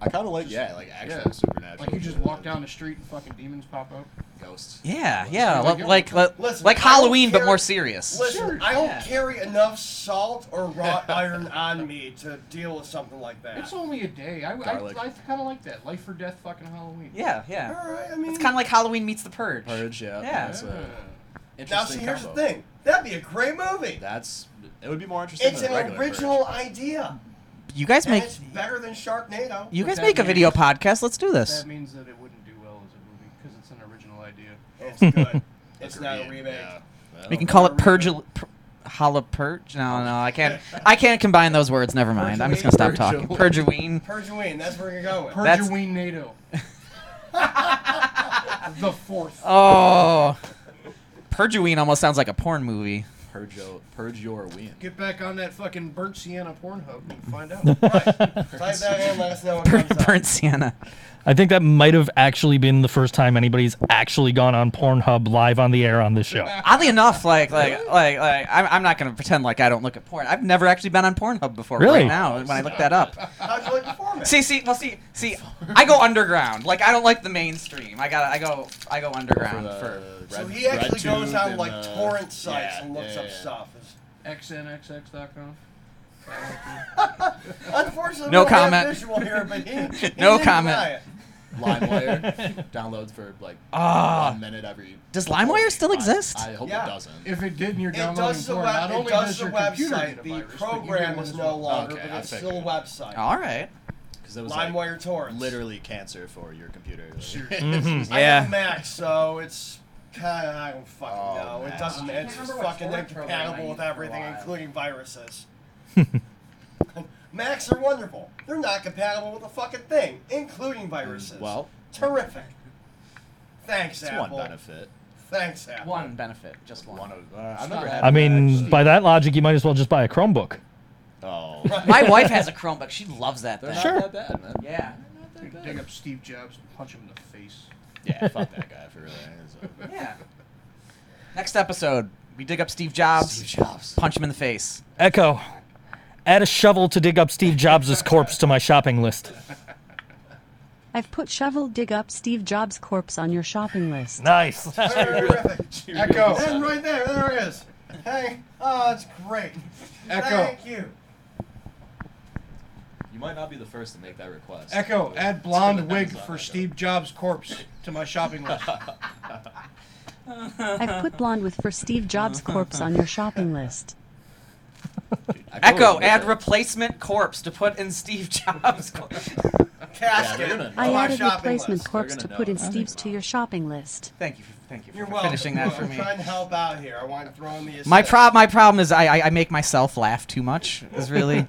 I kind of like yeah, like actual
yeah.
supernatural.
Like you just
shit.
walk down the street and fucking demons pop up.
Ghosts.
Yeah, yeah,
Like,
like like like,
Listen,
like
I don't
Halloween but
care-
more serious.
Listen,
Sure,
I don't
yeah.
carry enough salt or wrought iron on me to deal with something like that.
It's only a day. I I,
Garlic.
kind of like that. Life or death, fucking Halloween.
Yeah, yeah.
All right, I mean, Mm-hmm.
It's kind of like Halloween meets the Purge.
Purge. Yeah.
Yeah.
That's a
now.
interesting
See, here's
combo.
the thing. That'd be a great movie.
That's it would be more interesting.
It's
than
an
a regular
original
Purge.
idea,
You guys
and
make
it's better than Sharknado.
you
But
guys
that
make a
means-
video podcast. Let's do this.
That means that it wouldn't do well as a movie because it's an original idea.
It's good. it's not a
Yeah.
remake.
We
Well,
can call it
remember.
Purge. Pur- Holla Purge? No, no, I can't. I can't combine those words. Never mind. I'm just gonna stop talking. Purgeween.
Perjuine, that's where you're going. with.
That's-
Perjuween NATO. the fourth.
Oh, Purgeween almost sounds like a porn movie.
Purge, your- purge your win.
Get back on that fucking burnt sienna Pornhub and find out.
Type that in, let us know what
Burnt,
comes up.
burnt Sienna.
I think that might have actually been the first time anybody's actually gone on Pornhub live on the air on this show.
Oddly enough, like like like like, I'm, I'm not gonna pretend like I don't look at porn. I've never actually been on Pornhub before.
Really?
Right now, when I look that up.
How'd you like the format?
See, see, well, see, see, I go underground. Like I don't like the mainstream. I gotta, I go, I go underground
the
for.
uh, red-
so he actually
RedTube
goes on
and,
like
uh,
torrent sites
yeah,
and looks
yeah,
up
yeah.
stuff.
XNXX.com.
Unfortunately,
No
we don't have
comment.
Visual here, but he, he
No
didn't
comment.
buy it.
LimeWire downloads for like
Ah.
one minute every.
Does LimeWire still
I-
exist?
I, hope
Yeah.
it doesn't.
If it did, and you're
It
downloading
does the
porn, not
web. It
only
does
does
the
your computer
website.
get a
The
virus, but you get
program
one
is
as
no
well.
longer,
Okay,
but
I
it's
figured.
still a website.
All right.
Because it was like,
LimeWire torrents.
literally cancer for your computer.
I
Mm-hmm. Yeah.
have a Mac, so it's kind of I don't fucking
Oh,
know. It
Mac.
doesn't. It's
remember
just
what
fucking
torrent program I
incompatible with
used for a
everything,
while.
including viruses. Macs are wonderful. They're not compatible with a fucking thing, including viruses.
well,
terrific. Thanks,
it's one
Apple.
benefit.
Thanks, Apple.
One benefit, just one.
One of, uh, I've never had.
I
that,
mean,
actually.
by that logic, you might as well just buy a Chromebook.
oh,
My wife has a Chromebook. She loves that
they're
thing.
not that bad, man.
Yeah.
You can dig up Steve Jobs and punch him in the face.
Yeah, fuck that guy for really. uh, so.
Yeah. Next episode, we dig up Steve Jobs,
Steve Jobs.
punch him in the face.
Echo, add a shovel to dig up Steve Jobs' corpse to my shopping list.
I've put shovel dig up Steve Jobs' corpse on your shopping list.
Nice.
Terrific.
Echo.
and right there, there it is. Hey, oh, it's great.
Echo.
Thank you.
You might not be the first to make that request.
Echo,
But
add
it's
blonde
been
wig
Amazon,
for
Echo.
Steve Jobs' corpse to my shopping list.
I've put blonde with for Steve Jobs' corpse on your shopping list.
I feel
Echo,
like-
add replacement corpse to put in Steve Jobs. cor-
they're
casket.
gonna-
of
I
our
added
shopping
replacement
list.
corpse
gonna
to put
know.
in Steve's to your shopping list.
Thank you. For, thank you for
You're welcome.
finishing that for
I'm
me.
trying to help out here. I want to throw in the
My
assist.
prob my problem is I, I I make myself laugh too much. Is really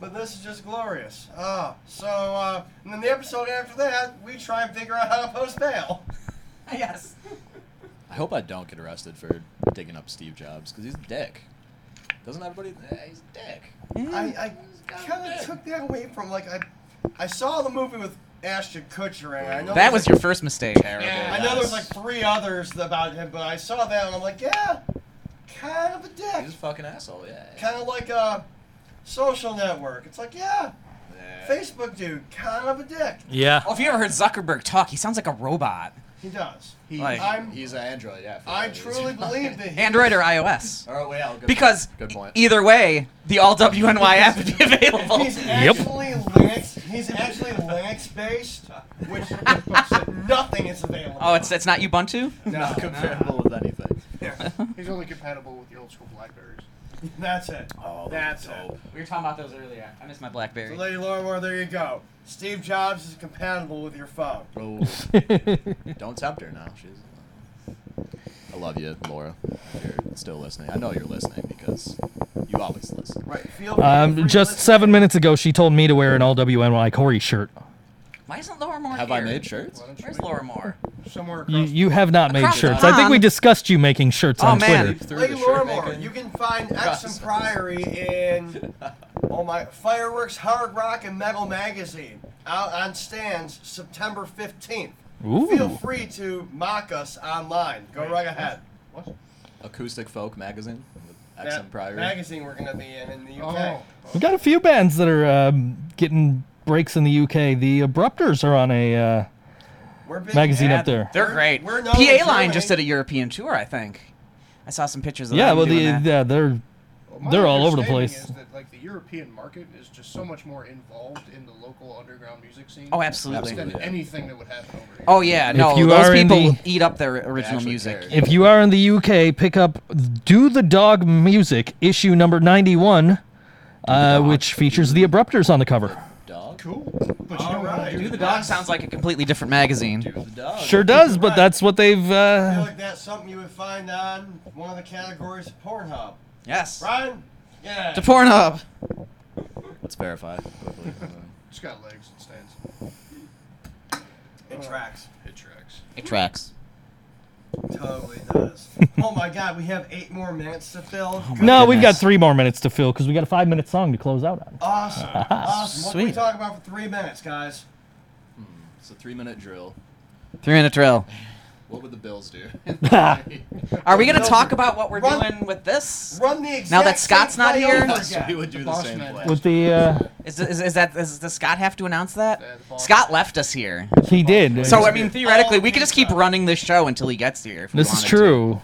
But this is just glorious. Oh, so uh, and then the episode after that, we try and figure out how to post bail.
yes.
I hope I don't get arrested for digging up Steve Jobs because he's a dick. Doesn't everybody? eh, he's a dick.
I, I kind of took that away from like I, I saw the movie with Ashton Kutcher and I know
That
there's,
was your first mistake.
Terrible.
like, I know there was like three others about him, but I saw that and I'm like, yeah, kind of a dick,
He's a fucking asshole. Yeah.
kind of like a social network. It's like yeah,
Yeah.
Facebook dude, kind of a dick.
Yeah.
Oh, if you ever heard Zuckerberg talk, he sounds like a robot.
He does.
He-
Like-
I'm-
he's an android. Yeah. for
I
that
truly
reason.
believe that he
Android or iOS?
All
Oh,
right, well, good
Because
Good point.
either way, the all WNY app would be available.
He's actually Linux. He's actually Linux based, which nothing is available.
Oh, it's it's not Ubuntu.
no,
not comparable with anything.
yeah,
He's only compatible with the old school Blackberries.
that's it.
Oh,
that's
dope.
it.
We were talking about those earlier. I miss my
So,
BlackBerry.
Lady Larimore, there you go. Steve Jobs is compatible with your phone.
Oh, don't tempt her now. She's. I love you, Laura. If you're still listening. I know you're listening because you always listen.
Right. Feel free
Um,
to
just
listen.
seven minutes ago, she told me to wear an all WNY Corey shirt.
Why isn't Laura Moore
Have
here?
I made shirts?
Why don't you
Where's
make-
Laura Moore?
Somewhere across.
You, you have not made
Across the
shirts. I think we
pond.
discussed you making shirts
Oh,
on
man.
Twitter.
Through
Lady
the shirt
Larimore,
making.
you can find Exxon Priory in oh my fireworks, hard rock, and metal magazine out on stands September fifteenth. Feel
Ooh.
free to mock us online. Go right ahead.
What?
Acoustic Folk magazine. with
that
XM Priory.
magazine we're going to be in in the UK.
Oh.
We've got a few bands that are um, getting breaks in the UK. The Abrupters are on a uh,
We're big
magazine
yeah.
up there.
They're
We're-
great.
we're known in
PA Line
Germany.
just did a European tour, I think. I saw some pictures of
Yeah,
them
well,
doing
the,
that.
yeah, they're
My
They're all over the
understanding
place.
Is that, like the European market is just so much more involved in the local underground music scene.
Oh, absolutely.
Than
Absolutely.
anything that would happen over here.
Oh yeah,
If
no,
you
those
are in
people
the-
eat up their original
actually
music.
care.
If you are in the UK, pick up Do the Dog Music, issue number 91, uh, which features the Abrupters on the cover.
Oh,
Dog.
Cool. But you
All
don't want
right.
to
Do
do
the dog sounds like a completely different magazine.
You're the dog.
Sure does, but that's what they've.
I feel
Uh,
like that's something you would find on one of the categories of Pornhub.
Yes.
Ryan? Yeah.
To Pornhub.
Let's verify quickly.
It's got legs and stands.
it tracks.
It tracks.
It tracks.
Totally does. oh my god, we have eight more minutes to fill.
Oh
no, we've got
goodness.
three more minutes to fill because we got a five minute song to close out on.
Awesome. awesome. What can we
Sweet.
talk about for three minutes, guys?
Hmm, it's a three-minute drill.
Three minute drill.
What would the Bills do?
Are we gonna talk about what we're
Run-
doing with this?
Run the exact
Now that Scott's
same
not
play
here-
over
Yes, we
again.
would do the,
boss
same
man.
play.
With the. Uh,
Is, is, is that is, does Scott have to announce that?
Yeah, the ball-
Scott left us here,
he did.
so I mean theoretically we could just keep running this show until he gets here. If we
This is
wanted to.
true.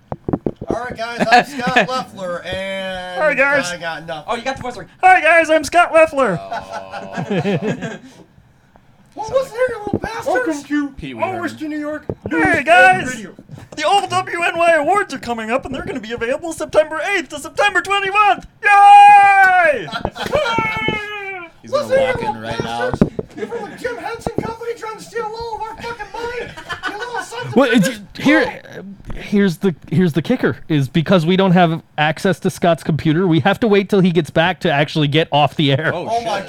All right, guys, I'm Scott Leffler, and
All right, guys.
I got nothing.
Oh, you got the voice ring.
Hi, guys, I'm Scott Leffler.
Oh.
what was there, you little bastards?
Welcome to
Pee Wee
Always
Herman.
to New York.
Hey, guys. The old WNY Awards are coming up, and they're going to be available September 8th to September 21th. Yay!
He's gonna walk in right now.
You're from the Jim Henson Company trying to steal all of our fucking money. You little sons of
well, it's, here, here's the here's the kicker: is because we don't have access to Scott's computer, we have to wait till he gets back to actually get off the air.
Oh my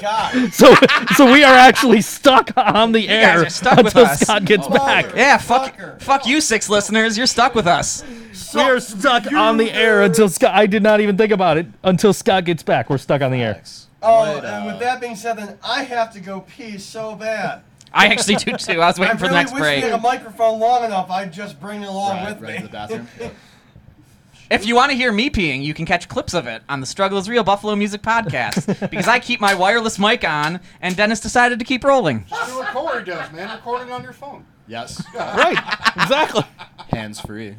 god.
So, so we are actually stuck on the
guys
air
are stuck with
until
us.
Scott gets back.
Mother-
Yeah, fuck,
Fucker.
fuck you, six listeners. You're stuck with us.
We are stuck on the air until Scott. I did not even think about it until Scott gets back. We're stuck on the air.
Oh, and with that being said, then I have to go pee so bad.
I actually do too. I was
I
waiting for
really
the next
wish we had a
break.
microphone long enough. I'd just bring it along
Right,
with
right
me.
to the bathroom.
If you want to hear me peeing, you can catch clips of it on the Struggle is Real Buffalo Music Podcast because I keep my wireless mic on, and Dennis decided to keep rolling.
That's what Corey does, man. Record it on your phone.
yes.
Right. Exactly.
Hands free.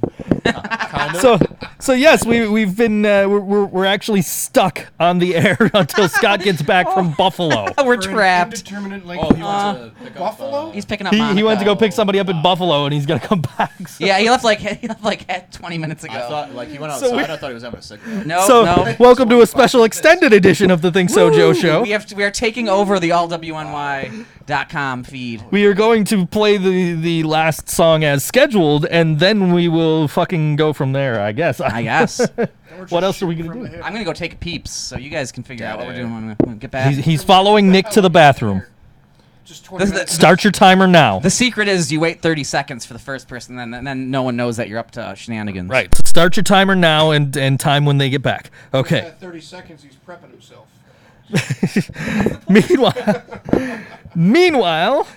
So So yes, we we've been uh, we're, we're we're actually stuck on the air until Scott gets back from Buffalo.
Oh. We're
For an
trapped.
Indeterminate length.
Oh,
of
he
time.
wants to pick up
Buffalo?
uh,
He's picking up
He,
Monica.
he went to go pick somebody up in Buffalo, and he's gonna come back. So,
Yeah, he left like he left like 20 minutes ago.
I thought like he went outside.
So we-
I thought he was having a sick. day.
no,
so
no.
welcome to a special extended edition of the Think So Joe show.
We have to, we are taking over the allwny.com feed.
We are going to play the the last song as scheduled, and then we will fucking go from there. I guess.
I guess.
what else are we gonna do?
I'm gonna go take peeps, so you guys can figure out what we're
dude.
doing when we- when we get back.
He's, he's following Nick to the bathroom.
Just 20
This is
minutes.
the-
Start your timer now.
The secret is you wait 30 seconds for the first person, then and then no one knows that you're up to shenanigans.
Right. Start your timer now and, and time when they get back. Okay.
At 30 seconds, he's prepping himself.
meanwhile, meanwhile,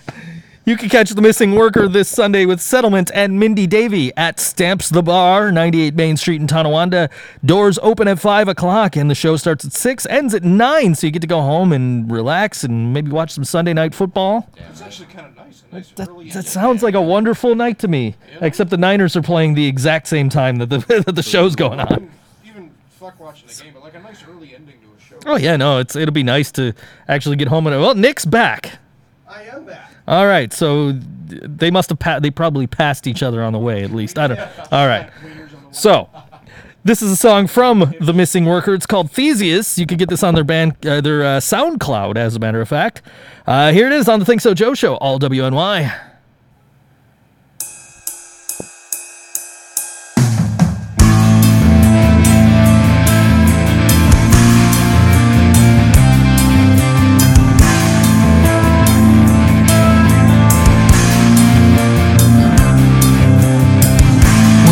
you can catch The Missing Worker this Sunday with Settlement and Mindy Davey at Stamps the Bar, 98 Main Street in Tonawanda. Doors open at 5 o'clock and the show starts at 6, ends at 9, so you get to go home and relax and maybe watch some Sunday night football.
It's actually kind of nice. A nice early
That sounds like a wonderful night to me, except the Niners are playing the exact same time that the, that the show's going on.
even fuck watching the game, but like a nice early ending to a show.
Oh yeah, no, it's it'll be nice to actually get home and well, Nick's back.
I am back.
All right, so th- they must have pa- they probably passed each other on the way at least. I don't. All right, so this is a song from the Missing Worker. It's called Theseus. You can get this on their band uh, their uh, SoundCloud, as a matter of fact. Uh, here it is on the Think So Joe show, all WNY.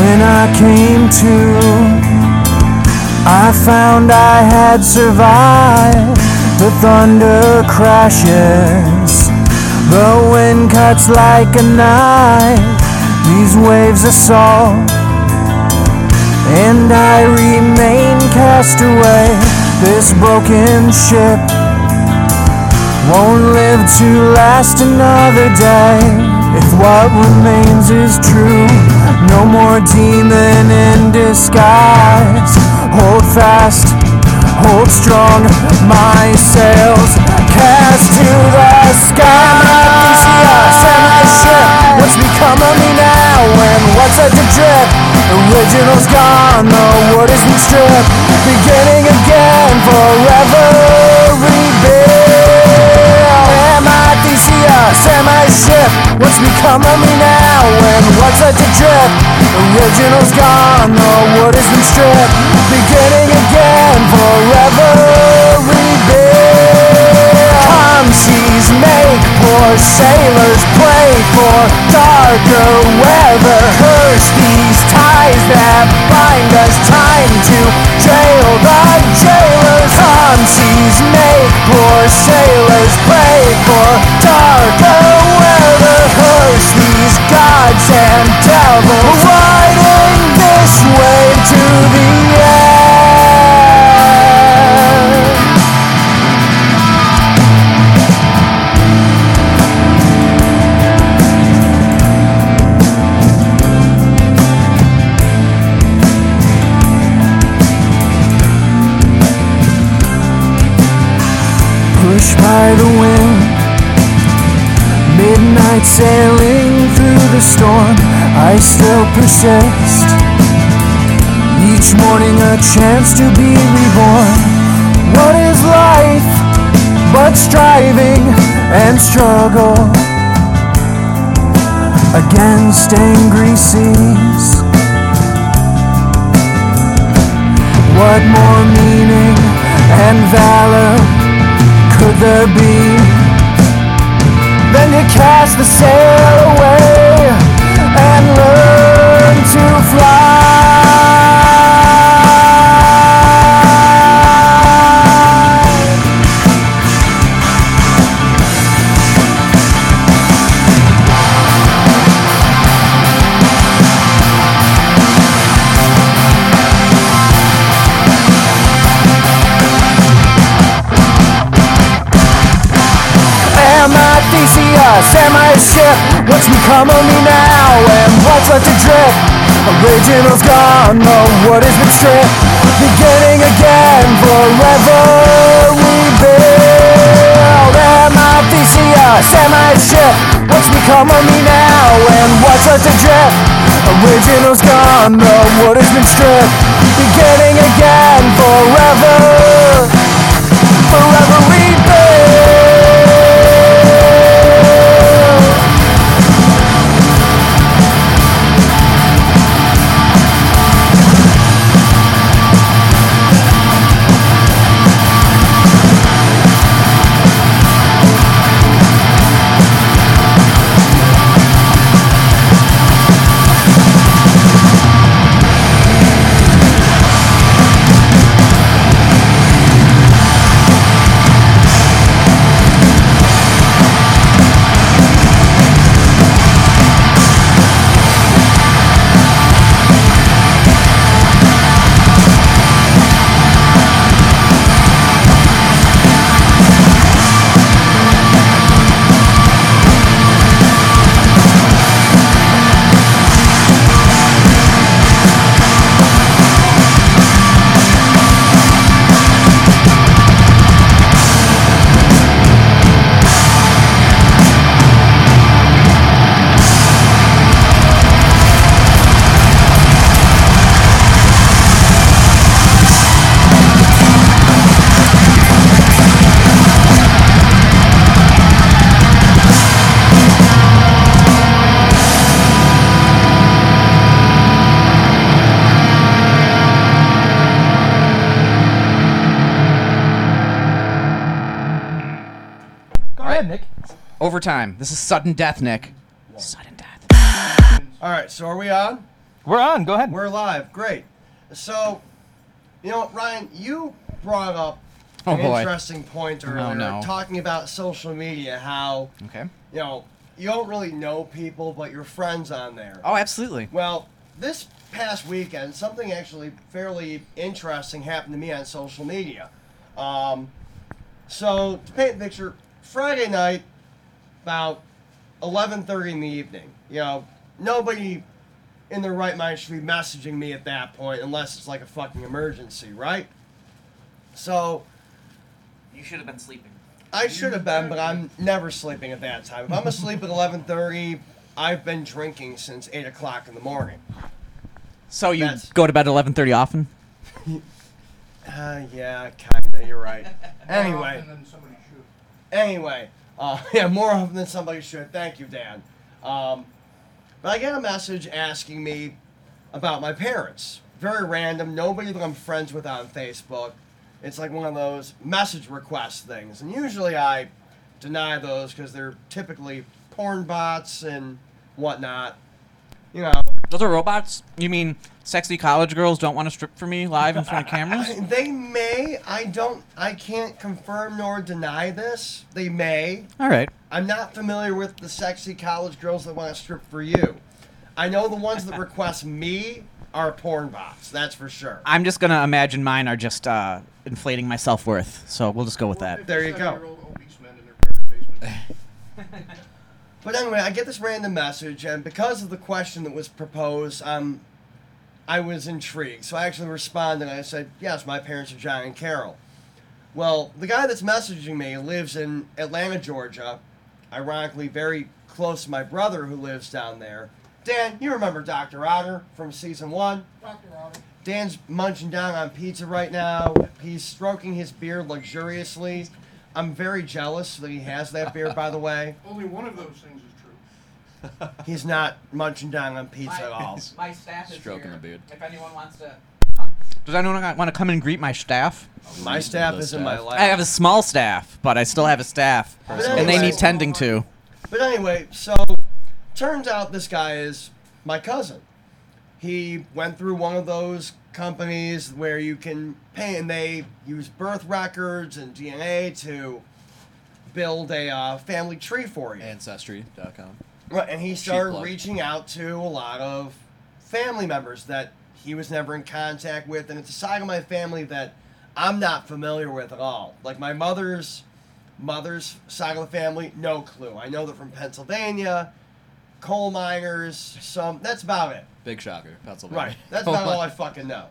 When I came to, I found I had survived. The thunder crashes, the wind cuts like a knife. These waves are salt, and I remain castaway. This broken ship won't live to last another day. If what remains is true, no more demon in disguise. Hold fast, hold strong, my sails cast to the sky. Theseus and the ship, what's become of me now? And what's at the drip? Original's gone, the wood has been stripped. Beginning again, forever rebuilt. Am I Theseus? Am I ship? What's become of me now? And what's such a trip? Original's gone, the wood has been stripped. Beginning again, forever rebuilt. Come, seas, make poor sailors play for darker weather. Curse these ties that bind us. Time to jail the jailers. Come, seas, make poor sailors pray for darker weather. Curse these gods and devils, riding this way to the end. pushed by the wind. Midnight sailing through the storm, I still persist. Each morning a chance to be reborn. What is life but striving and struggle against angry seas? What more meaning and valor could there be? Then you cast the sail away and learn to fly. Am I Theseus? Am I a ship? What's become of me now? And what's left to drift?
Original's gone, the wood has been stripped. Beginning again, forever we build. Am I theseus? Am I ship? What's become of me now? And what's left to drift? Original's gone, the wood has been stripped. Beginning again, forever. Forever we build.
Go ahead, Nick.
Overtime. This is sudden death, Nick. Sudden death.
All right, so are we on?
We're on. Go ahead.
We're live. Great. So, you know, Ryan, you brought up
Oh,
an
boy.
interesting point earlier,
no.
talking about social media, how
Okay.
you know you don't really know people, but your friends on there.
Oh, absolutely.
Well, this past weekend, something actually fairly interesting happened to me on social media. Um, so to paint a picture, Friday night, about 11:30 in the evening. You know, nobody in their right mind should be messaging me at that point unless it's like a fucking emergency, right? So
You should have been sleeping.
I should have been, but I'm never sleeping at that time. If I'm asleep at 11:30, I've been drinking since 8 o'clock in the morning.
So you
That's-
go to bed at 11:30 often?
Uh, yeah, kinda. You're right. Anyway,
And then somebody shoot.
anyway, uh, yeah, more often than somebody should. Thank you, Dan. Um, but I get a message asking me about my parents. Very random. Nobody that I'm friends with on Facebook. It's like one of those message request things, and usually I deny those because they're typically porn bots and whatnot. You know,
Those are robots. You mean sexy college girls don't want to strip for me live in front of cameras?
they may. I don't. I can't confirm nor deny this. They may.
All right.
I'm not familiar with the sexy college girls that want to strip for you. I know the ones that request me are porn bots. That's for sure.
I'm just gonna imagine mine are just uh, inflating my self worth. So we'll just go with that.
There you go.
57-year-old obese men in their parents' basement.
But anyway, I get this random message, and because of the question that was proposed, um, I was intrigued. So I actually responded and I said, Yes, my parents are John and Carol. Well, the guy that's messaging me lives in Atlanta, Georgia, ironically, very close to my brother who lives down there. Dan, you remember Dr. Otter from season one?
Dr. Otter.
Dan's munching down on pizza right now. He's stroking his beard luxuriously. I'm very jealous that he has that beard, by the way.
Only one of those things is true.
He's not munching down on pizza at all.
My staff is
Stroking here. the beard.
If anyone wants to. Does anyone want to come and greet my staff?
My staff
The
is in my
staff.
I
life.
have a small staff, but I still have a staff, and they need tending to.
But anyway, so turns out this guy is my cousin. He went through one of those companies where you can pay, and they use birth records and DNA to build a uh, family tree for you.
Ancestry.com.
Right, and he started
plug.
reaching out to a lot of family members that he was never in contact with, and it's a side of my family that I'm not familiar with at all. Like my mother's mother's side of the family, no clue. I know they're from Pennsylvania, coal miners, some that's about it.
Big shocker, Pennsylvania.
Right. That's about all I fucking know.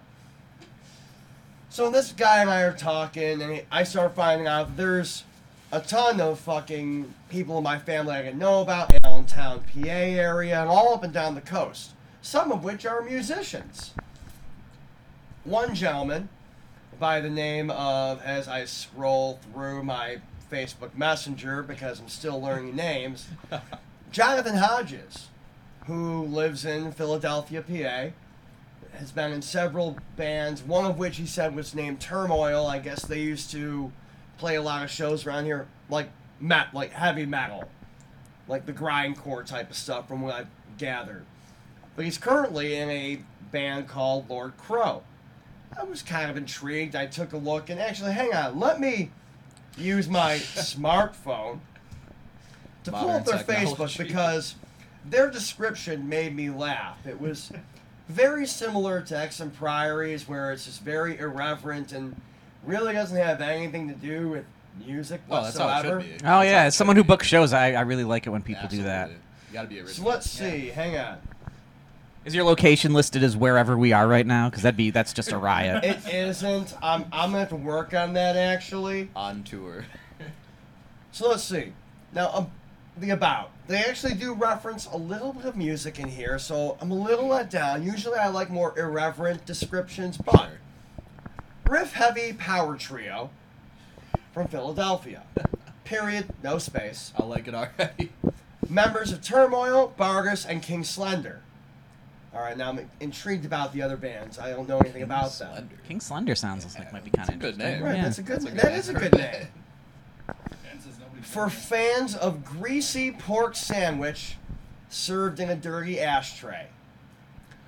So this guy and I are talking, and I start finding out there's a ton of fucking people in my family I didn't know about, Allentown, PA area, and all up and down the coast. Some of which are musicians. One gentleman by the name of, as I scroll through my Facebook Messenger because I'm still learning names, Jonathan Hodges, who lives in Philadelphia, PA, has been in several bands, one of which he said was named Turmoil. I guess they used to play a lot of shows around here, like met, like heavy metal, like the grindcore type of stuff, from what I've gathered. But he's currently in a band called Lord Crow. I was kind of intrigued. I took a look, and actually, hang on, let me use my smartphone to pull
Modern
up their Facebook
technology.
because their description made me laugh. It was very similar to X and Priories, where it's just very irreverent and really doesn't have anything to do with music
Well, that's how it should
whatsoever.
be.
Oh yeah, as someone who books shows, I, I really like it when people do that.
You gotta be
So
original.
let's see. Hang on.
Is your location listed as wherever we are right now? Because that'd be that's just a riot.
It isn't. I'm, I'm gonna have to work on that actually.
On tour.
So let's see. Now, um, the about. They actually do reference a little bit of music in here, so I'm a little let down. Usually I like more irreverent descriptions, but riff heavy power trio from Philadelphia. Period, no space.
I like it already.
Members of Turmoil, Bargus, and King Slender. All right, now I'm intrigued about the other bands. I don't know anything about them.
Slender.
King Slender sounds like might be kind
It's a
of
good
interesting.
name.
Right,
Yeah.
that's a good.
That's a good
that is a
name.
good name. For fans of greasy pork sandwich served in a dirty ashtray.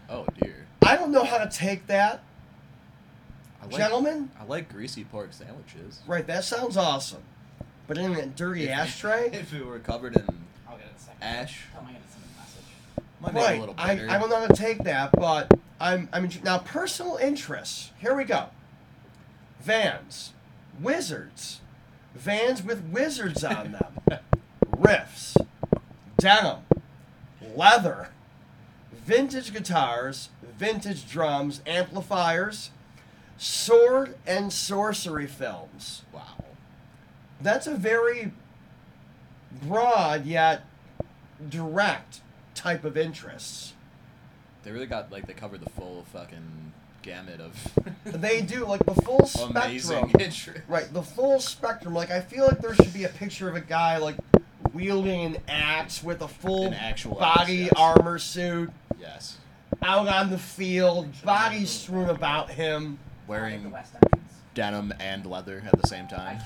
Oh dear.
I don't know how to take that,
I like,
gentlemen.
I like greasy pork sandwiches.
Right, that sounds awesome, but in a dirty ashtray.
If it were covered in
I'll get it in a second.
ash,
Oh my God, it's in the message.
might be a
Right,
little
I,
bitter.
I don't know how to take that, but I'm I'm intri- now personal interests. Here we go. Vans, wizards, vans with wizards on them, riffs, denim, leather, vintage guitars, vintage drums, amplifiers, sword and sorcery films.
Wow.
That's a very broad yet direct type of interests.
They really got like they covered the full fucking gamut of
They do like the full
amazing
spectrum.
interest.
Right, the full spectrum. Like I feel like there should be a picture of a guy like wielding an axe with a full
An actual axe,
body
yes.
armor suit
Yes.
out on the field, body strewn about him.
Wearing
West entrance.
denim and leather at the same time.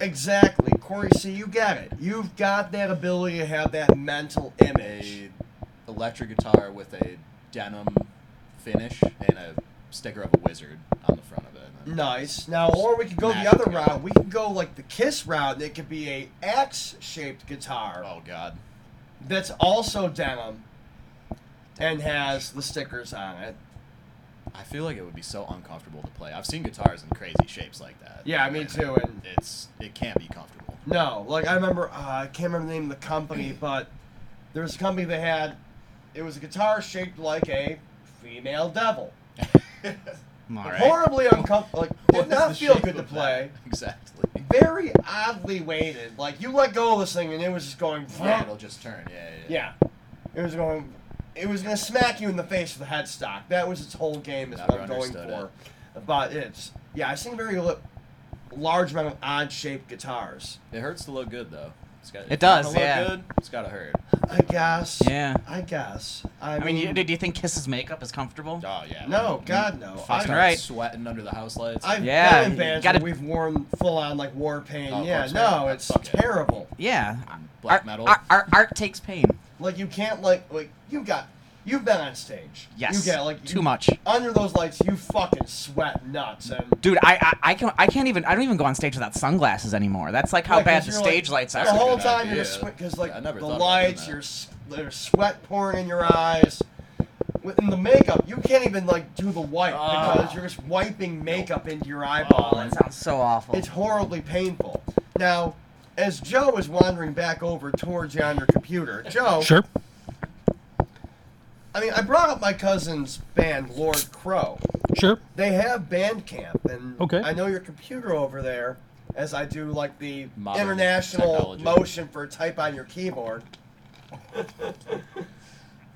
Exactly, Corey. See, you get it. You've got that ability to have that mental image.
a electric guitar with a denim finish and a sticker of a wizard on the front of it. And
Nice. Now, or we could go
Smash
the other
it together.
route. We could go like the Kiss route, and it could be a axe-shaped guitar.
Oh god.
that's also denim and has the stickers on it.
I feel like it would be so uncomfortable to play. I've seen guitars in crazy shapes like that.
Yeah, me too. And
It's it can't be comfortable.
no, like I remember, uh, I can't remember the name of the company, but there was a company that had it was a guitar shaped like a female devil.
All right.
Horribly uncomfortable. Like,
What
did
is
not
the
feel
shape
good to
of that?
play.
Exactly.
Very oddly weighted. Like you let go of this thing and it was just going.
Yeah, it'll just turn. Yeah, yeah. yeah.
Yeah. It was going. It was going to smack you in the face with a headstock. That was its whole game. Is
Never
what I'm going
understood
for. But it's yeah. I've seen very li- large amount of odd shaped guitars.
It hurts to look good though. It's got, if
It
you wanna
does,
look
yeah.
Good, it's gotta hurt.
I guess.
Yeah.
I guess. I,
I mean,
mean,
you, do you think Kiss's makeup is comfortable?
Oh yeah.
no, God no.
I
Fucking
start
I've,
right.
Sweating under the house lights.
I've
Yeah,
been in
you
bands
gotta-
where we've worn full on like war paint.
Oh, of
yeah.
course,
No,
yeah.
it's
Fuck it.
terrible.
Yeah.
Black
art,
metal.
Art, art, art takes pain.
Like you can't like like you got you've been on stage.
Yes.
You get like
too
you-
much.
under those lights. You fucking sweat nuts and.
Dude, I, I I can I can't even I don't even go on stage without sunglasses anymore. That's like how
Yeah, 'cause
bad the
you're, like,
stage lights
The
are.
That's a
whole
good
time you're
idea.
sweat because like
I never
the
thought about doing
lights,
that.
you're s- there's sweat pouring in your eyes. Within the makeup, you can't even like do the wipe
Ah.
because you're just wiping makeup into your eyeball.
Oh, that sounds so awful.
it's horribly painful. Now, as Joe is wandering back over towards you on your computer, Joe,
Sure.
I mean, I brought up my cousin's band, Lord Crow.
Sure.
They have Bandcamp, and
Okay.
I know your computer over there, as I do like the
Modern
international
technology.
motion for type on your keyboard.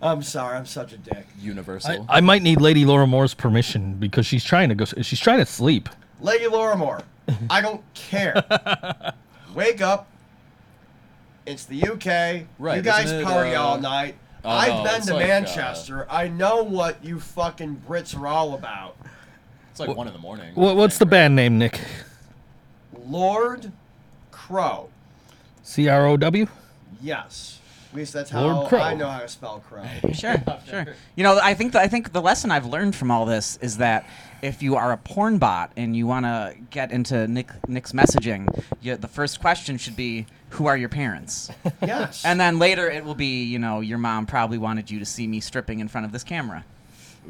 I'm sorry, I'm such a dick.
Universal.
I might need Lady Laura Moore's permission because she's trying to go. She's trying to sleep.
Lady Lorimore, I don't care. Wake up. It's the UK.
Right,
You guys
isn't it,
party
uh,
all night.
oh,
I've
no,
been
it's
to
like, uh,
Manchester. I know what you fucking Brits are all about.
it's like one in the morning.
What, what's the band name, Nick?
Lord Crow.
C R O W.
Yes. At least that's
Lord
how
Crow.
I know how to spell crow.
Sure, sure. You know, I think the, I think the lesson I've learned from all this is that if you are a porn bot and you want to get into Nick Nick's messaging, you, the first question should be, "Who are your parents?"
Yes.
and then later it will be, you know, your mom probably wanted you to see me stripping in front of this camera.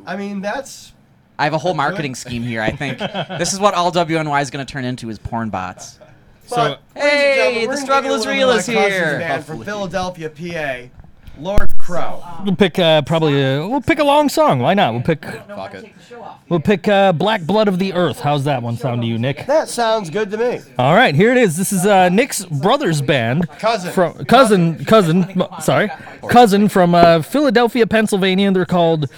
I mean, that's.
I have a whole
That's good.
marketing scheme here. I think this is what all WNY is going to turn into is porn bots.
But,
Hey,
ladies and gentlemen,
the
we're gonna
struggle
get
is
a little
real
bit of
is
my cousin's
here.
Band from Philadelphia, PA. Lord Crow.
We'll pick uh, probably. Uh, we'll pick a long song. Why not? We'll pick.
Fuck it.
We'll pick uh, Black Blood of the Earth. How's that one sound to you, Nick?
that sounds good to me.
All right, here it is. This is uh, Nick's brother's band.
Cousin.
From cousin, cousin, m- sorry, cousin from uh, Philadelphia, Pennsylvania. They're called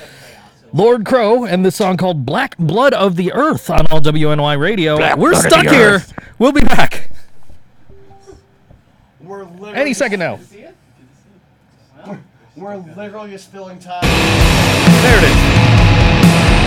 Lord Crow, and this song called "Black Blood of the Earth" on all WNY radio. We're stuck here. We'll be back
We're literally
any second now.
We're literally just filling time.
There it is.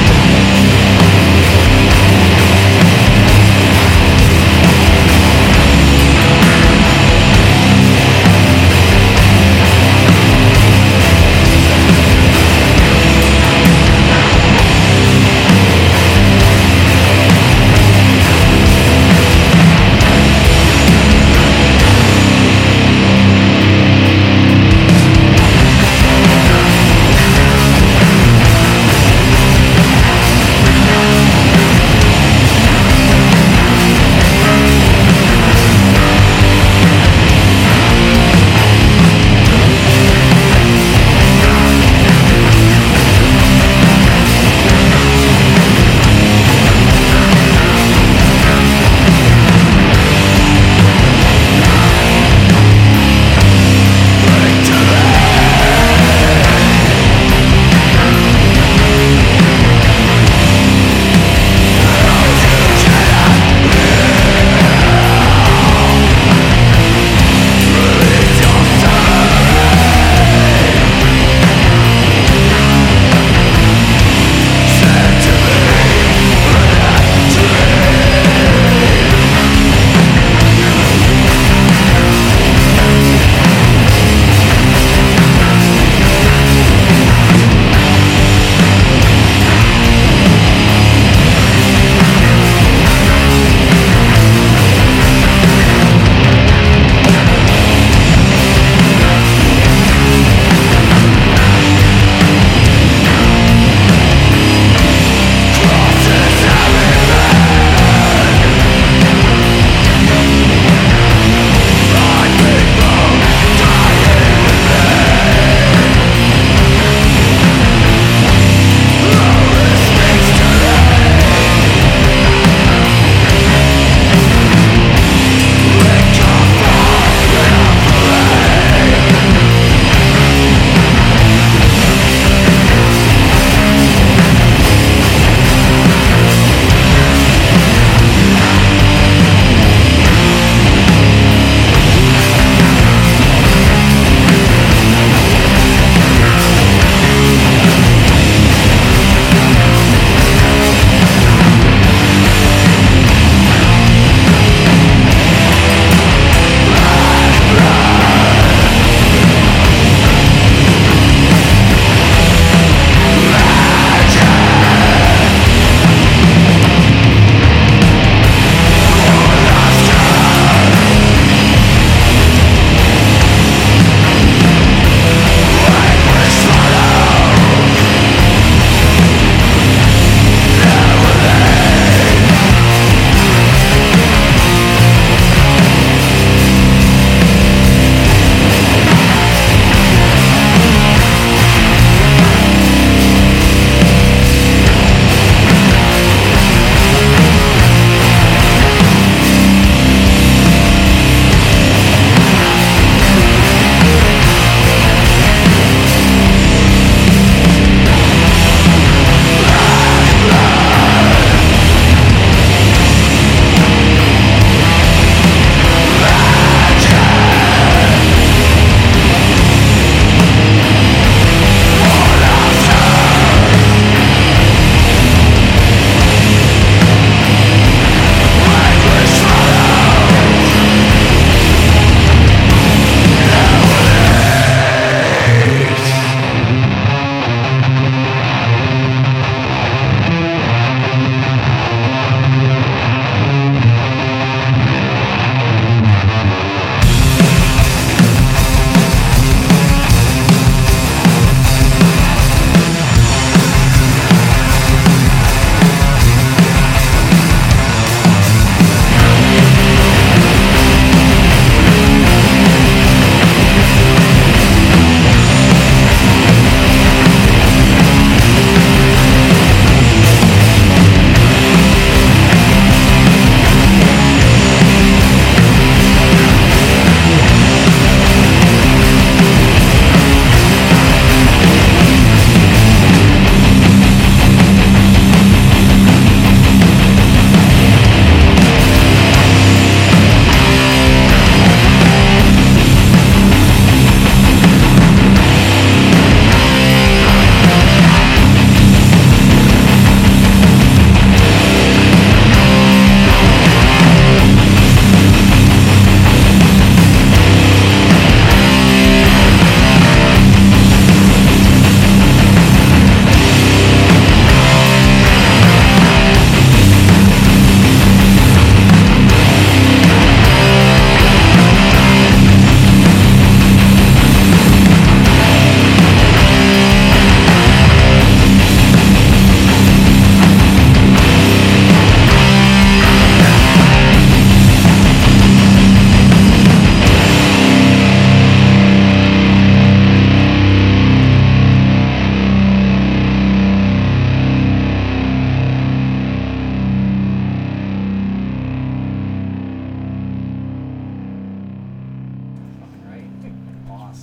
Black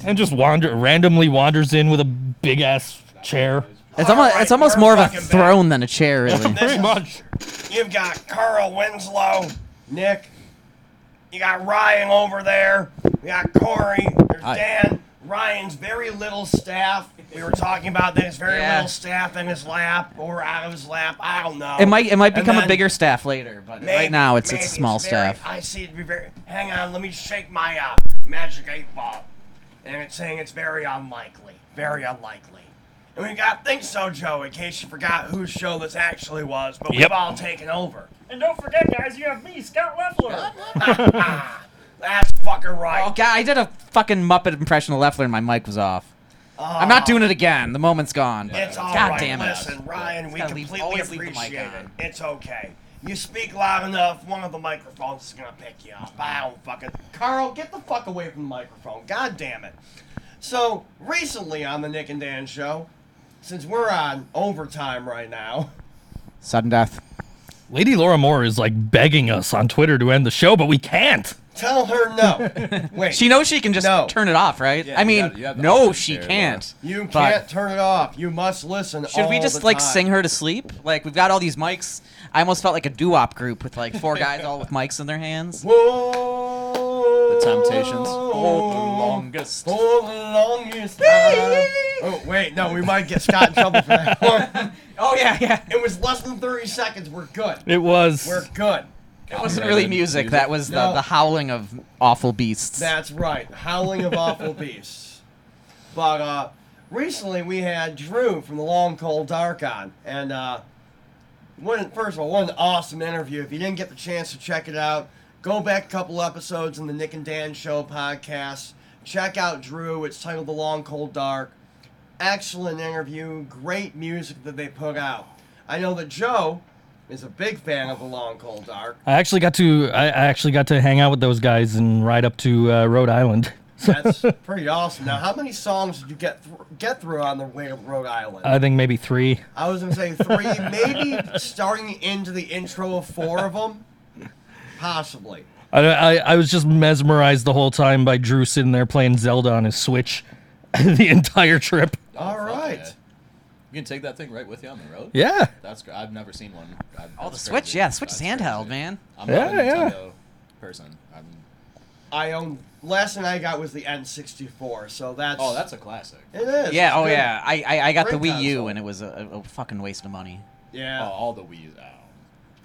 and just wander randomly wanders in with a big ass chair.
It's almost, it's almost more of a throne than a chair, really.
Pretty much.
You've got Carl Winslow, Nick. You got Ryan over there. You got Corey. There's
Hi.
Dan. Ryan's very little staff. We were talking about that. It's very
Yeah.
little staff in his lap or out of his lap. I don't know.
It might it might
And
become a
then
bigger staff later, but
maybe-
right now it's
maybe
it's a small
very-
staff.
I see it be very. Hang on, let me shake my uh, magic eight ball, and it's saying it's very unlikely. Very unlikely. And we got Think So Joe, in case you forgot whose show this actually was, but
Yep.
we've all taken over.
And don't forget, guys, you have me, Scott Leffler.
That's Ah, fucking right.
Oh god, I did a fucking Muppet impression of Leffler and my mic was off. I'm not doing it again. The moment's gone.
It's all right.
god damn it.
Listen, Ryan, we
gotta leave-
completely
always leave the
appreciate
mic
it. It's okay. You speak loud enough, one of the microphones is gonna pick you up. I don't fucking Carl, get the fuck away from the microphone. God damn it. So recently on the Nick and Dan show, since we're on overtime right now,
Sudden death.
Lady Laura Moore is like begging us on Twitter to end the show, but we can't.
tell her no. Wait.
She knows she can just
No.
turn it off, right? I mean, no, she can't.
you can't
But-
turn it off. You must listen.
Should we
all
just
the
like
time.
sing her to sleep? Like we've got all these mics. I almost felt like a doo-wop group with like four guys all with mics in their hands.
Whoa.
The Temptations.
Oh,
the longest.
Oh, the longest time. Oh, wait, no, we might get Scott in trouble for that one.
Oh yeah, yeah.
It was less than 30 seconds. We're good.
It was
We're good.
It wasn't really music. That was the,
No.
the howling of awful beasts.
That's right. Howling of Awful Beasts. But uh, recently we had Drew from the Long Cold Dark on, and uh, one, first of all, what an awesome interview. If you didn't get the chance to check it out, go back a couple episodes in the Nick and Dan Show podcast. Check out Drew. It's titled The Long Cold Dark. Excellent interview. Great music that they put out. I know that Joe is a big fan of The Long Cold Dark.
I actually got to I I actually got to hang out with those guys and ride up to uh, Rhode Island.
That's pretty awesome. Now, how many songs did you get thr get through on the way to Rhode Island?
I think maybe three.
I was gonna say three, maybe starting into the intro of four of them, possibly.
I, I I was just mesmerized the whole time by Drew sitting there playing Zelda on his Switch the entire trip.
All right.
Oh, You can take that thing right with you on the road.
Yeah.
That's great. I've never seen one. I've,
Oh, the
that's
Switch,
crazy.
yeah, the Switch is
That's crazy.
handheld, man.
I'm not
Yeah,
a
yeah.
Nintendo person. I'm,
I own last thing I got was the N64, so that's
oh, that's a classic.
it is.
Yeah,
It's
oh
good.
yeah. I, I, I got the
Great
Wii U
console.
and it was a, a, a fucking waste of money.
Oh,
Yeah.
all the Wii's. Oh,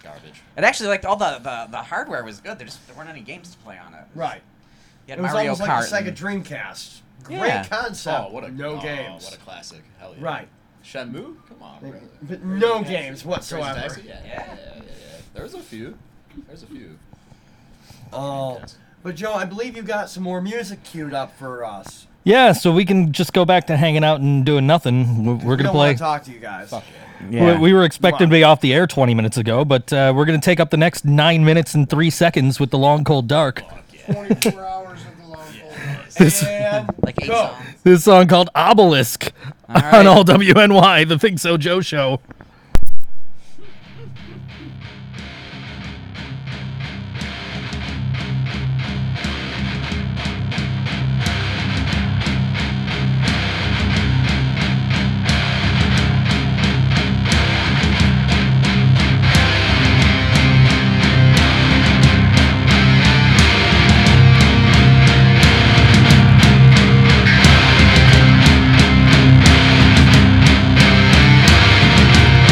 garbage.
It actually like all the, the, the hardware was good. There just there weren't any games to play on it.
Right.
You
It
had
was
Mario
almost
Kart.
like the
and-
Sega Dreamcast. Great
Yeah.
concept.
oh, what a
no
oh,
games.
What a classic. Hell yeah.
Right.
Shenmue. Come on. brother.
But no games
Crazy
whatsoever.
Taxi? Yeah, yeah, yeah, yeah, yeah. There's a few. There's a few.
Oh. But Joe, I believe you got some more music queued up for us.
Yeah, so we can just go back to hanging out and doing nothing. We're, we're
We
gonna
don't want
play.
to talk to you guys.
We, we were expecting to be off the air 20 minutes ago, but uh, we're gonna take up the next nine minutes and three seconds with the long cold dark.
24 hours of the long cold dark.
This
And
like eight
go.
songs.
this song called Obelisk on
right.
all WNY, the Think So Joe show.
Thank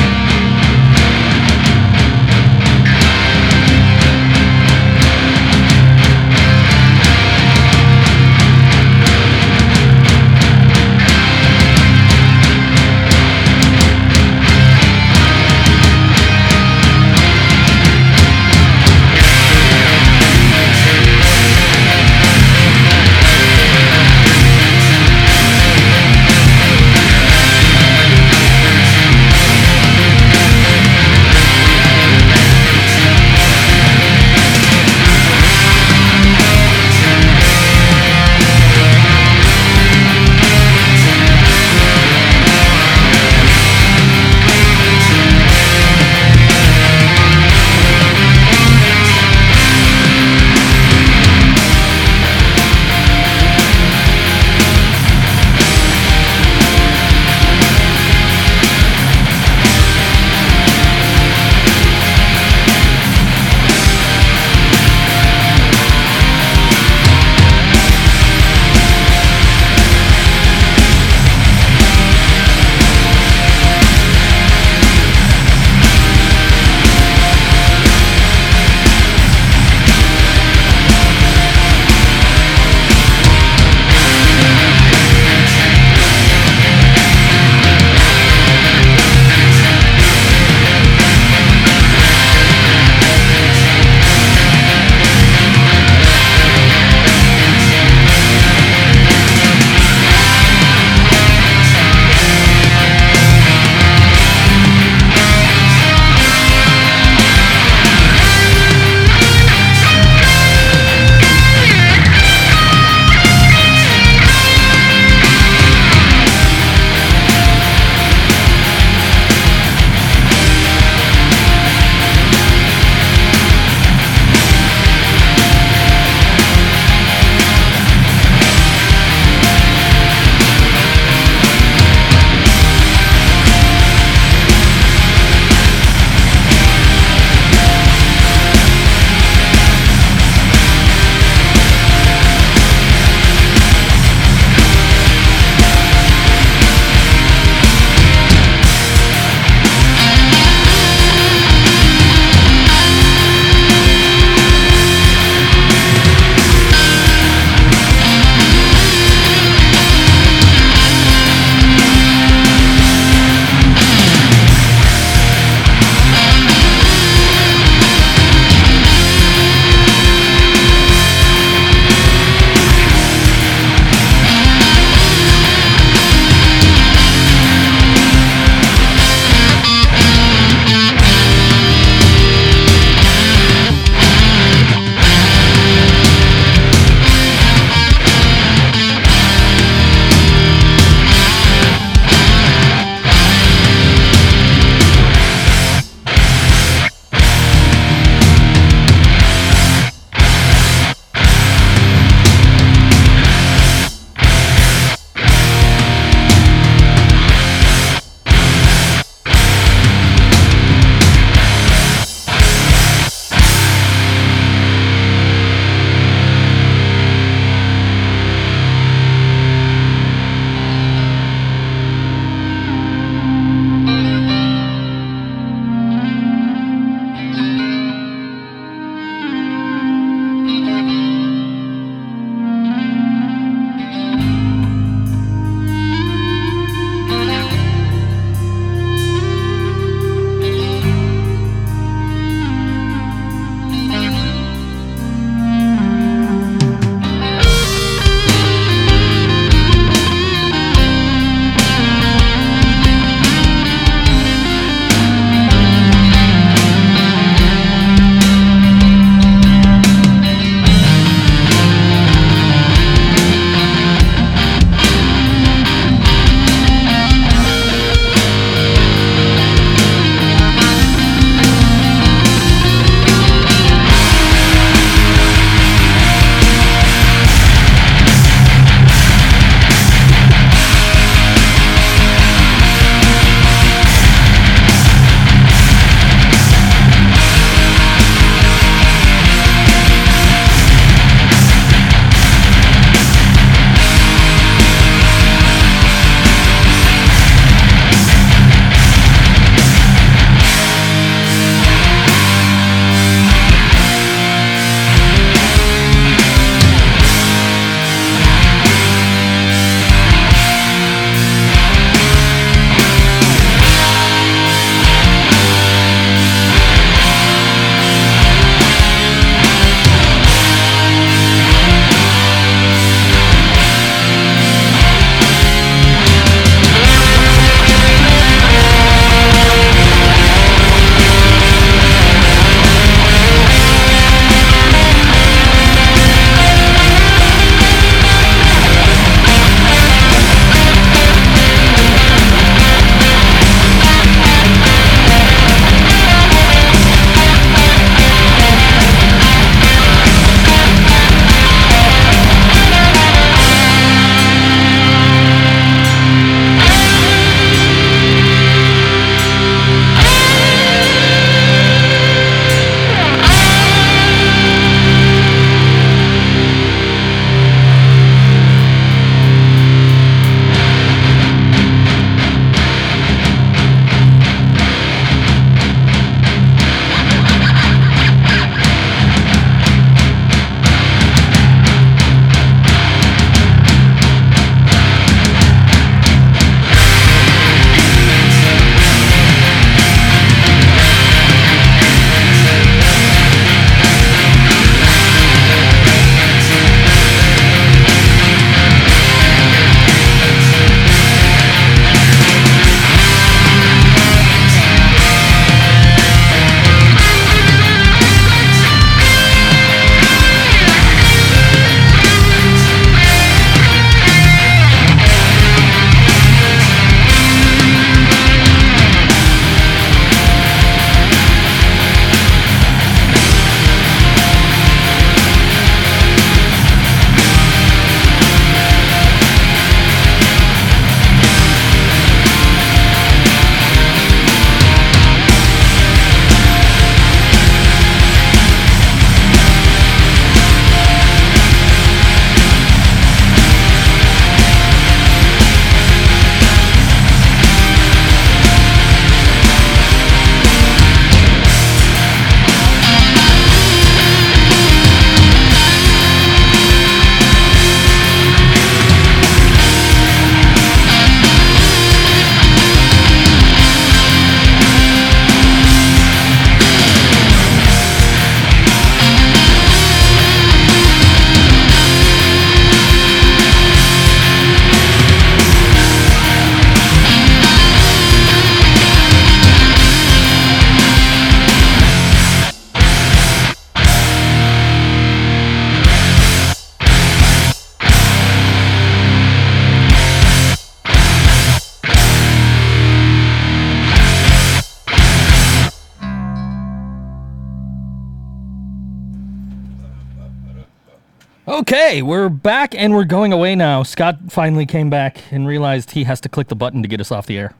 Okay, we're back and we're going away now. Scott finally came back and realized he has to click the button to get us off the air.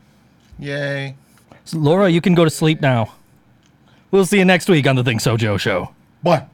Yay.
So, Laura, you can go to sleep now. We'll see you next week on the Think So Joe show.
Bye.